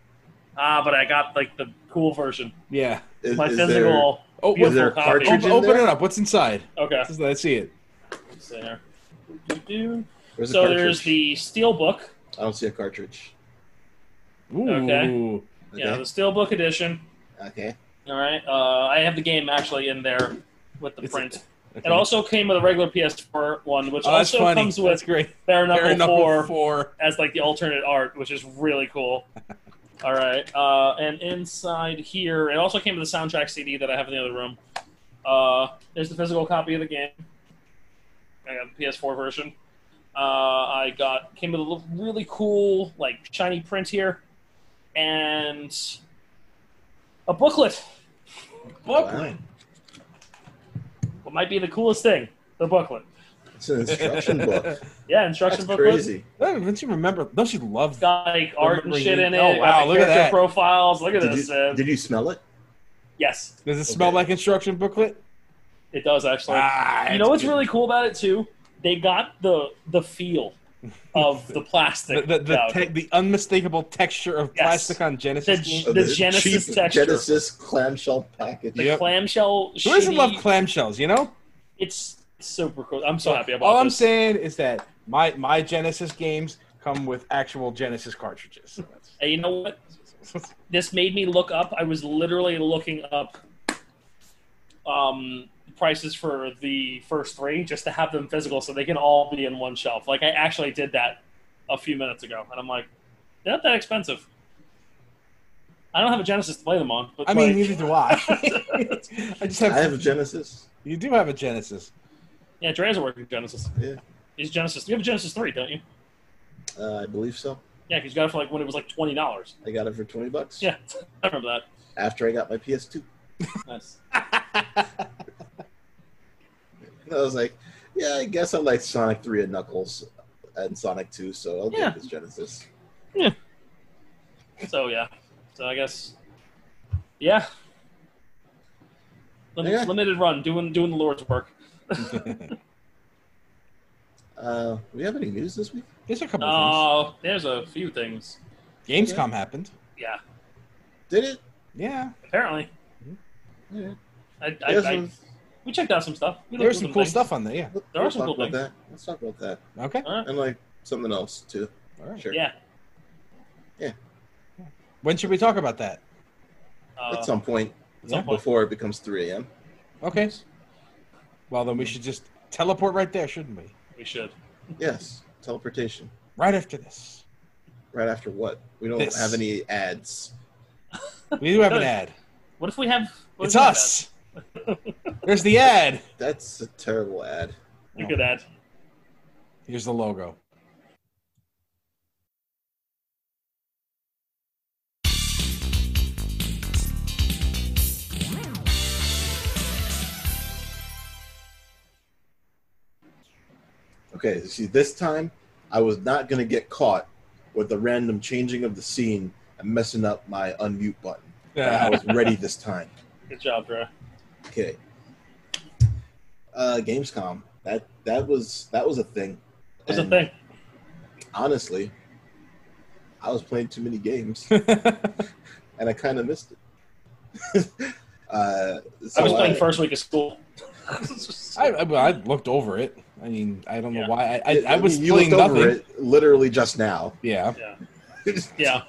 Speaker 3: Ah, but I got like the cool version.
Speaker 2: Yeah.
Speaker 1: Is,
Speaker 3: My
Speaker 1: is there,
Speaker 3: physical.
Speaker 2: Oh,
Speaker 1: is
Speaker 2: what,
Speaker 1: there a
Speaker 3: beautiful copy.
Speaker 1: cartridge
Speaker 2: open,
Speaker 1: in
Speaker 2: open
Speaker 1: there?
Speaker 2: it up. What's inside?
Speaker 3: Okay,
Speaker 2: Let's, let's see it.
Speaker 3: let's see here. Doo-doo.
Speaker 1: Where's the
Speaker 3: So
Speaker 1: cartridge?
Speaker 3: there's the steel book.
Speaker 1: I don't see a cartridge.
Speaker 2: Ooh.
Speaker 3: Okay.
Speaker 1: Okay.
Speaker 3: Yeah, the steel book edition.
Speaker 1: okay.
Speaker 3: All right. Uh, I have the game actually in there with the
Speaker 2: It's-
Speaker 3: print.
Speaker 2: Okay.
Speaker 3: It also came with a regular PS4 one, which
Speaker 2: Oh, that's
Speaker 3: also
Speaker 2: funny.
Speaker 3: comes
Speaker 2: that's
Speaker 3: with
Speaker 2: great.
Speaker 3: Bare Knuckle,
Speaker 2: Bare Knuckle
Speaker 3: 4
Speaker 2: four.
Speaker 3: as like the alternate art, which is really cool. All right, uh, and inside here, it also came with the soundtrack CD that I have in the other room. Uh, there's the physical copy of the game. I got the PS4 version. Uh, I got came with a little- really cool like shiny print here, and a booklet.
Speaker 1: Wow.
Speaker 3: What might be the coolest thing, the booklet.
Speaker 1: It's an instruction book.
Speaker 3: Yeah,
Speaker 1: That's
Speaker 3: instruction booklet.
Speaker 1: crazy.
Speaker 2: Don't you remember? Don't you
Speaker 3: It's
Speaker 2: love that?
Speaker 3: got like art and
Speaker 2: Remember
Speaker 3: shit
Speaker 2: you-
Speaker 3: in it.
Speaker 2: oh, wow,
Speaker 3: got
Speaker 2: look at
Speaker 3: character
Speaker 2: that.
Speaker 3: profiles. Look at
Speaker 1: Did
Speaker 3: this.
Speaker 1: you,
Speaker 3: uh,
Speaker 1: did you smell it?
Speaker 3: yes,
Speaker 2: Does it smell
Speaker 1: Okay.
Speaker 2: like instruction booklet?
Speaker 3: it does actually.
Speaker 2: ah,
Speaker 3: you
Speaker 2: it's
Speaker 3: know what's
Speaker 2: good.
Speaker 3: really cool about it too? They got the the feel of the plastic.
Speaker 2: the the, the,
Speaker 3: down.
Speaker 2: te- the unmistakable texture of
Speaker 3: Yes.
Speaker 2: plastic on Genesis.
Speaker 3: The
Speaker 2: games.
Speaker 3: The Genesis
Speaker 1: cheap
Speaker 3: texture.
Speaker 1: Genesis clamshell package.
Speaker 3: The
Speaker 2: Yep.
Speaker 3: clamshell.
Speaker 2: Who doesn't
Speaker 3: shitty-
Speaker 2: love clamshells? You know,
Speaker 3: it's super cool. I'm so happy about
Speaker 2: All I'm
Speaker 3: this.
Speaker 2: saying is that my my Genesis games come with actual Genesis cartridges. So that's-
Speaker 3: And you know what? This made me look up. I was literally looking up um, prices for the first three just to have them physical, so they can all be in one shelf. Like I actually did that a few minutes ago, and I'm like, they're not that expensive. I don't have a Genesis to play them on, but
Speaker 2: I mean,
Speaker 3: like-
Speaker 2: neither do I. I just
Speaker 1: I
Speaker 2: have,
Speaker 1: have a Genesis.
Speaker 2: you do have a Genesis.
Speaker 3: yeah, Dre has a working Genesis.
Speaker 1: Yeah.
Speaker 3: He's Genesis. You have a Genesis three, don't you?
Speaker 1: Uh, I believe so.
Speaker 3: Yeah, because you got it for like when it was like twenty dollars.
Speaker 1: I got it for twenty bucks.
Speaker 3: Yeah, I remember that.
Speaker 1: After I got my PS2,
Speaker 3: Nice.
Speaker 1: and I was like, yeah, I guess I like Sonic Three and Knuckles and Sonic Two, so I'll
Speaker 3: Yeah.
Speaker 1: get this Genesis.
Speaker 3: So yeah. So I guess yeah. Lim-
Speaker 1: Yeah.
Speaker 3: Limited run, doing doing the Lord's work.
Speaker 1: Uh, we have any news this week?
Speaker 2: There's a couple of
Speaker 3: Oh, there's a few things.
Speaker 2: things. Gamescom happened.
Speaker 3: Yeah,
Speaker 1: Did it?
Speaker 2: Yeah,
Speaker 3: apparently.
Speaker 1: Mm-hmm. Yeah.
Speaker 3: I, I,
Speaker 1: Yes,
Speaker 3: I,
Speaker 1: let's-
Speaker 3: we checked out some stuff. We
Speaker 2: there was
Speaker 3: looked at
Speaker 2: some cool
Speaker 3: things.
Speaker 2: stuff on there. Yeah.
Speaker 1: let's
Speaker 3: There are some
Speaker 1: talk
Speaker 3: cool
Speaker 1: about
Speaker 3: things.
Speaker 1: that. Let's talk about that,
Speaker 2: Okay.
Speaker 3: All right.
Speaker 1: and like something else too.
Speaker 2: All right.
Speaker 1: Sure.
Speaker 3: Yeah.
Speaker 2: When should we talk about that?
Speaker 3: Uh,
Speaker 1: At some point
Speaker 3: at some point.
Speaker 1: before it becomes three a.m.
Speaker 2: Okay. Well, then we should just teleport right there, shouldn't we?
Speaker 3: We should.
Speaker 1: Yes, teleportation.
Speaker 2: Right after this.
Speaker 1: Right after what? We don't
Speaker 2: This.
Speaker 1: have any ads.
Speaker 2: We do have an ad.
Speaker 3: What if we have? what
Speaker 2: It's
Speaker 3: if we have
Speaker 2: us. There's the ad.
Speaker 1: That's a terrible ad.
Speaker 3: that? You could add.
Speaker 2: Here's the logo.
Speaker 1: Okay, see, this time I was not going to get caught with the random changing of the scene and messing up my unmute button. I was ready this time.
Speaker 3: Good job, bro.
Speaker 1: Okay. Uh, Gamescom. That that was that was a thing.
Speaker 3: What's the
Speaker 1: And
Speaker 3: thing?
Speaker 1: Honestly, I was playing too many games and I kind of missed it. uh, so
Speaker 3: I was playing
Speaker 1: I-
Speaker 3: first week of school.
Speaker 2: I, I, well, I looked over it. I mean, I don't
Speaker 3: Yeah.
Speaker 2: know why. I,
Speaker 1: mean,
Speaker 2: I, I was
Speaker 1: you
Speaker 2: playing
Speaker 1: looked over
Speaker 2: nothing.
Speaker 1: it literally just now.
Speaker 2: Yeah.
Speaker 3: yeah.
Speaker 1: Just
Speaker 3: Yeah.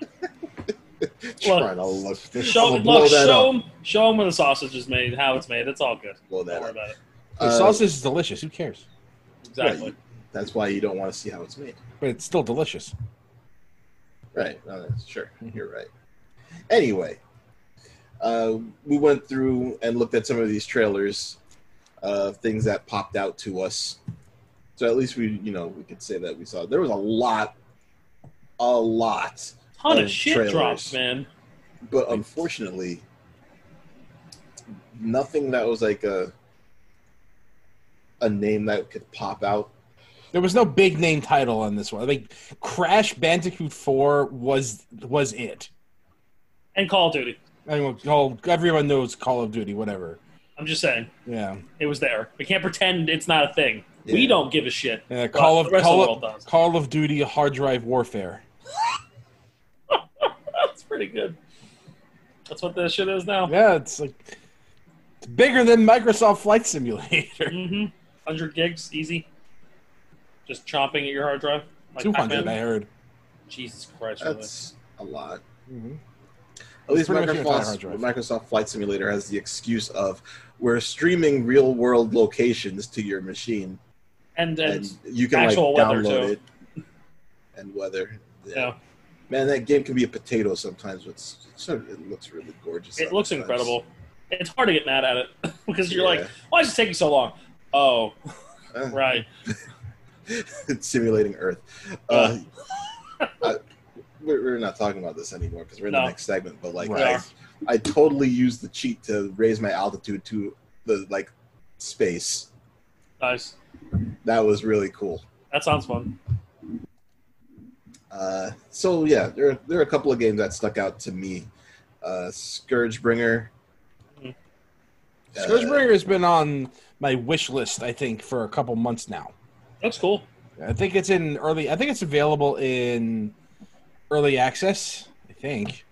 Speaker 1: trying to look.
Speaker 3: Show,
Speaker 1: I'll blow
Speaker 3: look,
Speaker 1: that
Speaker 3: show
Speaker 1: up.
Speaker 3: 'em- show 'em when the sausage is made, how it's made. It's all good.
Speaker 1: Blow that
Speaker 3: Don't worry
Speaker 1: up.
Speaker 3: about it.
Speaker 2: The
Speaker 1: Uh,
Speaker 2: sausage is delicious. Who cares?
Speaker 3: Exactly.
Speaker 1: Right. That's why you don't want to see how it's made.
Speaker 2: But it's still delicious.
Speaker 1: Right. No, that's, sure. You're right. Anyway, uh, we went through and looked at some of these trailers, uh, things that popped out to us. So at least we, you know, we could say that we saw. There was a lot, a lot,
Speaker 3: ton of
Speaker 1: those
Speaker 3: shit
Speaker 1: trailers.
Speaker 3: drops, man.
Speaker 1: but unfortunately, nothing that was like a a name that could pop out.
Speaker 2: There was no big name title on this one. Like Crash Bandicoot Four was was it.
Speaker 3: And Call of Duty.
Speaker 2: I mean, Call, everyone knows Call of Duty, whatever.
Speaker 3: I'm just saying,
Speaker 2: Yeah. Uh,
Speaker 3: it was there. We can't pretend it's not a thing. We
Speaker 1: Yeah.
Speaker 3: don't give a shit.
Speaker 2: Uh, Call
Speaker 3: Well,
Speaker 2: of
Speaker 3: the rest of the
Speaker 2: Call,
Speaker 3: world
Speaker 2: of
Speaker 3: does.
Speaker 2: Call of Duty Hard Drive Warfare.
Speaker 3: That's pretty good. That's what this shit is now.
Speaker 2: Yeah, it's like it's bigger than Microsoft Flight Simulator.
Speaker 3: Mm-hmm. 100 gigs, easy. Just chomping at your hard drive. Like
Speaker 2: Two hundred, I
Speaker 3: Pac-Man.
Speaker 2: heard.
Speaker 3: Jesus Christ. really.
Speaker 1: That's a lot.
Speaker 2: Mhm.
Speaker 1: At least
Speaker 2: Pretty much your entire hard
Speaker 1: Microsoft,
Speaker 2: drive.
Speaker 1: Microsoft Flight Simulator has the excuse of we're streaming real world locations to your machine,
Speaker 3: And, and
Speaker 1: and you can like
Speaker 3: actual weather,
Speaker 1: download
Speaker 3: too.
Speaker 1: it and weather. Yeah.
Speaker 3: Yeah.
Speaker 1: man, that game can be a potato sometimes, but it's, it's sort of- it looks really gorgeous.
Speaker 3: it looks
Speaker 1: sometimes.
Speaker 3: incredible. It's hard to get mad at it because you're
Speaker 1: Yeah.
Speaker 3: like, why is it taking so long? Oh,
Speaker 1: Uh,
Speaker 3: right.
Speaker 1: it's simulating Earth. Uh, I- we're, we're not talking about this anymore because we're in
Speaker 3: No.
Speaker 1: the next segment. But like,
Speaker 2: Right.
Speaker 1: I, I totally used the cheat to raise my altitude to the like space.
Speaker 3: Nice.
Speaker 1: That was really cool.
Speaker 3: That sounds fun.
Speaker 1: Uh, so yeah, there there are a couple of games that stuck out to me. Uh, Scourgebringer.
Speaker 3: Mhm.
Speaker 1: Uh,
Speaker 2: Scourgebringer has been on my wish list, I think, for a couple months now.
Speaker 3: Looks cool.
Speaker 2: I think it's in early. I think it's available in early access. I think,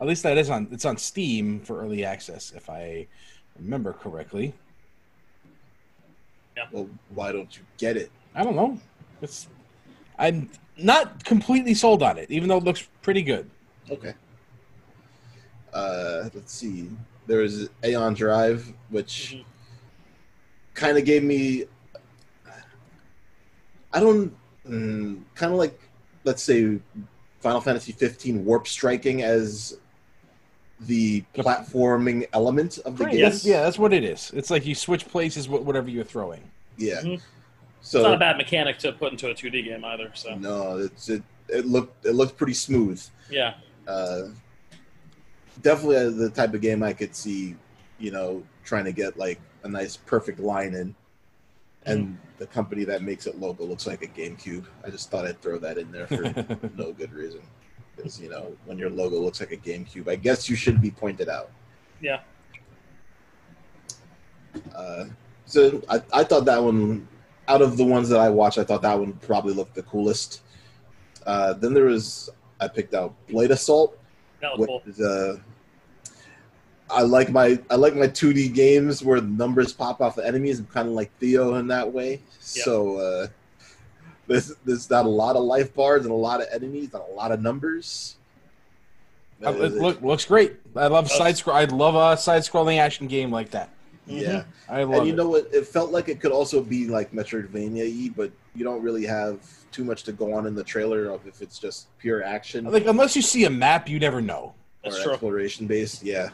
Speaker 2: at least that is on. It's on Steam for early access, if I remember correctly.
Speaker 3: Yeah.
Speaker 1: Well, why don't you get it?
Speaker 2: I don't know. It's I'm not completely sold on it, even though it looks pretty good.
Speaker 1: Okay. Uh, let's see. There was Aeon Drive, which
Speaker 3: Mhm.
Speaker 1: kind of gave me. I don't. Mm, kind of like, let's say, Final Fantasy 15 warp striking as the
Speaker 2: The-
Speaker 1: platforming element of the
Speaker 2: Right,
Speaker 1: game.
Speaker 2: that's- yeah, that's what it is. It's like you switch places with whatever you're throwing.
Speaker 1: Yeah.
Speaker 3: Mhm.
Speaker 1: So
Speaker 3: it's not a bad mechanic to put into a 2D game either. So
Speaker 1: no, it's it. It looked it looked pretty smooth.
Speaker 3: yeah,
Speaker 1: uh, definitely uh, the type of game I could see, you know, trying to get like a nice perfect line in. And the company that makes it local looks like a GameCube. I just thought I'd throw that in there for no good reason, because you know when your logo looks like a GameCube, I guess you should be pointed out.
Speaker 3: Yeah.
Speaker 1: Uh, so I, I thought that one, out of the ones that I watched, I thought that one probably looked the coolest. Uh, then there was I picked out Blade Assault,
Speaker 3: that was
Speaker 1: which
Speaker 3: cool.
Speaker 1: is uh, I like my I like my 2D games where numbers pop off the enemies. I'm kind of like Theo in that way. So uh, this there's not a lot of life bars and a lot of enemies and a lot of numbers.
Speaker 2: Uh,
Speaker 1: That is
Speaker 2: it
Speaker 1: it.
Speaker 2: look, looks great. I love
Speaker 3: Does.
Speaker 2: side scroll. I love a side scrolling action game like that.
Speaker 1: yeah,
Speaker 2: I love
Speaker 1: and you
Speaker 2: it.
Speaker 1: know what? It felt like it could also be like Metroidvania, y but you don't really have too much to go on in the trailer of if it's just pure action.
Speaker 2: like unless you see a map, you never know.
Speaker 1: or
Speaker 3: That's true.
Speaker 1: exploration based, yeah.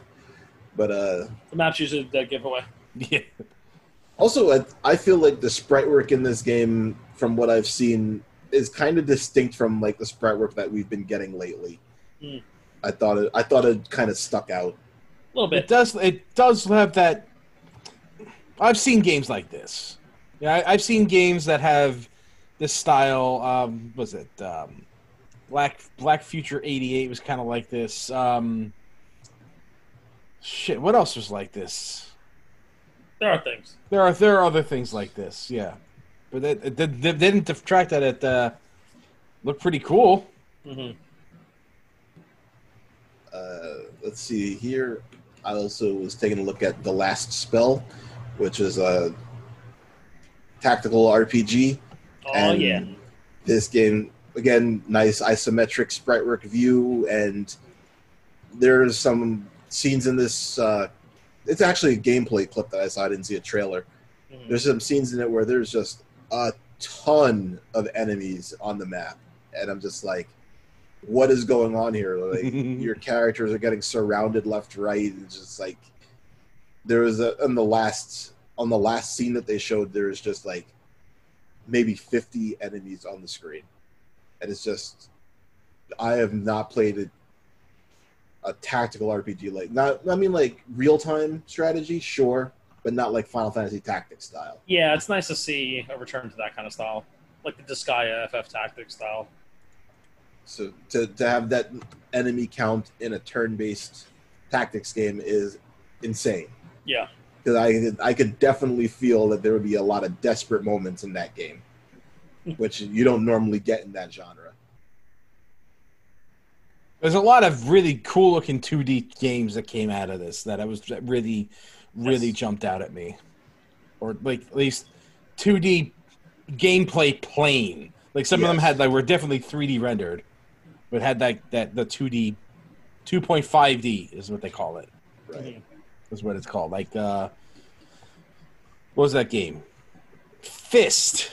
Speaker 1: But uh,
Speaker 3: The map's usually the giveaway.
Speaker 2: Yeah,
Speaker 1: also, I, I feel like the sprite work in this game, from what I've seen, is kind of distinct from like the sprite work that we've been getting lately.
Speaker 3: Mm.
Speaker 1: I thought it, I thought it kind of stuck out.
Speaker 3: A little
Speaker 2: it
Speaker 3: bit.
Speaker 2: does. It does have that. I've seen games like this. Yeah, I, I've seen games that have this style. Um, was it um, Black Black Future '88 was kind of like this. Um, shit, what else was like this?
Speaker 3: There are things.
Speaker 2: There are there are other things like this, yeah. But it, it, did- they didn't detract that it uh, looked pretty cool.
Speaker 3: hmm
Speaker 1: Uh, let's see here. I also was taking a look at the Last Spell, which is a tactical RPG.
Speaker 3: Oh
Speaker 1: and
Speaker 3: yeah.
Speaker 1: This game again, nice isometric sprite work view, and there's some scenes in this. Uh, it's actually a gameplay clip that I saw. I didn't see a trailer.
Speaker 3: Mhm.
Speaker 1: There's some scenes in it where there's just a ton of enemies on the map, and I'm just like, what is going on here? Like,
Speaker 2: Mhm.
Speaker 1: your characters are getting surrounded left right and just like there was a on the last on the last scene that they showed there was just like maybe 50 enemies on the screen and it's just i have not played a, a tactical rpg like not i mean like real time strategy sure but not like final fantasy tactics style
Speaker 3: Yeah, it's nice to see a return to that kind of style, like the Disgaea FF Tactics style.
Speaker 1: so to, to have that enemy count in a turn-based tactics game is insane
Speaker 3: Yeah.
Speaker 1: because I I could definitely feel that there would be a lot of desperate moments in that game, which you don't normally get in that genre.
Speaker 2: There's a lot of really cool looking 2D games that came out of this that I was that really, really
Speaker 3: Yes.
Speaker 2: jumped out at me, or like at least 2D gameplay plane. Like some of them
Speaker 1: Yes.
Speaker 2: had like were definitely 3D rendered, but had that that the 2D, 2.5D is what they call it.
Speaker 1: Right?
Speaker 3: Mhm.
Speaker 2: is what it's called. Like uh what was that game? Fist.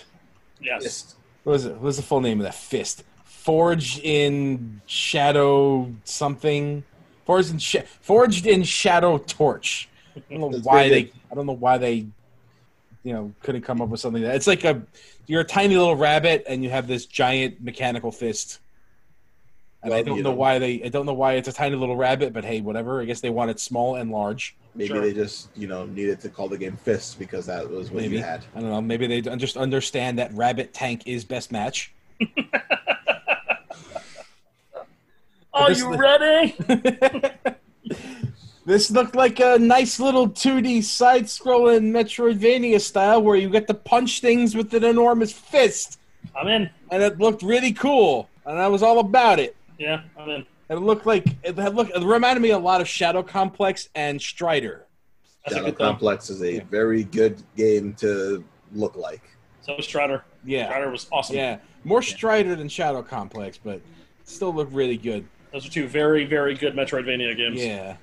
Speaker 3: Yes.
Speaker 1: Yes.
Speaker 2: What was it? What was the full name of that? Fist. Forged in Shadow something. Forged in Sha- Forged in Shadow Torch. I don't know
Speaker 1: That's
Speaker 2: why
Speaker 1: very
Speaker 2: they
Speaker 1: good.
Speaker 2: I don't know why they you know couldn't come up with something that it's like a you're a tiny little rabbit and you have this giant mechanical fist. And I
Speaker 1: Well,
Speaker 2: don't
Speaker 1: you
Speaker 2: know
Speaker 1: know.
Speaker 2: why they I don't know why it's a tiny little rabbit, but hey, whatever. I guess they want it small and large.
Speaker 1: Maybe
Speaker 3: Sure.
Speaker 1: they just you know needed to call the game fists because that was what
Speaker 2: Maybe.
Speaker 1: you had.
Speaker 2: I don't know. Maybe they don't just understand that rabbit tank is best match.
Speaker 3: Are
Speaker 2: This-
Speaker 3: you ready?
Speaker 2: this looked like a nice little 2D side scrolling Metroidvania style where you get to punch things with an enormous fist.
Speaker 3: I'm in.
Speaker 2: And it looked really cool. And I was all about it.
Speaker 3: Yeah, I'm in.
Speaker 2: It looked like it had look it reminded me a lot of Shadow Complex and Strider.
Speaker 3: That's a
Speaker 1: Shadow
Speaker 3: good thing.
Speaker 1: Complex is a
Speaker 2: Yeah.
Speaker 1: very good game to look like.
Speaker 3: So was Strider.
Speaker 2: Yeah,
Speaker 3: Strider was awesome.
Speaker 2: yeah, more Strider than Shadow Complex, but still look really good.
Speaker 3: Those are two very, very good Metroidvania games.
Speaker 2: Yeah.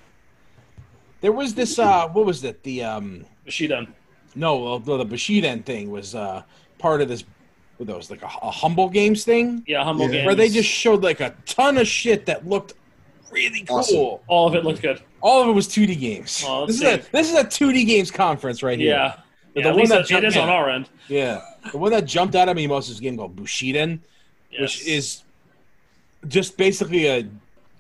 Speaker 2: There was this. Uh, what was that? The um,
Speaker 3: Bushido.
Speaker 2: no, uh, the Bushiden thing was uh part of this. What that was like a, a humble games thing
Speaker 3: Yeah, Humble
Speaker 1: Yeah.
Speaker 3: Games.
Speaker 2: where they just showed like a ton of shit that looked really cool.
Speaker 1: Awesome.
Speaker 3: all of it looked good.
Speaker 2: All of it was 2D games.
Speaker 3: Oh,
Speaker 2: this
Speaker 3: let's
Speaker 2: is a this is a 2D games conference right here.
Speaker 3: Yeah.
Speaker 2: The
Speaker 3: Yeah, at
Speaker 2: one
Speaker 3: least
Speaker 2: that
Speaker 3: it- it
Speaker 2: jumped
Speaker 3: is
Speaker 2: in.
Speaker 3: on our end.
Speaker 2: Yeah. The one that jumped out at me most is a game called Bushiden,
Speaker 3: Yes.
Speaker 2: which is just basically a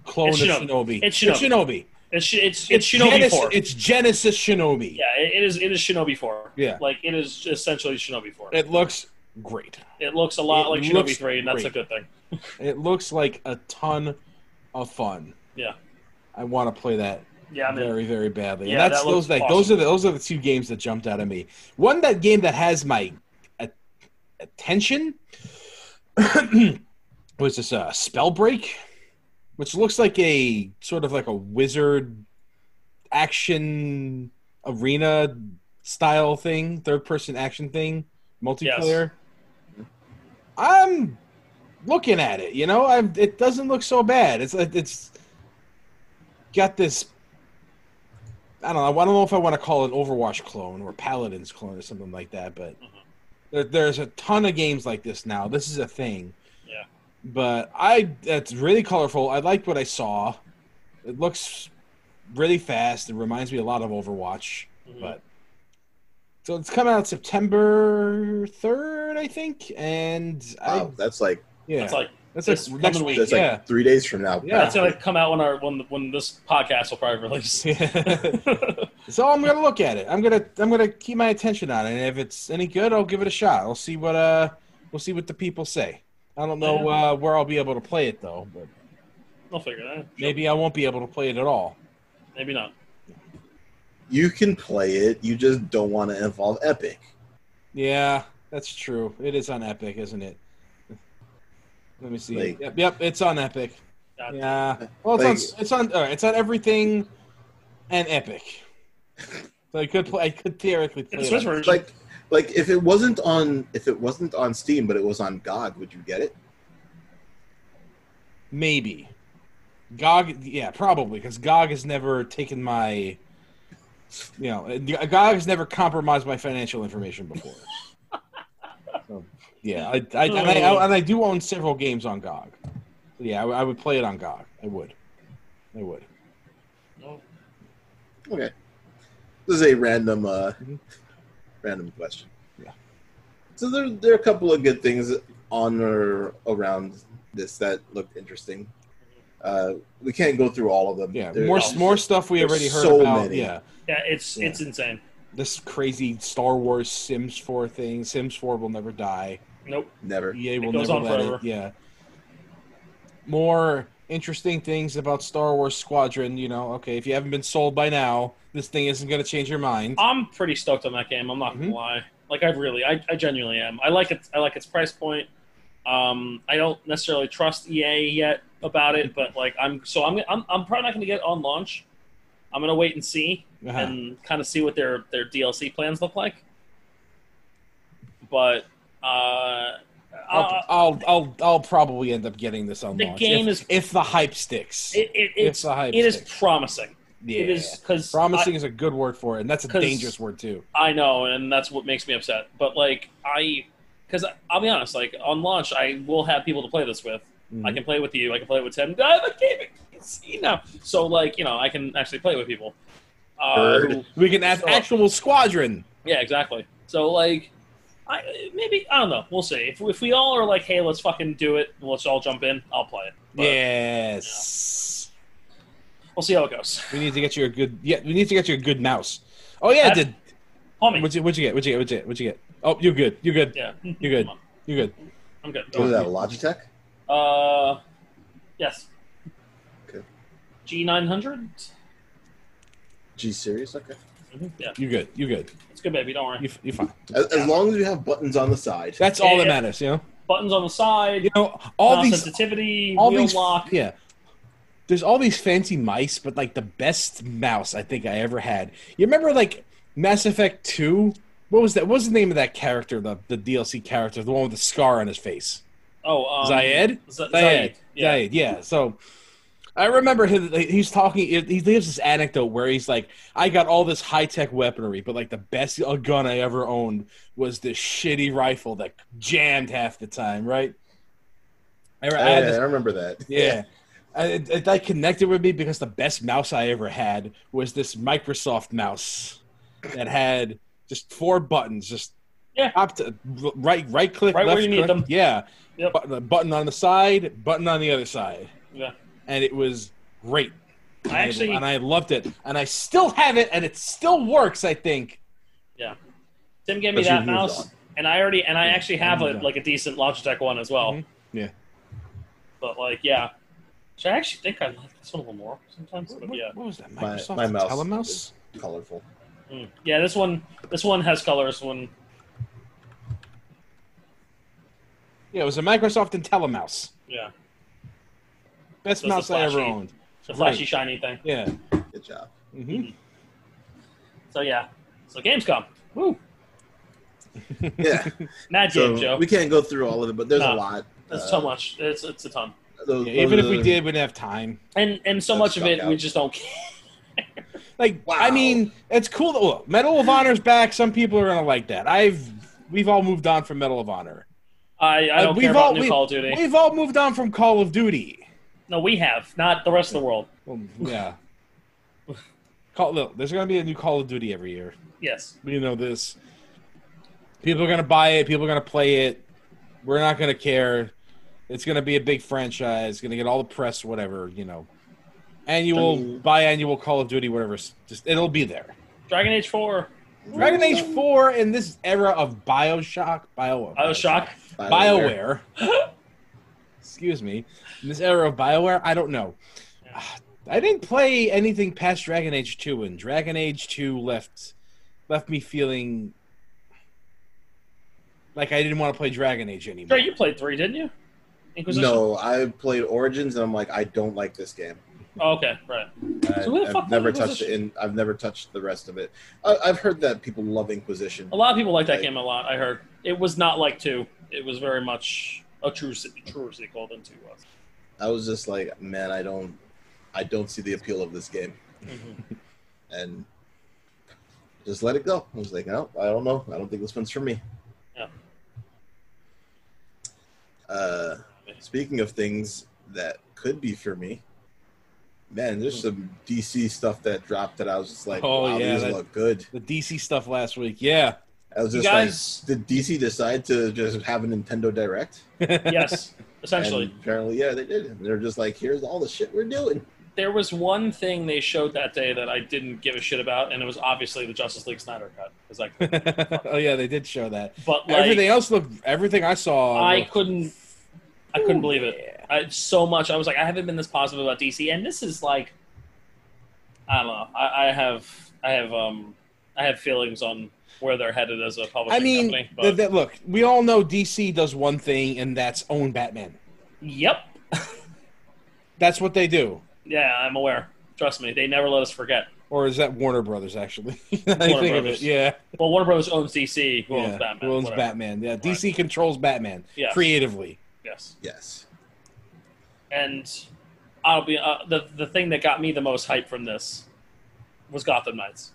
Speaker 2: clone
Speaker 3: It's
Speaker 2: of
Speaker 3: Shinobi.
Speaker 2: Shinobi.
Speaker 3: It's
Speaker 2: Shinobi.
Speaker 3: it's it's, it's,
Speaker 2: It's
Speaker 3: Shinobi
Speaker 2: Genes-
Speaker 3: Four.
Speaker 2: It's Genesis Shinobi.
Speaker 3: yeah, it- it is it is Shinobi Four.
Speaker 2: Yeah.
Speaker 3: like it is essentially Shinobi Four. It,
Speaker 2: It looks great.
Speaker 3: looks a lot
Speaker 2: it
Speaker 3: like
Speaker 2: looks
Speaker 3: Shinobi Three, and that's
Speaker 2: great.
Speaker 3: a good thing.
Speaker 2: It looks like a ton of fun.
Speaker 3: Yeah.
Speaker 2: I want to play that
Speaker 3: Yeah, I mean,
Speaker 2: very, very badly.
Speaker 3: Yeah,
Speaker 2: and that's
Speaker 3: that
Speaker 2: those
Speaker 3: looks
Speaker 2: like
Speaker 3: awesome.
Speaker 2: those are the, those are the two games that jumped out at me. One that game that has my a- attention was this uh, spell break, which looks like a sort of like a wizard action arena style thing, third person action thing, multiplayer. I'm looking at it, you know, I'm, it doesn't look so bad. It's like it's got this I don't know. I don't know if I want to call it Overwatch clone or Paladins clone or something like that, but
Speaker 3: Mhm.
Speaker 2: there, there's a ton of games like this now. This is a thing.
Speaker 3: Yeah.
Speaker 2: But I that's really colorful. I liked what I saw. It looks really fast. It reminds me a lot of Overwatch.
Speaker 3: mhm.
Speaker 2: But so it's coming out September third, I think, and I
Speaker 1: Wow, that's like
Speaker 2: yeah,
Speaker 3: it's like
Speaker 2: that's
Speaker 3: this
Speaker 2: like next
Speaker 3: coming
Speaker 2: week.
Speaker 3: week.
Speaker 1: that's
Speaker 2: yeah.
Speaker 1: like three days from now.
Speaker 2: Yeah.
Speaker 3: that's gonna come out when our when when this podcast will probably release.
Speaker 2: so I'm gonna look at it. I'm gonna I'm gonna keep my attention on it, and if it's any good, I'll give it a shot. I'll see what uh we'll see what the people say. I don't know uh, where I'll be able to play it though, but
Speaker 3: I'll figure it out.
Speaker 2: maybe I won't be able to play it at all.
Speaker 3: Maybe not.
Speaker 1: You can play it. You just don't want to involve Epic.
Speaker 2: Yeah, that's true. It is on Epic, isn't it? Let me see.
Speaker 1: Like-
Speaker 2: yep, yep, it's on Epic.
Speaker 3: God.
Speaker 2: Yeah. Well, it's on it's on all right, it's on everything and Epic. So I could play, I could theoretically play
Speaker 3: It's
Speaker 2: it.
Speaker 3: Swiss
Speaker 2: on-
Speaker 3: version.
Speaker 1: Like, like if it wasn't on if it wasn't on Steam, but it was on GOG, would you get it?
Speaker 2: Maybe. GOG, yeah, probably, because GOG has never taken my, you know, uh, GOG has never compromised my financial information before. so, yeah, I, I, and I, and I do own several games on GOG. So, yeah, I, w- I would play it on GOG. I would. I would.
Speaker 3: No.
Speaker 1: Okay. This is a random uh
Speaker 2: Mhm.
Speaker 1: random question.
Speaker 2: Yeah.
Speaker 1: So there there are a couple of good things on or around this that looked interesting. Uh we can't go through all of them.
Speaker 2: Yeah,
Speaker 1: There-
Speaker 2: more
Speaker 3: there's-
Speaker 2: more stuff we
Speaker 1: there's
Speaker 2: already heard
Speaker 1: so
Speaker 2: about.
Speaker 1: many.
Speaker 2: Yeah,
Speaker 3: Yeah, it's
Speaker 2: Yeah.
Speaker 3: it's insane.
Speaker 2: this crazy Star Wars Sims 4 thing. Sims 4 will never die.
Speaker 3: Nope.
Speaker 1: never.
Speaker 2: EA will
Speaker 3: goes
Speaker 2: never
Speaker 3: on
Speaker 2: let
Speaker 3: forever.
Speaker 2: it. Yeah. More interesting things about Star Wars Squadron. You know, okay, if you haven't been sold by now, this thing isn't going to change your mind.
Speaker 3: I'm pretty stoked on that game. I'm not
Speaker 2: Mhm.
Speaker 3: gonna lie. Like I really, I, I genuinely am. I like it. I like its price point. Um, I don't necessarily trust EA yet about it, but like I'm so I'm I'm, I'm probably not gonna get it on launch. I'm gonna wait and see
Speaker 2: Uh-huh.
Speaker 3: and kind of see what their their DLC plans look like. But uh,
Speaker 2: I'll,
Speaker 3: uh
Speaker 2: I'll I'll I'll probably end up getting this on
Speaker 3: The
Speaker 2: launch
Speaker 3: game
Speaker 2: if,
Speaker 3: is-
Speaker 2: if the hype sticks.
Speaker 3: it, it
Speaker 2: if
Speaker 3: it's
Speaker 2: the hype
Speaker 3: it is
Speaker 2: sticks.
Speaker 3: promising.
Speaker 2: yeah.
Speaker 3: It is because
Speaker 2: promising is a good word for it, and that's a
Speaker 3: 'Cause-
Speaker 2: dangerous word too.
Speaker 3: I know, and that's what makes me upset. But like I, because I'll be honest, like on launch, I will have people to play this with. I
Speaker 2: Mhm.
Speaker 3: can play with you. I can play with Tim. I have a game. You know, so like you know, I can actually play with people. Uh,
Speaker 1: Bird.
Speaker 3: who-
Speaker 2: We can add
Speaker 3: So-
Speaker 2: actual squadron.
Speaker 3: yeah, exactly. So like, I maybe I don't know. We'll see. If if we all are like, hey, let's fucking do it. and Let's all jump in. I'll play it. But
Speaker 2: yes,
Speaker 3: We'll see how it goes.
Speaker 2: we need to get you a good. Yeah, we need to get you a good mouse. Oh yeah,
Speaker 3: I-
Speaker 2: did
Speaker 3: Homie.
Speaker 2: What'd you, what'd you get? What'd you get? What'd you get? What'd you get? Oh, you're good. You're good.
Speaker 3: yeah.
Speaker 2: You're good.
Speaker 3: Come on.
Speaker 2: You're good.
Speaker 3: I'm good.
Speaker 1: What is that, Logitech?
Speaker 3: Uh, yes.
Speaker 1: Okay.
Speaker 3: G nine hundred.
Speaker 1: G series? Okay.
Speaker 2: Mm-hmm.
Speaker 3: Yeah,
Speaker 2: You're good. You're good.
Speaker 3: it's good, baby. Don't worry.
Speaker 2: You, you're fine.
Speaker 1: As, as long as you have buttons on the side.
Speaker 2: That's all that
Speaker 3: Yeah.
Speaker 2: matters. You know.
Speaker 3: Buttons on the side.
Speaker 2: You know all
Speaker 3: uh,
Speaker 2: these.
Speaker 3: sensitivity.
Speaker 2: All
Speaker 3: wheel
Speaker 2: these.
Speaker 3: lock.
Speaker 2: Yeah. There's all these fancy mice, but like the best mouse I think I ever had. You remember like Mass Effect Two What was that? What was the name of that character? The the DLC character, the one with the scar on his face,
Speaker 3: Oh, um,
Speaker 2: Zayed.
Speaker 3: Z- Zayed.
Speaker 2: Zayed.
Speaker 3: Yeah.
Speaker 2: Yeah. yeah. So I remember him. like, He's talking. He gives this anecdote where he's like, "I got all this high tech weaponry, but like the best uh, gun I ever owned was this shitty rifle that jammed half the time." Right? I, I
Speaker 1: I,
Speaker 2: had this
Speaker 1: I remember that.
Speaker 2: yeah. I, it, it- that connected with me because the best mouse I ever had was this Microsoft mouse that had just four buttons, just
Speaker 3: Yeah.
Speaker 2: up to, right, right click,
Speaker 3: Right where
Speaker 2: left
Speaker 3: you need
Speaker 2: click.
Speaker 3: them.
Speaker 2: Yeah,
Speaker 3: Yep.
Speaker 2: button, a button on the side, button on the other side,
Speaker 3: Yeah.
Speaker 2: and it was great. And
Speaker 3: I actually,
Speaker 2: and I loved it, and I still have it, and it still works. I think.
Speaker 3: Tim gave me
Speaker 1: But
Speaker 3: that
Speaker 1: you've moved
Speaker 3: mouse,
Speaker 1: on.
Speaker 3: and I already, and I
Speaker 2: Yeah,
Speaker 3: actually have
Speaker 2: you've
Speaker 3: a,
Speaker 2: moved on.
Speaker 3: like a decent Logitech one as well.
Speaker 2: Mhm. Yeah.
Speaker 3: But like, yeah. Which I actually think I like this one a little more sometimes. But
Speaker 2: What,
Speaker 3: yeah,
Speaker 2: what was that?
Speaker 1: My-
Speaker 2: Microsoft
Speaker 1: my mouse
Speaker 2: Telemouse.
Speaker 1: is- Colorful.
Speaker 3: Mm. yeah. This one, this one has colors. One,
Speaker 2: Yeah, it was a Microsoft and Telemouse.
Speaker 3: yeah,
Speaker 2: Best
Speaker 3: Those are
Speaker 2: mouse I ever
Speaker 3: flashy.
Speaker 2: owned.
Speaker 3: the
Speaker 2: Great.
Speaker 3: flashy shiny thing.
Speaker 2: Yeah.
Speaker 1: Good job.
Speaker 2: hmm
Speaker 3: So yeah. So Gamescom, woo,
Speaker 1: Yeah.
Speaker 3: mad
Speaker 1: so
Speaker 3: game, Joe.
Speaker 1: we can't go through all of it, but there's
Speaker 3: No.
Speaker 1: a lot.
Speaker 3: That's
Speaker 1: Uh,
Speaker 3: so much. It's it's a ton,
Speaker 1: those-
Speaker 2: Yeah, even
Speaker 1: those
Speaker 2: if
Speaker 1: are-
Speaker 2: we did, we didn't have time.
Speaker 3: and and so
Speaker 1: That's
Speaker 3: much of
Speaker 1: stuck
Speaker 3: it we
Speaker 1: out.
Speaker 3: just don't. care.
Speaker 2: Like,
Speaker 1: Wow.
Speaker 2: I mean, it's cool. That, well, Medal of Honor's back. Some people are gonna like that. I've we've all moved on from Medal of Honor.
Speaker 3: I I
Speaker 2: Uh,
Speaker 3: don't
Speaker 2: we've
Speaker 3: care about
Speaker 2: all-
Speaker 3: new
Speaker 2: we-
Speaker 3: Call of Duty.
Speaker 2: We've all moved on from Call of Duty.
Speaker 3: no, we have not the rest of the world.
Speaker 2: Well, yeah. Call look, there's gonna be a new Call of Duty every year.
Speaker 3: Yes.
Speaker 2: We know this. People are gonna buy it. People are gonna play it. We're not gonna care. It's gonna be a big franchise. Gonna get all the press, whatever you know. Annual,
Speaker 1: mean-
Speaker 2: biannual Call of Duty, whatever. s- Just it'll be there.
Speaker 3: Dragon Age Four,
Speaker 2: Dragon Age 4 in this era of Bioshock, Bio,
Speaker 3: Bioshock.
Speaker 1: BioWare.
Speaker 2: BioWare. Excuse me. In this era of BioWare, I don't know. Ah, I didn't play anything past Dragon Age 2 and Dragon Age 2 left left me feeling like I didn't want to play Dragon Age anymore.
Speaker 3: Dre, you played three, didn't you? Inquisition.
Speaker 1: No, I played Origins, and I'm like, I don't like this game.
Speaker 3: Oh, okay, right.
Speaker 1: I,
Speaker 3: So who the fuck
Speaker 1: I've
Speaker 3: played
Speaker 1: never touched it,
Speaker 3: Inquisition?
Speaker 1: and I've never touched the rest of it. I, I've heard that people love Inquisition.
Speaker 3: A lot of people like that
Speaker 1: Right.
Speaker 3: game a lot. I heard it was not like two. It was very much a true se- truer sequel than two was.
Speaker 1: I was just like, man, I don't, I don't see the appeal of this game, and just let it go. I was like, no, I don't know. I don't think this one's for me.
Speaker 3: Yeah.
Speaker 1: Uh, speaking of things that could be for me, man,
Speaker 3: Hmm.
Speaker 1: there's some DC stuff that dropped that I was just like,
Speaker 2: Oh,
Speaker 1: wow,
Speaker 2: yeah,
Speaker 1: these
Speaker 2: that-
Speaker 1: look good.
Speaker 2: The DC stuff last week. Yeah.
Speaker 1: I was
Speaker 3: You
Speaker 1: just
Speaker 3: guys,
Speaker 1: like, did DC decide to just have a Nintendo Direct?
Speaker 3: yes, essentially.
Speaker 1: And apparently, yeah, they did. They're just like, here's all the shit we're doing.
Speaker 3: There was one thing they showed that day that I didn't give a shit about, and it was obviously the Justice League Snyder cut. 'cause I couldn't.
Speaker 2: oh yeah, they did show that.
Speaker 3: but like,
Speaker 2: everything else looked everything I saw
Speaker 3: I
Speaker 2: looked-
Speaker 3: couldn't, I couldn't believe it.
Speaker 2: Yeah.
Speaker 3: I, so much. I was like, I haven't been this positive about DC, and this is like, I don't know. I, I have, I have, um, I have feelings on where they're headed as a publishing
Speaker 2: I mean,
Speaker 3: company. But
Speaker 2: th- that- look, we all know DC does one thing, and that's own Batman.
Speaker 3: yep,
Speaker 2: That's what they do.
Speaker 3: yeah, I'm aware. Trust me, they never let us forget.
Speaker 2: Or is that Warner Brothers, actually? I think of it.
Speaker 3: Brothers.
Speaker 2: Yeah.
Speaker 3: Well, Warner Brothers owns DC, who
Speaker 2: yeah.
Speaker 3: owns Batman.
Speaker 2: Who owns
Speaker 3: whatever.
Speaker 2: Batman. Yeah, DC controls Batman
Speaker 3: Yes.
Speaker 2: creatively.
Speaker 3: Yes,
Speaker 1: Yes.
Speaker 3: and I'll be uh, the the thing that got me the most hype from this was Gotham Knights.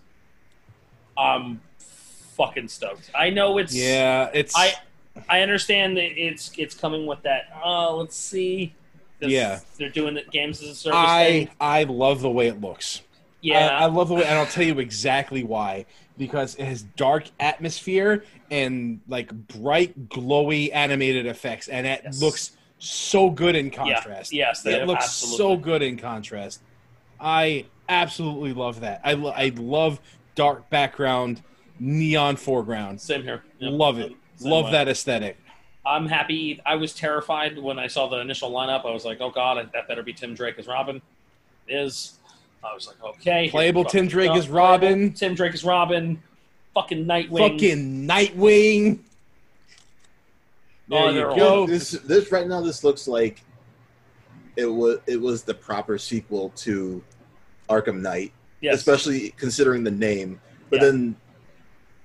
Speaker 3: I'm fucking stoked. I know it's
Speaker 2: Yeah, it's.
Speaker 3: I I understand that it's it's coming with that. Oh, let's see. This-
Speaker 2: Yeah.
Speaker 3: they're doing the games as a service.
Speaker 2: I uh,
Speaker 3: thing.
Speaker 2: I love the way it looks. I, I
Speaker 3: yeah,
Speaker 2: love the way, and I'll tell you exactly why. Because it has dark atmosphere and like bright, glowy animated effects, and it
Speaker 3: Yes.
Speaker 2: looks so good in
Speaker 3: yeah,
Speaker 2: contrast.
Speaker 3: yes, they
Speaker 2: It looks so
Speaker 3: absolutely.
Speaker 2: good in contrast. I absolutely love that. I, lo- I love dark background, neon foreground.
Speaker 3: Same here. Yep.
Speaker 2: Love it.
Speaker 3: Same
Speaker 2: love
Speaker 3: way.
Speaker 2: that aesthetic.
Speaker 3: I'm happy. I was terrified when I saw the initial lineup. I was like, oh god, that better be Tim Drake as Robin. It is. I was like, okay.
Speaker 2: Playable
Speaker 3: here we
Speaker 2: Tim Drake
Speaker 3: go.
Speaker 2: as Robin.
Speaker 3: Tim Drake is Robin. Fucking Nightwing.
Speaker 2: Fucking Nightwing. There
Speaker 3: Oh,
Speaker 2: you
Speaker 3: they're
Speaker 2: go.
Speaker 1: This this right now this looks like it was it was the proper sequel to Arkham Knight,
Speaker 3: Yes.
Speaker 1: especially considering the name. But
Speaker 3: Yeah.
Speaker 1: then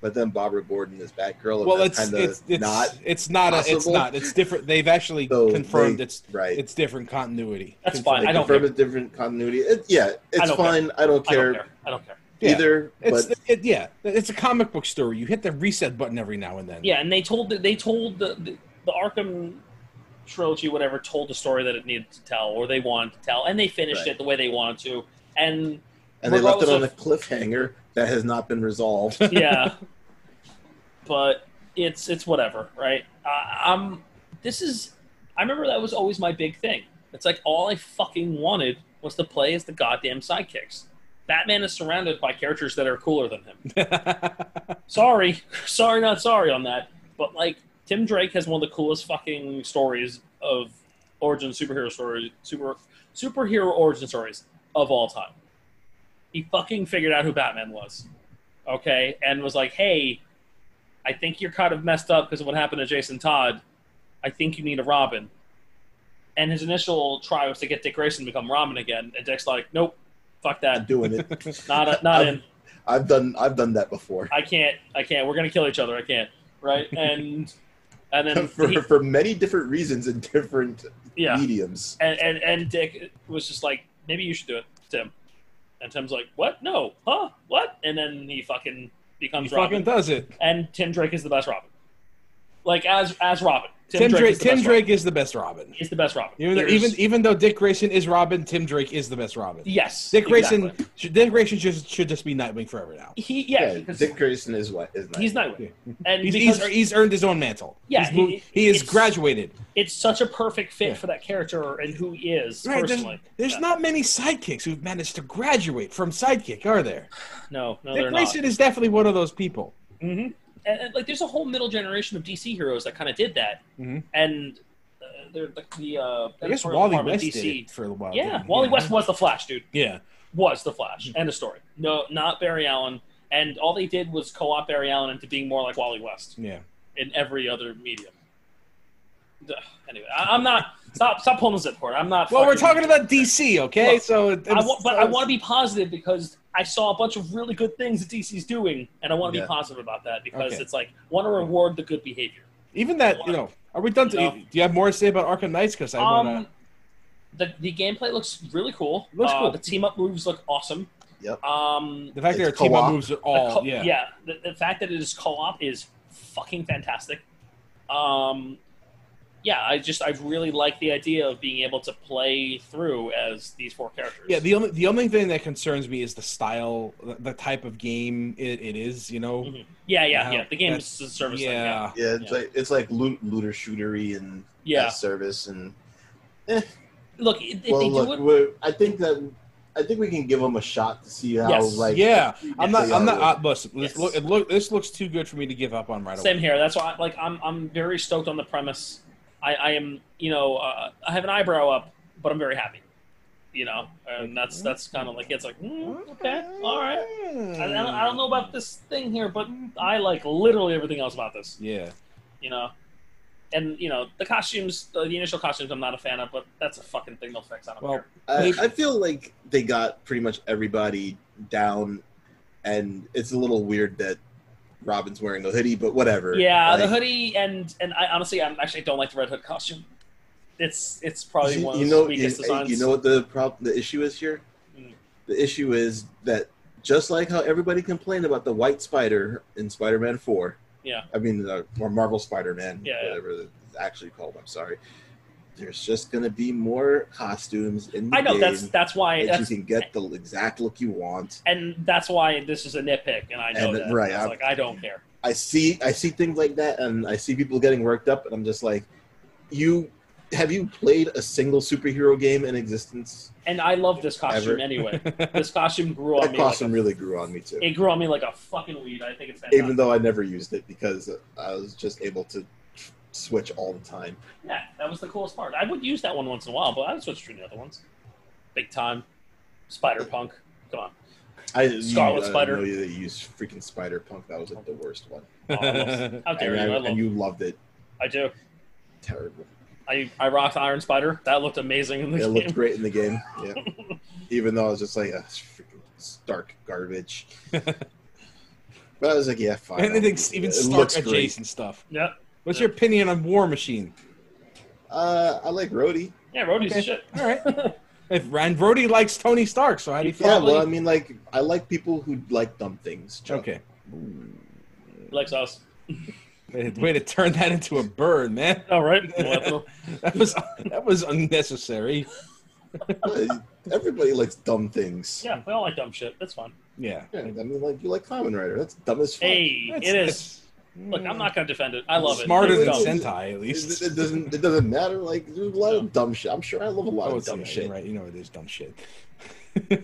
Speaker 1: but then Barbara Gordon is Batgirl. And
Speaker 2: Well,
Speaker 1: that's
Speaker 2: it's
Speaker 1: kinda
Speaker 2: it's it's
Speaker 1: not
Speaker 2: not it's not a, it's
Speaker 1: possible.
Speaker 2: not it's different. They've actually
Speaker 1: So
Speaker 2: confirmed
Speaker 1: they-
Speaker 2: it's
Speaker 1: right.
Speaker 2: it's different continuity.
Speaker 3: That's
Speaker 2: Confirmed.
Speaker 3: fine. I don't
Speaker 1: confirm
Speaker 3: care.
Speaker 1: a different continuity. It, yeah, it's
Speaker 3: don't
Speaker 1: fine. I don't
Speaker 3: I don't
Speaker 1: care
Speaker 3: care. I don't care.
Speaker 2: Yeah.
Speaker 1: either.
Speaker 2: It's
Speaker 1: but
Speaker 2: it, yeah, it's a comic book story. You hit the reset button every now and then.
Speaker 3: Yeah, and they told they told the, the, the Arkham trilogy, whatever, told the story that it needed to tell or they wanted to tell, and they finished
Speaker 1: Right.
Speaker 3: it the way they wanted to. And
Speaker 1: and they left it on a
Speaker 3: regardless
Speaker 1: cliffhanger that has not been resolved.
Speaker 3: yeah, but it's it's whatever, right? I, I'm this is I remember that was always my big thing. It's like all I fucking wanted was to play as the goddamn sidekicks. Batman is surrounded by characters that are cooler than him. sorry, sorry, not sorry on that. But like Tim Drake has one of the coolest fucking stories of origin superhero story super superhero origin stories of all time. He fucking figured out who Batman was, okay, and was like, "Hey, I think you're kind of messed up because of what happened to Jason Todd. I think you need a Robin." And his initial try was to get Dick Grayson to become Robin again, and Dick's like, "Nope, fuck
Speaker 1: I'm
Speaker 3: that,
Speaker 1: doing it.
Speaker 3: not a, not in."
Speaker 1: I've done. I've done that before
Speaker 3: I can't, I can't. We're gonna kill each other. I can't. Right? And and then
Speaker 1: for
Speaker 3: he-
Speaker 1: for many different reasons and different
Speaker 3: yeah,
Speaker 1: mediums.
Speaker 3: and, and and Dick was just like, maybe you should do it, Tim. And Tim's like, what? No, huh? What? And then he fucking
Speaker 2: he
Speaker 3: becomes Robin.
Speaker 2: fucking does it.
Speaker 3: and Tim Drake is the best Robin. Like as as Robin,
Speaker 2: Tim, Drake.
Speaker 3: is the
Speaker 2: Tim
Speaker 3: best
Speaker 2: Drake is the best Robin.
Speaker 3: Robin. He's the best Robin.
Speaker 2: Even though,
Speaker 3: There's-
Speaker 2: even even though Dick Grayson is Robin, Tim Drake is the best Robin.
Speaker 3: yes,
Speaker 2: Dick Grayson
Speaker 3: exactly.
Speaker 2: should, Dick Grayson just should just be Nightwing forever now.
Speaker 3: He yeah, because
Speaker 1: Dick Grayson is what is not.
Speaker 3: he's Nightwing, and
Speaker 2: He's,
Speaker 3: because
Speaker 2: he's, he's earned his own mantle.
Speaker 3: Yeah,
Speaker 2: He's moved-
Speaker 3: he-
Speaker 2: he has
Speaker 3: it's-
Speaker 2: graduated.
Speaker 3: it's such a perfect fit
Speaker 2: Yeah.
Speaker 3: for that character and who he is
Speaker 2: Right, there's,
Speaker 3: personally.
Speaker 2: there's
Speaker 3: Yeah.
Speaker 2: not many sidekicks who've managed to graduate from sidekick, are there?
Speaker 3: No, no,
Speaker 2: Dick
Speaker 3: they're not.
Speaker 2: Grayson is definitely one of those people.
Speaker 3: hmm And, and, like, there's a whole middle generation of DC heroes that kind of did that,
Speaker 2: Mhm.
Speaker 3: and uh, they're like the uh,
Speaker 2: I guess
Speaker 3: editorial
Speaker 2: Wally
Speaker 3: department
Speaker 2: West
Speaker 3: of
Speaker 2: did it for a while.
Speaker 3: yeah,
Speaker 2: didn't he?
Speaker 3: Wally West was the Flash, dude.
Speaker 2: Yeah,
Speaker 3: Was the Flash.
Speaker 2: Mm-hmm.
Speaker 3: End of story. No, not Barry Allen. And all they did was co-op Barry Allen into being more like Wally West
Speaker 2: yeah.
Speaker 3: in every other medium. Ugh, Anyway, I, I'm not stop stop pulling the zip cord. I'm not.
Speaker 2: Well, we're
Speaker 3: fucking-
Speaker 2: talking about DC, okay?
Speaker 3: Look,
Speaker 2: so, it-
Speaker 3: I want, but I want to be positive because I saw a bunch of really good things that DC's doing, and I want to
Speaker 1: Yeah.
Speaker 3: be positive about that because
Speaker 2: Okay.
Speaker 3: it's like want to reward the good behavior.
Speaker 2: even that. You know, are we done? To,
Speaker 3: No.
Speaker 2: Do you have more to say about Arkham Knights? Because I
Speaker 3: Um,
Speaker 2: want
Speaker 3: the the gameplay looks really cool.
Speaker 2: Looks
Speaker 3: Uh,
Speaker 2: cool.
Speaker 3: The team up moves look awesome.
Speaker 1: Yep.
Speaker 2: to.
Speaker 3: Um,
Speaker 2: The fact that our
Speaker 1: it's
Speaker 2: team
Speaker 1: co-op.
Speaker 2: moves at
Speaker 3: the
Speaker 2: all,
Speaker 3: co-
Speaker 2: yeah.
Speaker 3: The, the fact that it is co op is fucking fantastic. Um, yeah, I just I really like the idea of being able to play through as these four characters.
Speaker 2: Yeah, the only the only thing that concerns me is the style, the, the type of game it, it is. You know,
Speaker 3: Mhm. yeah, yeah,
Speaker 2: Wow.
Speaker 3: yeah. The game is a service. thing,
Speaker 2: yeah.
Speaker 3: yeah,
Speaker 1: yeah, it's
Speaker 3: Yeah.
Speaker 1: like it's like loot, looter shootery and
Speaker 3: yeah.
Speaker 1: as service and
Speaker 3: Look, if if
Speaker 1: well,
Speaker 3: they
Speaker 1: look,
Speaker 3: do it,
Speaker 1: we're- I think that I think we can give them a shot to see how
Speaker 3: Yes.
Speaker 1: like
Speaker 2: yeah. I'm
Speaker 1: Yes,
Speaker 2: not.
Speaker 1: they
Speaker 2: I'm
Speaker 1: are.
Speaker 2: not. Uh, listen, this
Speaker 3: Yes.
Speaker 2: look, it look, this looks too good for me to give up on right away.
Speaker 3: Same here. That's why, like, I'm I'm very stoked on the premise. I, I am, you know, uh, I have an eyebrow up, but I'm very happy. You know, and that's that's kind of like it's like mm, okay, all right. I, I don't, I don't know about this thing here, but I like literally everything else about this.
Speaker 2: Yeah,
Speaker 3: You know, and you know the costumes, the, the initial costumes, I'm not a fan of, but that's a fucking thing they'll fix. I don't
Speaker 2: Well,
Speaker 3: care.
Speaker 1: I, I feel like they got pretty much everybody down, and it's a little weird that Robin's wearing a hoodie, but whatever.
Speaker 3: Yeah, the
Speaker 1: Like,
Speaker 3: hoodie and and I honestly, I'm actually don't like the red hood costume. It's it's probably
Speaker 1: you-
Speaker 3: one of
Speaker 1: you
Speaker 3: the
Speaker 1: know, you,
Speaker 3: weakest designs.
Speaker 1: you know what the problem, the issue is here.
Speaker 3: Mm.
Speaker 1: The issue is that just like how everybody complained about the white spider in Spider-Man Four.
Speaker 3: Yeah.
Speaker 1: I mean, the, or Marvel Spider-Man,
Speaker 3: Yeah, yeah.
Speaker 1: whatever it's actually called. I'm sorry. There's just gonna be more costumes in the
Speaker 3: I know
Speaker 1: game
Speaker 3: that's that's why
Speaker 1: that
Speaker 3: that's
Speaker 1: you can get the exact look you want.
Speaker 3: and that's why this is a nitpick, and I know
Speaker 1: And,
Speaker 3: that.
Speaker 1: right,
Speaker 3: I was
Speaker 1: I'm-
Speaker 3: like, I don't care.
Speaker 1: I see I see things like that and I see people getting worked up and I'm just like you have you played a single superhero game in existence?
Speaker 3: And I love this costume
Speaker 1: Ever.
Speaker 3: anyway. this costume grew on
Speaker 1: that
Speaker 3: me.
Speaker 1: costume
Speaker 3: like
Speaker 1: really grew on me too.
Speaker 3: a, it grew on me like a fucking weed. I think it's fantastic.
Speaker 1: Even though I never used it because I was just able to switch all the time.
Speaker 3: yeah, that was the coolest part. I would use that one once in a while, but I would switch between the other ones. Big time, Spider Punk. Come on,
Speaker 1: I you-
Speaker 3: Scarlet
Speaker 1: I
Speaker 3: Spider.
Speaker 1: know you used freaking Spider Punk. That was like the worst one.
Speaker 3: Oh, I love- how dare
Speaker 1: and,
Speaker 3: you?
Speaker 1: I-
Speaker 3: I love.
Speaker 1: and you loved it.
Speaker 3: I do.
Speaker 1: Terrible.
Speaker 3: I I rocked Iron Spider. That looked amazing in the
Speaker 1: It
Speaker 3: game.
Speaker 1: looked great in the game. Yeah. Even though I was just like, ah, it's freaking Stark garbage. But I was like, yeah, fine.
Speaker 2: Anything even Stark
Speaker 1: great.
Speaker 2: adjacent stuff.
Speaker 3: Yep.
Speaker 2: What's your opinion on War Machine?
Speaker 1: Uh, I like Rhodey.
Speaker 3: Yeah, Rhodey's
Speaker 2: Okay.
Speaker 3: shit.
Speaker 2: All right. If and Brody likes Tony Stark, so how do you feel?
Speaker 1: Yeah,
Speaker 2: about
Speaker 1: well, I
Speaker 2: him?
Speaker 1: mean, like, I like people who like dumb things. Chuck.
Speaker 2: okay.
Speaker 3: Likes us.
Speaker 2: Way to- Way to turn that into a bird, man.
Speaker 3: All right. Well,
Speaker 2: That was that was unnecessary.
Speaker 1: Uh, Everybody likes dumb things.
Speaker 3: yeah, we all like dumb shit. That's fine.
Speaker 2: Yeah.
Speaker 1: Yeah, I mean, like, you like Common Rider. That's dumb as fuck.
Speaker 3: Hey,
Speaker 2: That's-
Speaker 3: it is.
Speaker 2: that's- hmm.
Speaker 3: Look, I'm not gonna defend it. I love it.
Speaker 2: Smarter
Speaker 3: It's
Speaker 2: than
Speaker 3: dumb.
Speaker 1: Sen-
Speaker 2: Sentai, at
Speaker 1: It,
Speaker 2: least.
Speaker 1: it doesn't. It doesn't matter. Like, there's a lot
Speaker 3: No.
Speaker 1: of dumb shit. I'm sure I love a lot
Speaker 2: Oh,
Speaker 1: of
Speaker 2: it's-
Speaker 1: dumb
Speaker 2: yeah,
Speaker 1: shit.
Speaker 2: you're Right, you know it is dumb shit.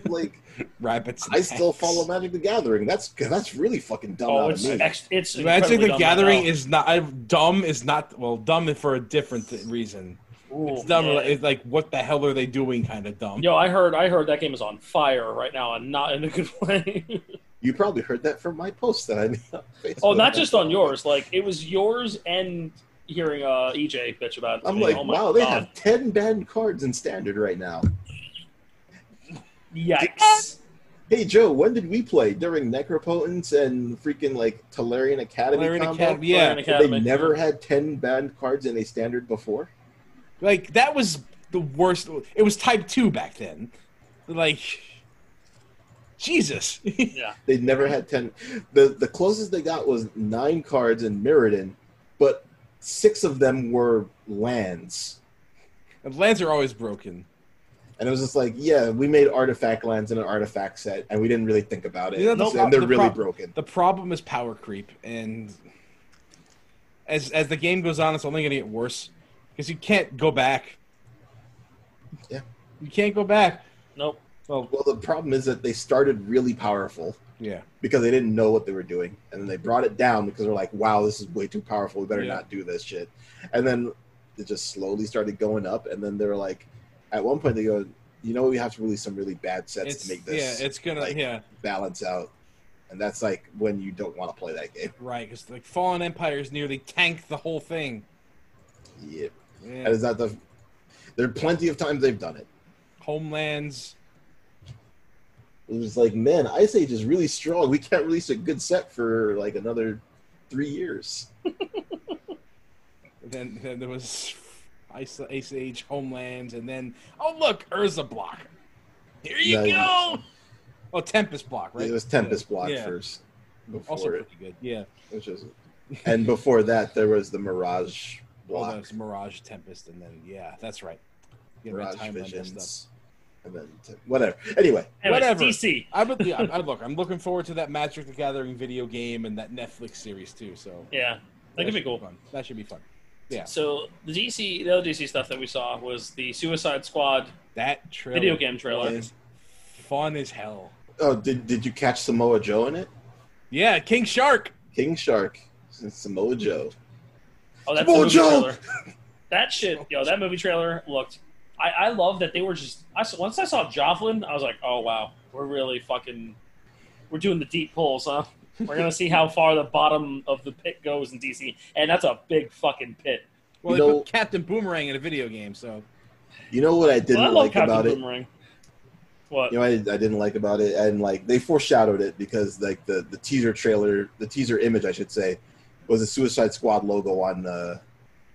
Speaker 1: Like,
Speaker 2: Rabbits. and
Speaker 1: I still
Speaker 2: hacks.
Speaker 1: follow Magic the Gathering. That's that's really fucking dumb
Speaker 3: Oh,
Speaker 1: out
Speaker 3: it's
Speaker 1: of me.
Speaker 3: ex- it's
Speaker 2: Magic
Speaker 3: incredibly
Speaker 2: the
Speaker 3: dumb
Speaker 2: Gathering
Speaker 3: right
Speaker 2: is not I, dumb. Is not well dumb for a different th- reason.
Speaker 3: now. Ooh,
Speaker 2: It's dumb.
Speaker 3: yeah.
Speaker 2: like- It's like what the hell are they doing? Kind of dumb.
Speaker 3: Yo, I heard I heard that game is on fire right now and not in a good way.
Speaker 1: you probably heard that from my post that I made. On Facebook.
Speaker 3: oh, not just on yours. Like it was yours and hearing uh EJ bitch about. it.
Speaker 1: I'm
Speaker 3: Oh
Speaker 1: like,
Speaker 3: my
Speaker 1: wow, they
Speaker 3: God.
Speaker 1: have ten banned cards in standard right now.
Speaker 3: yikes.
Speaker 1: Hey Joe, when did we play during Necropotence and freaking like Talarian Academy?
Speaker 2: Valerian
Speaker 1: combo?
Speaker 2: Academy,
Speaker 3: Fire
Speaker 2: yeah.
Speaker 3: in
Speaker 1: They
Speaker 3: Academy.
Speaker 1: never had ten banned cards in a standard before.
Speaker 2: Like that was the worst. It was Type Two back then. Like Jesus.
Speaker 3: Yeah.
Speaker 1: They never had ten. The the closest they got was nine cards in Mirrodin, but six of them were lands.
Speaker 2: And lands are always broken.
Speaker 1: And it was just like, yeah, we made artifact lands in an artifact set, and we didn't really think about it.
Speaker 2: You know, the
Speaker 1: and
Speaker 2: prob-
Speaker 1: they're
Speaker 2: the
Speaker 1: really
Speaker 2: prob-
Speaker 1: broken.
Speaker 2: The problem is power creep, and as as the game goes on, it's only going to get worse because you can't go back.
Speaker 1: Yeah.
Speaker 2: you can't go back.
Speaker 3: Nope.
Speaker 2: Well,
Speaker 1: Well, the problem is that they started really powerful
Speaker 2: yeah,
Speaker 1: because they didn't know what they were doing, and then they brought it down because they're like, wow, this is way too powerful. We better
Speaker 2: Yeah.
Speaker 1: not do this shit. And then it just slowly started going up, and then they were like, at one point they go, you know, we have to release some really bad sets
Speaker 2: it's
Speaker 1: to make this
Speaker 2: yeah, it's gonna
Speaker 1: like-
Speaker 2: yeah,
Speaker 1: balance out. And that's like when you don't want to play that game.
Speaker 2: right. Because like Fallen Empires nearly tanked the whole thing.
Speaker 1: Yeah,
Speaker 2: Yeah.
Speaker 1: that is not the. There are plenty of times they've done it.
Speaker 2: Homelands.
Speaker 1: it was like, man, Ice Age is really strong. We can't release a good set for like another three years.
Speaker 2: Then then there was Ice, Ice Age Homelands, and then oh look, Urza block. Here you
Speaker 1: Nice.
Speaker 2: go. Oh, Tempest block, right?
Speaker 1: It was Tempest Block
Speaker 2: Yeah.
Speaker 1: first, before
Speaker 2: Also
Speaker 1: it,
Speaker 2: pretty good. Yeah.
Speaker 1: which is, and before that there was the Mirage
Speaker 2: Well,
Speaker 1: Block,
Speaker 2: that's Mirage Tempest, and then yeah, that's right. Get my
Speaker 1: Mirage
Speaker 2: timeline messed up.
Speaker 1: Visions, and then Tem- whatever. Anyway,
Speaker 3: Anyways,
Speaker 2: Whatever.
Speaker 3: DC.
Speaker 2: I would, yeah, I, I- look. I'm looking forward to that Magic the Gathering video game and that Netflix series too. So
Speaker 3: Yeah. That could be
Speaker 2: should
Speaker 3: cool.
Speaker 2: Fun. That should be fun. Yeah.
Speaker 3: So the DC, the other DC stuff that we saw was the Suicide Squad
Speaker 2: That trailer.
Speaker 3: video game trailer.
Speaker 1: Yeah.
Speaker 2: is fun as hell.
Speaker 1: oh, did did you catch Samoa Joe in it?
Speaker 2: Yeah, King Shark.
Speaker 1: King Shark, Samoa Joe.
Speaker 3: Oh,
Speaker 1: Samoa
Speaker 3: that's the movie
Speaker 1: Joe!
Speaker 3: trailer. That shit, yo, that movie trailer looked. I, I love that they were just. I s once I saw Joplin, I was like, oh wow, we're really fucking. We're doing the deep pulls, huh? We're gonna see how far the bottom of the pit goes in DC, and that's a big fucking pit.
Speaker 2: Well,
Speaker 1: You
Speaker 2: they
Speaker 1: know-
Speaker 2: put Captain Boomerang in a video game, so
Speaker 1: You know what I didn't
Speaker 3: Well, I love
Speaker 1: like
Speaker 3: Captain
Speaker 1: about it?
Speaker 3: Boomerang. What?
Speaker 1: you know, I, I didn't like about it, and like they foreshadowed it because like the the teaser trailer, the teaser image, I should say, was a Suicide Squad logo on uh,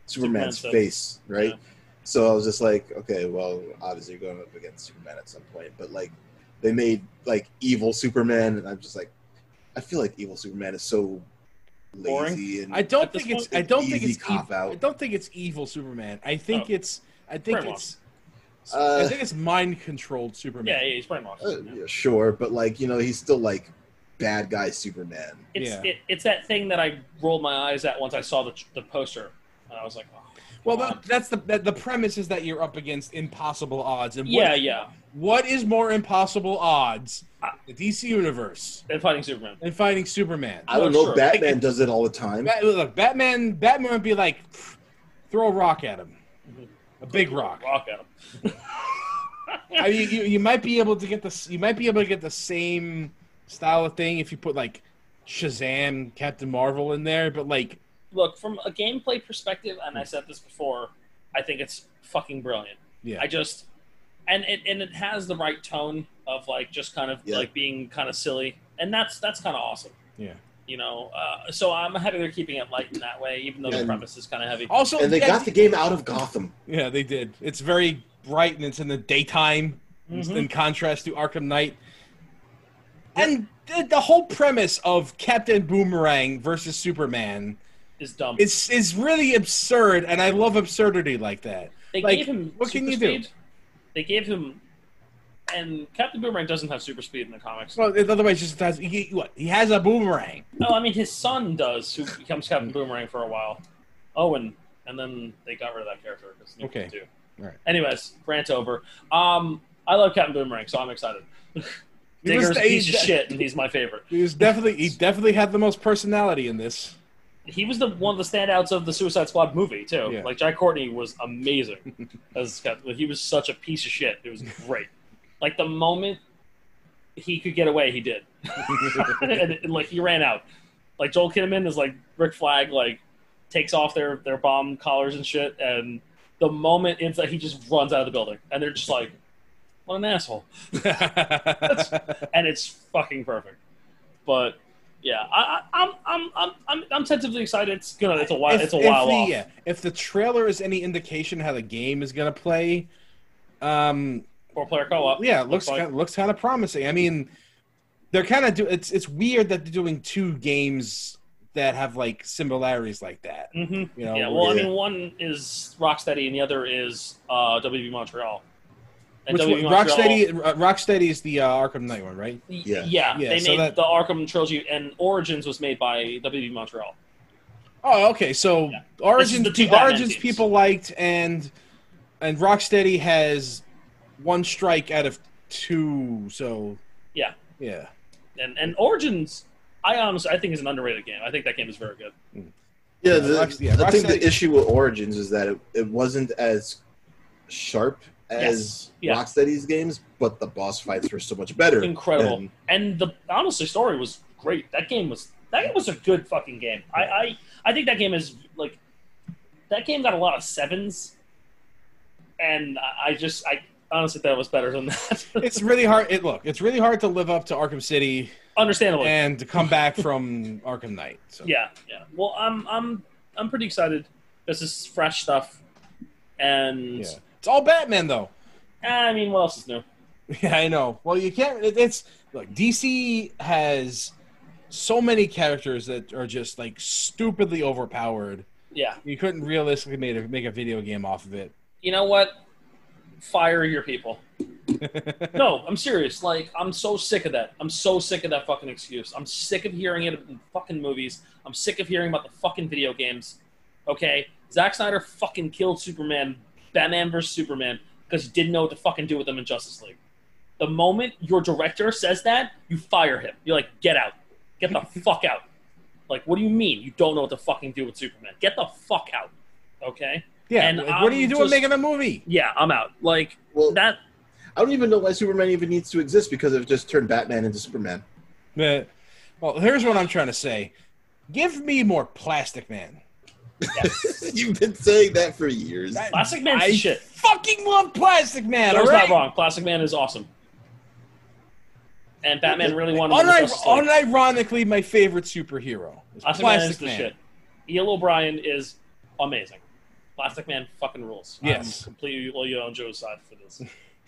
Speaker 1: Superman's
Speaker 3: Superman's
Speaker 1: face, right?
Speaker 3: Yeah.
Speaker 1: So I was just like, okay, well, obviously you're going up against Superman at some point, but like they made like evil Superman, and I'm just like, I feel like evil Superman is so lazy
Speaker 3: Boring.
Speaker 1: and
Speaker 2: I don't
Speaker 3: At this
Speaker 2: think it's.
Speaker 3: point,
Speaker 2: I don't think
Speaker 1: easy
Speaker 2: it's.
Speaker 1: cop
Speaker 2: ev-
Speaker 1: out.
Speaker 2: I don't think it's evil Superman. I think
Speaker 3: Oh.
Speaker 2: it's. I think
Speaker 3: Brainwashed.
Speaker 2: it's.
Speaker 1: Uh,
Speaker 2: I think it's mind controlled Superman.
Speaker 3: yeah, yeah, he's brainwashed.
Speaker 1: uh,
Speaker 3: Yeah.
Speaker 1: yeah, sure, but like you know, he's still like bad guy Superman.
Speaker 3: It's
Speaker 2: Yeah.
Speaker 3: it, it's that thing that I rolled my eyes at once I saw the the poster, and I was like, oh,
Speaker 2: Well,
Speaker 3: come on.
Speaker 2: that, that's the that, the premise is that you're up against impossible odds, and what,
Speaker 3: yeah, yeah,
Speaker 2: what is more impossible odds?
Speaker 3: Ah.
Speaker 2: The DC universe
Speaker 3: and fighting Superman.
Speaker 2: and fighting Superman.
Speaker 1: I don't
Speaker 3: No,
Speaker 1: know.
Speaker 3: sure.
Speaker 1: Batman does it all the time.
Speaker 2: Bat, look, Batman. Batman would be like, "Pff, throw a rock at him,
Speaker 3: Mhm.
Speaker 2: a big rock.
Speaker 3: Rock at him.
Speaker 2: I mean, you, you might be able to get this. You might be able to get the same style of thing if you put like Shazam, Captain Marvel in there, but like
Speaker 3: Look, from a gameplay perspective, and
Speaker 2: Hmm.
Speaker 3: I said this before, I think it's fucking brilliant.
Speaker 2: yeah,
Speaker 3: I just and it and it has the right tone of like just kind of
Speaker 1: Yeah.
Speaker 3: like being kind of silly, and that's that's kind of awesome.
Speaker 2: yeah.
Speaker 3: You you know. Uh, so I'm happy they're keeping it light in that way, even though the
Speaker 1: And-
Speaker 3: premise is kind of heavy.
Speaker 2: Also,
Speaker 1: and they
Speaker 2: yeah,
Speaker 1: got the game out of Gotham.
Speaker 2: yeah, they did. It's very bright and it's in the daytime, in-
Speaker 3: Mhm.
Speaker 2: in contrast to Arkham Knight. And the, the whole premise of Captain Boomerang versus Superman
Speaker 3: It's dumb.
Speaker 2: is is really absurd, and I love absurdity like that.
Speaker 3: they
Speaker 2: like,
Speaker 3: gave him
Speaker 2: what can
Speaker 3: super
Speaker 2: you do?
Speaker 3: speed. They gave him, and Captain Boomerang doesn't have super speed in the comics.
Speaker 2: Well, in other ways, just has, he, what he has a boomerang.
Speaker 3: No, I mean his son does, who becomes Captain Boomerang for a while. Owen, and then they got rid of that character because
Speaker 2: Okay.
Speaker 3: Too.
Speaker 2: Alright.
Speaker 3: Anyways, rant over. Um, I love Captain Boomerang, so I'm excited.
Speaker 2: He was-
Speaker 3: Digger's a
Speaker 2: he-
Speaker 3: piece of shit, and he's my favorite.
Speaker 2: He was definitely he definitely had the most personality in this.
Speaker 3: He was the one of the standouts of the Suicide Squad movie too.
Speaker 2: Yeah.
Speaker 3: Like Jack Courtney was amazing as Captain. He was such a piece of shit. It was great. like the moment he could get away, he did. and, and, like he ran out. Like Joel Kinnaman is like Rick Flag, like takes off their their bomb collars and shit, and the moment it's like he just runs out of the building, and they're just like, "What an asshole!" And it's fucking perfect. But yeah, I, I, I'm I'm I'm I'm I'm tentatively excited. It's gonna it's a while it's a while
Speaker 2: the,
Speaker 3: off.
Speaker 2: yeah, if the trailer is any indication how the game is gonna play, um,
Speaker 3: Four player co-op.
Speaker 2: yeah, it looks
Speaker 3: Looks like-
Speaker 2: kinda, looks kind of promising. I mean, they're kind of do. It's it's weird that they're doing two games that have like similarities like that.
Speaker 3: hmm
Speaker 2: You know,
Speaker 3: yeah, well, I
Speaker 1: yeah.
Speaker 3: mean, one is Rocksteady and the other is uh, WB Montreal. And
Speaker 2: which one,
Speaker 3: WB Montreal-
Speaker 2: Rocksteady uh, Rocksteady is the uh, Arkham Knight one, right?
Speaker 3: Y-
Speaker 1: Yeah.
Speaker 3: Yeah,
Speaker 2: Yeah,
Speaker 3: they
Speaker 2: so
Speaker 3: made
Speaker 2: that-
Speaker 3: the Arkham trilogy, and Origins was made by WB Montreal.
Speaker 2: Oh, okay. So
Speaker 3: Yeah.
Speaker 2: Origins,
Speaker 3: This is the two Batman
Speaker 2: Origins
Speaker 3: teams.
Speaker 2: people liked, and and Rocksteady has one strike out of two. So
Speaker 3: Yeah.
Speaker 2: yeah.
Speaker 3: And and Origins, I honestly I think is an underrated game. I think that game is very good.
Speaker 1: Yeah,
Speaker 2: Yeah,
Speaker 1: the,
Speaker 2: Rockst- yeah,
Speaker 1: I think
Speaker 2: Rocksteady-
Speaker 1: the issue with Origins is that it, it wasn't as sharp as
Speaker 3: Yes. Yeah.
Speaker 1: Rocksteady's games, but the boss fights were so much better.
Speaker 3: Incredible.
Speaker 1: than-
Speaker 3: And the honestly story was great. That game was that was a good fucking game. I I, I think that game is like that game got a lot of sevens, and I I just I honestly that was better than that.
Speaker 2: It's really hard. It look. It's really hard to live up to Arkham City
Speaker 3: Understandably.
Speaker 2: and to come back from Arkham Knight. So.
Speaker 3: Yeah, yeah. Well, I'm I'm I'm pretty excited. This is fresh stuff, and
Speaker 2: Yeah. It's all Batman though.
Speaker 3: I mean, what else is new?
Speaker 2: Yeah, I know. Well, you can't. It, it's look. DC has so many characters that are just like stupidly overpowered.
Speaker 3: Yeah,
Speaker 2: You couldn't realistically make a, make a video game off of it.
Speaker 3: you know what? Fire your people. no, I'm serious. Like, I'm so sick of that. I'm so sick of that fucking excuse. I'm sick of hearing it in fucking movies. I'm sick of hearing about the fucking video games. Okay, Zack Snyder fucking killed Superman, Batman versus Superman, because he didn't know what to fucking do with them in Justice League. The moment your director says that, you fire him. You're like, get out, get the fuck out. Like, what do you mean you don't know what to fucking do with Superman? Get the fuck out. Okay.
Speaker 2: Yeah,
Speaker 3: And
Speaker 2: like, what are
Speaker 3: I'm
Speaker 2: you doing
Speaker 3: just-
Speaker 2: making a movie?
Speaker 3: Yeah, I'm out. Like
Speaker 1: Well,
Speaker 3: that.
Speaker 1: I don't even know why Superman even needs to exist because it just turned Batman into Superman.
Speaker 2: Uh, Well, here's what I'm trying to say: give me more Plastic Man.
Speaker 1: You've been saying that for years.
Speaker 2: That-
Speaker 3: Plastic Man's
Speaker 2: I
Speaker 3: shit.
Speaker 2: Fucking love Plastic Man.
Speaker 3: Thor's
Speaker 2: all right?
Speaker 3: not wrong. Plastic Man is awesome. And Batman really wanted to win the
Speaker 2: Unir-
Speaker 3: Justice League.
Speaker 2: unironically, my favorite superhero is Plastic
Speaker 3: Plastic Man is the
Speaker 2: Man.
Speaker 3: shit. Ian O'Brien is amazing. Plastic Man fucking rules.
Speaker 2: Yes.
Speaker 3: I'm completely well, on Joe's side for this.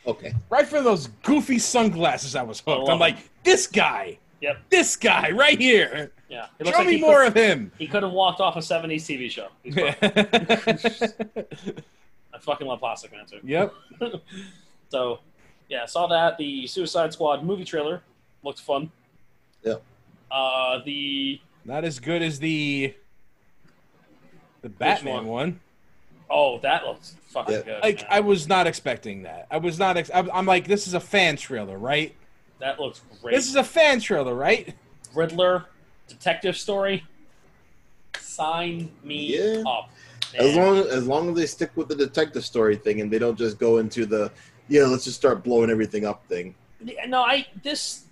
Speaker 1: Okay.
Speaker 2: Right from those goofy sunglasses, I was
Speaker 3: I
Speaker 2: hooked.
Speaker 3: love
Speaker 2: I'm like, this guy.
Speaker 3: Yep.
Speaker 2: This guy right here.
Speaker 3: Yeah. It
Speaker 2: Show
Speaker 3: looks like
Speaker 2: me
Speaker 3: he
Speaker 2: more
Speaker 3: Could,
Speaker 2: of him.
Speaker 3: he could have walked off a 70s TV show. He's perfect. I fucking love Plastic Man too.
Speaker 2: yep.
Speaker 3: So, yeah, saw that. The Suicide Squad movie trailer looked fun.
Speaker 1: Yep.
Speaker 3: Uh, the
Speaker 2: Not as good as the the Batman
Speaker 3: one?
Speaker 2: one.
Speaker 3: oh, that looks fucking
Speaker 1: Yeah.
Speaker 3: good.
Speaker 2: like
Speaker 3: man.
Speaker 2: I was not expecting that. I was not. Ex- I'm I'm like, this is a fan trailer, right?
Speaker 3: that looks great.
Speaker 2: This is a fan trailer, right?
Speaker 3: Riddler detective story. Sign me
Speaker 1: Yeah.
Speaker 3: up.
Speaker 1: As
Speaker 3: man.
Speaker 1: long as long as they stick with the detective story thing and they don't just go into the yeah, let's just start blowing everything up thing.
Speaker 3: no, I this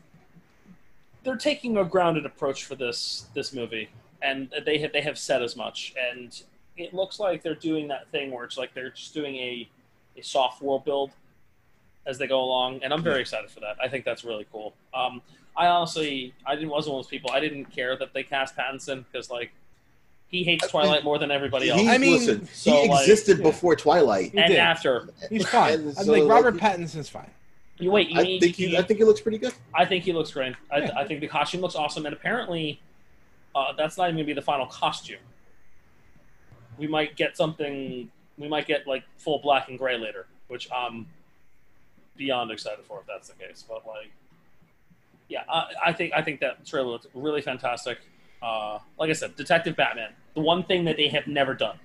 Speaker 3: they're taking a grounded approach for this this movie, and they have they have said as much, and it looks like they're doing that thing where it's like they're just doing a a soft world build as they go along, and I'm very excited for that. I think that's really cool. Um, I honestly, I didn't was one of those people. I didn't care that they cast Pattinson because like he hates
Speaker 1: I think-
Speaker 3: Twilight more than everybody else,
Speaker 1: He,
Speaker 2: I mean,
Speaker 1: listen,
Speaker 3: so,
Speaker 1: he
Speaker 3: like-
Speaker 1: existed
Speaker 2: Yeah.
Speaker 1: before Twilight.
Speaker 2: he
Speaker 3: and
Speaker 2: did.
Speaker 3: after
Speaker 2: He's fine.
Speaker 1: And
Speaker 2: I
Speaker 1: so,
Speaker 2: think Robert
Speaker 1: like,
Speaker 2: Pattinson's fine.
Speaker 3: you wait, you
Speaker 1: I
Speaker 3: mean,
Speaker 1: think
Speaker 3: he,
Speaker 1: he, I think it looks pretty good.
Speaker 3: I think he looks great. I,
Speaker 2: Yeah.
Speaker 3: I think the costume looks awesome, and apparently, uh, that's not even going to be the final costume. We might get something. We might get like full black and gray later, which I'm beyond excited for if that's the case. But like, yeah, I, I think I think that trailer looks really fantastic. Uh, like I said, Detective Batman, the one thing that they have never done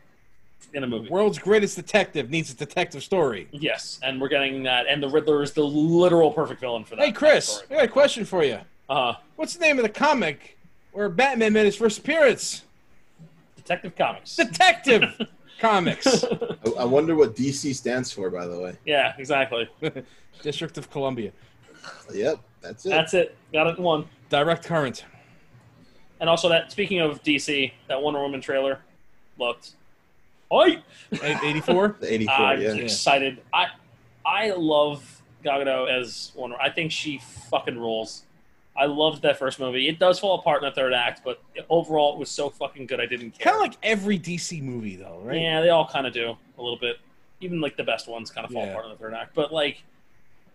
Speaker 3: in a movie.
Speaker 2: World's greatest detective needs a detective story.
Speaker 3: Yes, and we're getting that, and the Riddler is the literal perfect villain for that.
Speaker 2: Hey, Chris, I got a question for you.
Speaker 3: uh,
Speaker 2: What's the name of the comic where Batman made his first appearance?
Speaker 3: Detective Comics.
Speaker 2: Detective Comics,
Speaker 1: I, I wonder what DC stands for, by the way.
Speaker 3: Yeah, exactly.
Speaker 2: District of Columbia,
Speaker 1: Yep, that's it.
Speaker 3: That's it. Got it in one.
Speaker 2: direct current.
Speaker 3: And also that speaking of DC, that Wonder Woman trailer looked Oi!
Speaker 2: Eight- 84?
Speaker 1: the 84,
Speaker 3: I'm
Speaker 1: yeah.
Speaker 3: excited. I I love Gal Gadot as Wonder I think she fucking rules. I loved that first movie. It does fall apart in the third act, but overall it was so fucking good I didn't care.
Speaker 2: kind of like every DC movie, though, right?
Speaker 3: Yeah, they all kind of do a little bit. Even like the best ones kind of fall
Speaker 2: Yeah.
Speaker 3: apart in the third act, but like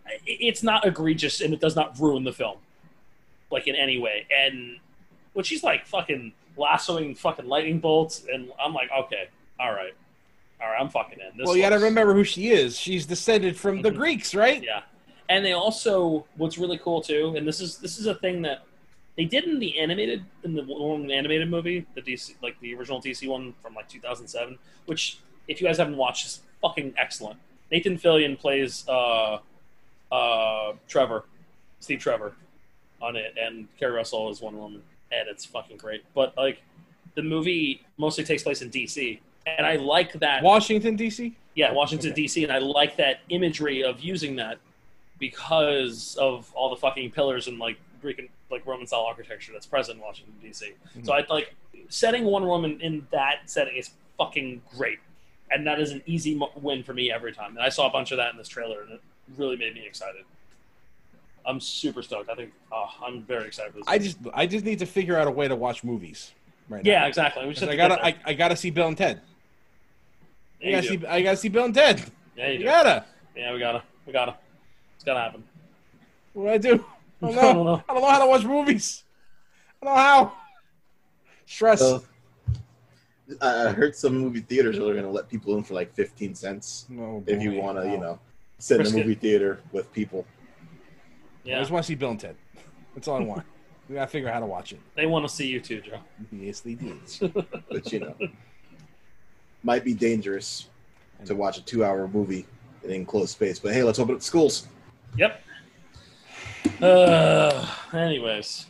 Speaker 3: i- it's not egregious and it does not ruin the film, like in any way. And when she's like fucking lassoing fucking lightning bolts, and I'm like, okay, all right, all right, I'm fucking in. This
Speaker 2: well, you got to
Speaker 3: looks-
Speaker 2: remember who she is. She's descended from the
Speaker 3: Mhm.
Speaker 2: Greeks, right?
Speaker 3: yeah. And they also, what's really cool too, and this is this is a thing that they did in the animated in the one animated movie, the DC like the original DC one from like 2007, which if you guys haven't watched is fucking excellent. Nathan Fillion plays uh, uh, Trevor, Steve Trevor, on it, and Carrie Russell is Wonder Woman, and it's fucking great. But like, the movie mostly takes place in DC, and I like that.
Speaker 2: Washington, D.C.?
Speaker 3: Yeah, Washington
Speaker 2: Okay.
Speaker 3: D.C. and I like that imagery of using that because of all the fucking pillars and like Greek and like Roman style architecture that's present in Washington D.C.
Speaker 2: Mm-hmm.
Speaker 3: So I like setting one woman in that setting is fucking great, and that is an easy mo- win for me every time. And I saw a bunch of that in this trailer, and it really made me excited. I'm super stoked. I think oh, I'm very excited. For this
Speaker 2: I just, I just need to figure out a way to watch movies right
Speaker 3: yeah,
Speaker 2: now.
Speaker 3: exactly. We just
Speaker 2: 'Cause I
Speaker 3: have
Speaker 2: gotta,
Speaker 3: to get
Speaker 2: I, I gotta see Bill and Ted.
Speaker 3: there.
Speaker 2: I
Speaker 3: Yeah,
Speaker 2: gotta
Speaker 3: you do.
Speaker 2: see, I gotta see Bill and Ted.
Speaker 3: yeah, you
Speaker 2: You
Speaker 3: do.
Speaker 2: gotta.
Speaker 3: yeah, we gotta, we gotta. It's gotta happen.
Speaker 2: What do I do? I don't
Speaker 3: I
Speaker 2: know.
Speaker 3: don't know.
Speaker 2: I don't know how to watch movies. I don't know how. Stress.
Speaker 1: So, I I heard some movie theaters are going to let people in for like 15 cents
Speaker 2: Oh,
Speaker 1: if you
Speaker 2: boy.
Speaker 1: want to,
Speaker 2: Oh.
Speaker 1: you know, sit in a
Speaker 3: Risk it.
Speaker 1: movie theater with people.
Speaker 2: I
Speaker 3: Yeah,
Speaker 2: just want to see Bill and Ted. That's all I want. we gotta figure out how to watch it.
Speaker 3: they want to see you too, Joe.
Speaker 2: Yes, they do.
Speaker 1: But, you know, might be dangerous to watch a two hour movie in an enclosed space. But hey, let's open up schools.
Speaker 3: Yep. Uh, anyways.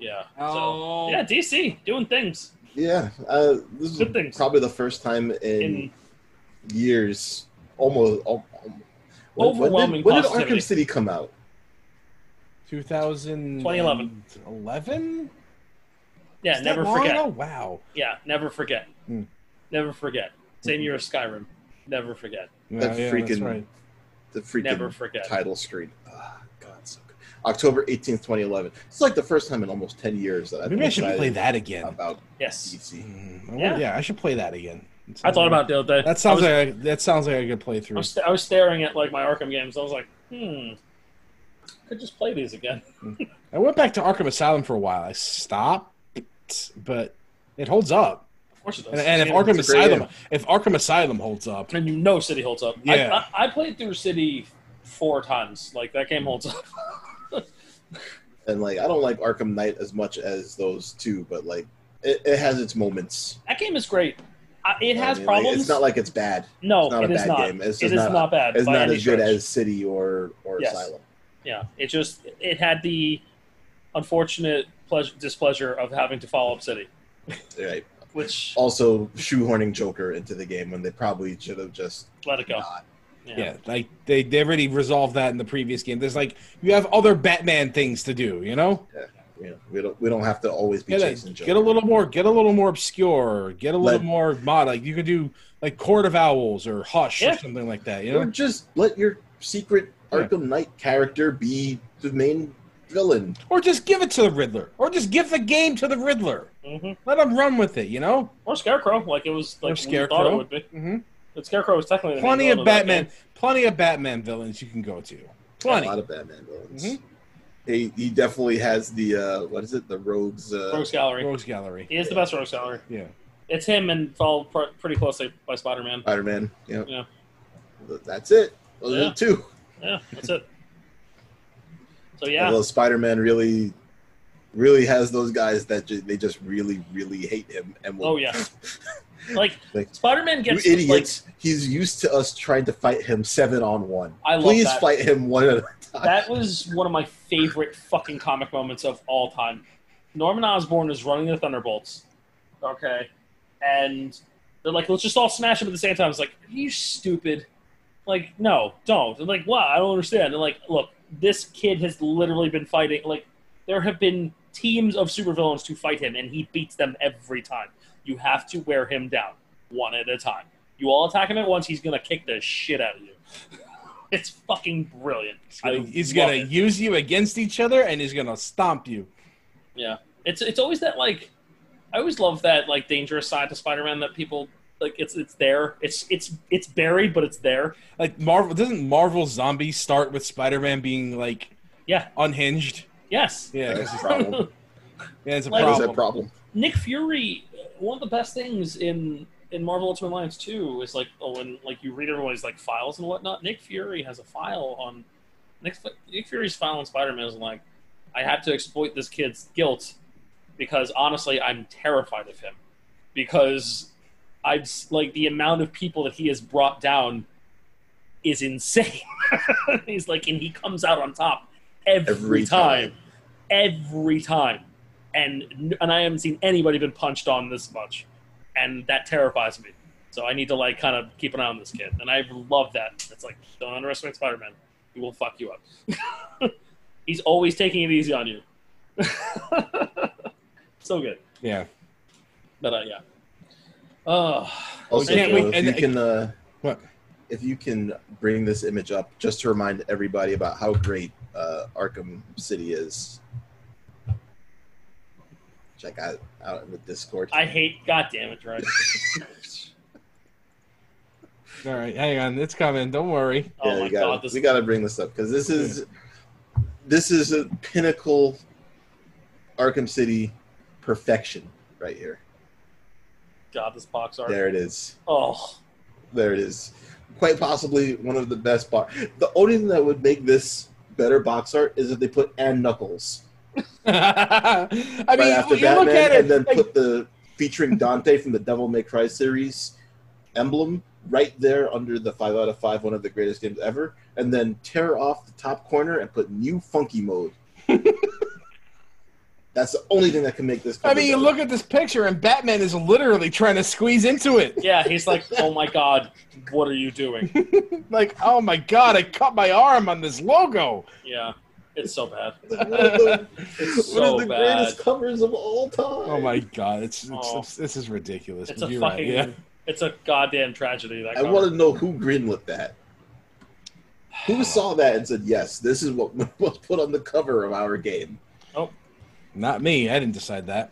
Speaker 3: Yeah. So,
Speaker 2: Oh.
Speaker 3: yeah, DC doing things.
Speaker 1: Yeah, uh, this
Speaker 3: Good
Speaker 1: is
Speaker 3: things.
Speaker 1: probably the first time in
Speaker 3: In
Speaker 1: years, almost. al- al- When, when,
Speaker 3: Overwhelming
Speaker 1: did, when did
Speaker 3: positivity.
Speaker 1: Arkham City come out?
Speaker 2: 2000
Speaker 3: 2011.
Speaker 2: 11?
Speaker 3: yeah,
Speaker 2: Is that
Speaker 3: never
Speaker 2: long
Speaker 3: forget.
Speaker 2: ago? Wow.
Speaker 3: Yeah, never forget.
Speaker 2: Hmm.
Speaker 3: Never forget. Same year as Skyrim. Never forget.
Speaker 1: That
Speaker 2: yeah,
Speaker 1: freaking-
Speaker 2: that's right.
Speaker 1: The freaking
Speaker 3: Never forget.
Speaker 1: title screen. Ah, God, so good. October 18th, 2011. It's like the first time in almost 10 years that I've
Speaker 2: Maybe
Speaker 1: been
Speaker 2: I should
Speaker 1: excited
Speaker 2: play that again.
Speaker 1: about
Speaker 3: Yes.
Speaker 1: DC.
Speaker 2: Mm, I
Speaker 3: Yeah.
Speaker 2: wonder- yeah, I should play that again. It
Speaker 3: I
Speaker 2: sounds
Speaker 3: thought
Speaker 2: like-
Speaker 3: about it the other day.
Speaker 2: that. Sounds
Speaker 3: I was,
Speaker 2: like a, that sounds like a good
Speaker 3: I was,
Speaker 2: playthrough.
Speaker 3: I was staring at like my Arkham games. I was like, hmm, could just play these again.
Speaker 2: I went back to Arkham Asylum for a while. I stopped, but it holds up.
Speaker 3: Of course it does.
Speaker 2: And, and if
Speaker 1: Yeah, it's
Speaker 2: Arkham
Speaker 1: a great
Speaker 2: Asylum, if Arkham Asylum holds up,
Speaker 3: and you know City holds up. I-
Speaker 2: Yeah.
Speaker 3: I, I played through City four times. Like that game holds up.
Speaker 1: And like, I don't like Arkham Knight as much as those two, but like, it, it has its moments.
Speaker 3: That game is great. I, it
Speaker 1: You know what
Speaker 3: has
Speaker 1: I mean? Like,
Speaker 3: problems.
Speaker 1: it's not like it's bad.
Speaker 3: no,
Speaker 1: it's not
Speaker 3: Oh, it
Speaker 1: a
Speaker 3: is
Speaker 1: bad
Speaker 3: not.
Speaker 1: game. It's
Speaker 3: It
Speaker 1: just
Speaker 3: is
Speaker 1: not-
Speaker 3: not bad.
Speaker 1: It's
Speaker 3: by
Speaker 1: not
Speaker 3: any
Speaker 1: as good
Speaker 3: stretch.
Speaker 1: as City or or
Speaker 3: Yes.
Speaker 1: Asylum.
Speaker 3: Yeah, it just it had the unfortunate pleasure, displeasure of having to follow up City,
Speaker 1: Right.
Speaker 3: which
Speaker 1: Also, shoehorning Joker into the game when they probably should have just
Speaker 3: let it go.
Speaker 1: not.
Speaker 3: Yeah.
Speaker 2: yeah, like they they already resolved that in the previous game. There's like you have other Batman things to do, you know.
Speaker 1: You know, we don't we don't have to always be
Speaker 2: Get a,
Speaker 1: chasing Joker.
Speaker 2: get a little more, get a little more obscure, get a little
Speaker 1: Like-
Speaker 2: more mod. Like you could do like Court of Owls or Hush
Speaker 3: Yeah.
Speaker 2: or something like that, you
Speaker 1: Or
Speaker 2: know.
Speaker 1: just let your secret
Speaker 2: Yeah.
Speaker 1: Arkham Knight character be the main villain.
Speaker 2: Or just give it to the Riddler. Or just give the game to the Riddler.
Speaker 3: hmm
Speaker 2: Let him run with it, you know?
Speaker 3: Or Scarecrow, like it was
Speaker 2: Or
Speaker 3: like we thought
Speaker 2: Scarecrow.
Speaker 3: it would be.
Speaker 2: hmm
Speaker 3: But Scarecrow was technically the main
Speaker 2: Plenty
Speaker 3: villain
Speaker 2: of
Speaker 3: that
Speaker 2: Batman.
Speaker 3: game.
Speaker 2: Plenty of Batman villains you can go to.
Speaker 1: A lot
Speaker 2: Plenty.
Speaker 1: of Batman villains.
Speaker 3: Mm-hmm.
Speaker 2: Mhm.
Speaker 1: He he definitely has the uh, what is it? The rogues. Uh,
Speaker 3: Rogues Gallery.
Speaker 2: Rogues Gallery.
Speaker 3: He is the best Rogues Gallery.
Speaker 2: Yeah.
Speaker 3: It's him and followed pr- pretty closely by Spider Man.
Speaker 1: Spider-Man. Yep.
Speaker 3: Yeah.
Speaker 1: Th- That's it. Those
Speaker 3: Yeah.
Speaker 1: are the two.
Speaker 3: Yeah, that's it. So yeah,
Speaker 1: Although Spider-Man really, really has those guys that ju- they just really, really hate him and will
Speaker 3: Oh, yeah. like
Speaker 1: Like,
Speaker 3: Spider Man
Speaker 1: You
Speaker 3: gets
Speaker 1: idiots! He's used to us trying to fight him seven on one.
Speaker 3: I love
Speaker 1: Please
Speaker 3: that.
Speaker 1: fight him one at a time.
Speaker 3: Like, that was one of my favorite fucking comic moments of all time. Norman Osborn is running the Thunderbolts, okay, and they're like, "Let's just all smash him at the same time." It's like, "Are you stupid?" Like, no, don't. They're like, "What? I don't understand." They're like, "Look, this kid has literally been fighting. Like, there have been teams of supervillains to fight him, and he beats them every time. You have to wear him down one at a time. You all attack him at once, he's gonna kick the shit out of you." It's fucking brilliant. I
Speaker 2: He's
Speaker 3: love
Speaker 2: gonna
Speaker 3: it.
Speaker 2: use you against each other, and he's gonna stomp you.
Speaker 3: Yeah, it's it's always that like, I always love that like dangerous side to Spider-Man that people like. It's it's there. It's it's it's buried, but it's there.
Speaker 2: Like Marvel doesn't Marvel Zombie start with Spider-Man being like
Speaker 3: Yeah.
Speaker 2: unhinged?
Speaker 3: Yes.
Speaker 2: Yeah, 'cause
Speaker 1: That's a
Speaker 2: he's-
Speaker 1: problem.
Speaker 2: yeah, it's a
Speaker 3: Like-
Speaker 1: That was
Speaker 2: problem.
Speaker 1: that problem?
Speaker 3: Nick Fury. One of the best things in in Marvel Ultimate Alliance 2 is like oh, when like you read everybody's like files and whatnot. Nick Fury has a file on Nick, Nick Fury's file on Spider-Man is like, I had to exploit this kid's guilt because honestly, I'm terrified of him because I've s- like the amount of people that he has brought down is insane. He's like, and he comes out on top every,
Speaker 1: Every
Speaker 3: time.
Speaker 1: time.
Speaker 3: every time, and n- and I haven't seen anybody been punched on this much, and that terrifies me. So I need to like kind of keep an eye on this kid, and I love that. It's like don't underestimate Spider-Man; he will fuck you up. He's always taking it easy on you. so good,
Speaker 2: Yeah.
Speaker 3: but uh, yeah. Oh,
Speaker 1: Also,
Speaker 2: can't
Speaker 1: Joe,
Speaker 2: we-
Speaker 1: if
Speaker 2: and-
Speaker 1: you can, uh,
Speaker 2: What?
Speaker 1: if you can bring this image up, just to remind everybody about how great uh, Arkham City is. Check out out in the Discord.
Speaker 3: I hate. God damn it, right?
Speaker 2: All right, hang on, it's coming. Don't worry.
Speaker 3: Oh
Speaker 1: yeah,
Speaker 3: my
Speaker 1: we gotta,
Speaker 3: god, this
Speaker 1: we gotta bring this up because this is this is a pinnacle Arkham City perfection right here.
Speaker 3: god, this box art.
Speaker 1: There it is.
Speaker 3: Oh,
Speaker 1: There it is. Quite possibly one of the best box. The only thing that would make this better box art is if they put and Knuckles
Speaker 2: I mean,
Speaker 1: right after
Speaker 2: you look
Speaker 1: Batman,
Speaker 2: at it.
Speaker 1: and then
Speaker 2: like,
Speaker 1: put the featuring Dante from the Devil May Cry series emblem right there under the five out of five, one of the greatest games ever, and then tear off the top corner and put new funky mode. That's the only thing that can make this.
Speaker 2: I mean, you
Speaker 1: cover
Speaker 2: look at this picture, and Batman is literally trying to squeeze into it.
Speaker 3: yeah. He's like, oh my god, what are you doing?
Speaker 2: Like, oh my god, I cut my arm on this logo.
Speaker 3: Yeah, it's so bad.
Speaker 1: better. One of the,
Speaker 3: It's
Speaker 1: one
Speaker 3: so
Speaker 1: of the
Speaker 3: bad.
Speaker 1: greatest covers of all time.
Speaker 2: Oh my god, it's, it's,
Speaker 3: Oh.
Speaker 2: this is ridiculous.
Speaker 3: It's
Speaker 2: but
Speaker 3: a
Speaker 2: you're
Speaker 3: fucking.
Speaker 2: right, yeah.
Speaker 3: It's a goddamn tragedy. That
Speaker 1: I
Speaker 3: cover.
Speaker 1: want to know who greenlit that. Who saw that and said, "Yes, this is what was put on the cover of our game."
Speaker 2: Not me. I didn't decide that.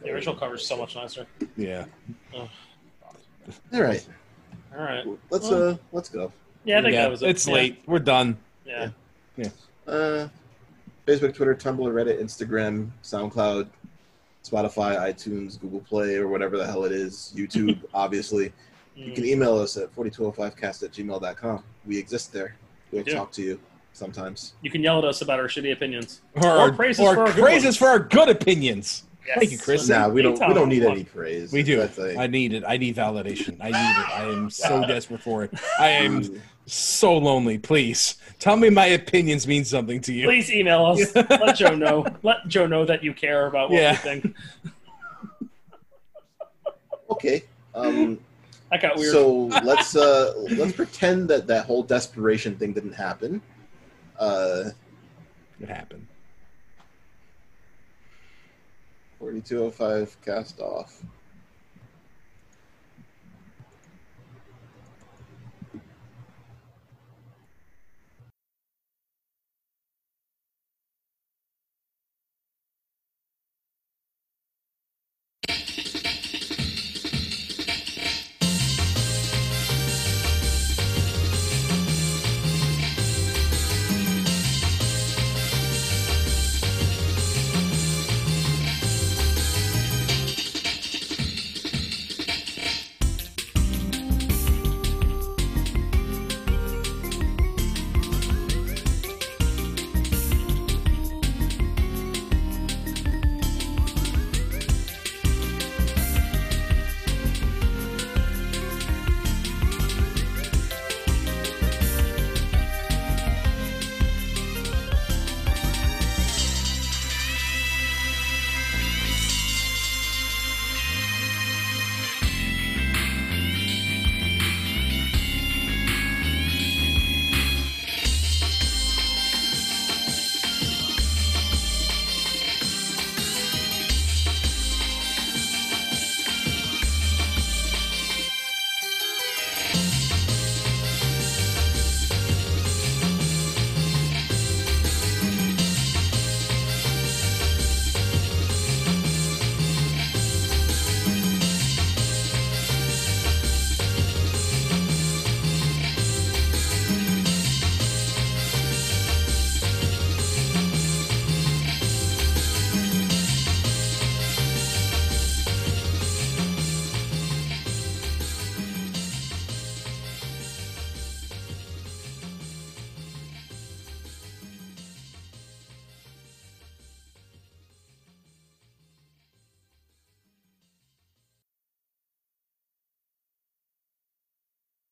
Speaker 3: The original cover is so much nicer.
Speaker 2: Yeah.
Speaker 1: All right,
Speaker 3: All right.
Speaker 1: let's uh, let's go.
Speaker 3: Yeah, I think
Speaker 2: yeah
Speaker 3: that was it.
Speaker 2: it's
Speaker 3: Yeah,
Speaker 2: late. We're done.
Speaker 3: Yeah.
Speaker 1: Uh, Facebook, Twitter, Tumblr, Reddit, Instagram, SoundCloud, Spotify, iTunes, Google Play, or whatever the hell it is. YouTube, obviously. You can
Speaker 3: Mm.
Speaker 1: email us at 4205cast at gmail.com. We exist there. We'll
Speaker 3: Yeah.
Speaker 1: talk to you sometimes.
Speaker 3: You can yell at us about our shitty opinions.
Speaker 2: Or,
Speaker 3: Or praises
Speaker 2: or
Speaker 3: for our good
Speaker 2: praises
Speaker 3: ones.
Speaker 2: for our good opinions.
Speaker 3: Yes.
Speaker 2: Thank you, Chris.
Speaker 1: Nah, we don't. We
Speaker 3: Anytime.
Speaker 1: don't need any praise.
Speaker 2: We do.
Speaker 1: That's a-
Speaker 2: I need it. I need validation. I need it. I am so desperate for it. I am
Speaker 1: mm,
Speaker 2: so lonely. Please tell me my opinions mean something to you.
Speaker 3: Please email us. Let Joe know. Let Joe know that you care about what
Speaker 2: Yeah.
Speaker 3: we think.
Speaker 1: okay. Um,
Speaker 3: That got weird.
Speaker 1: So let's uh, let's pretend that that whole desperation thing didn't happen. Uh,
Speaker 2: It happened.
Speaker 1: 4205 cast off.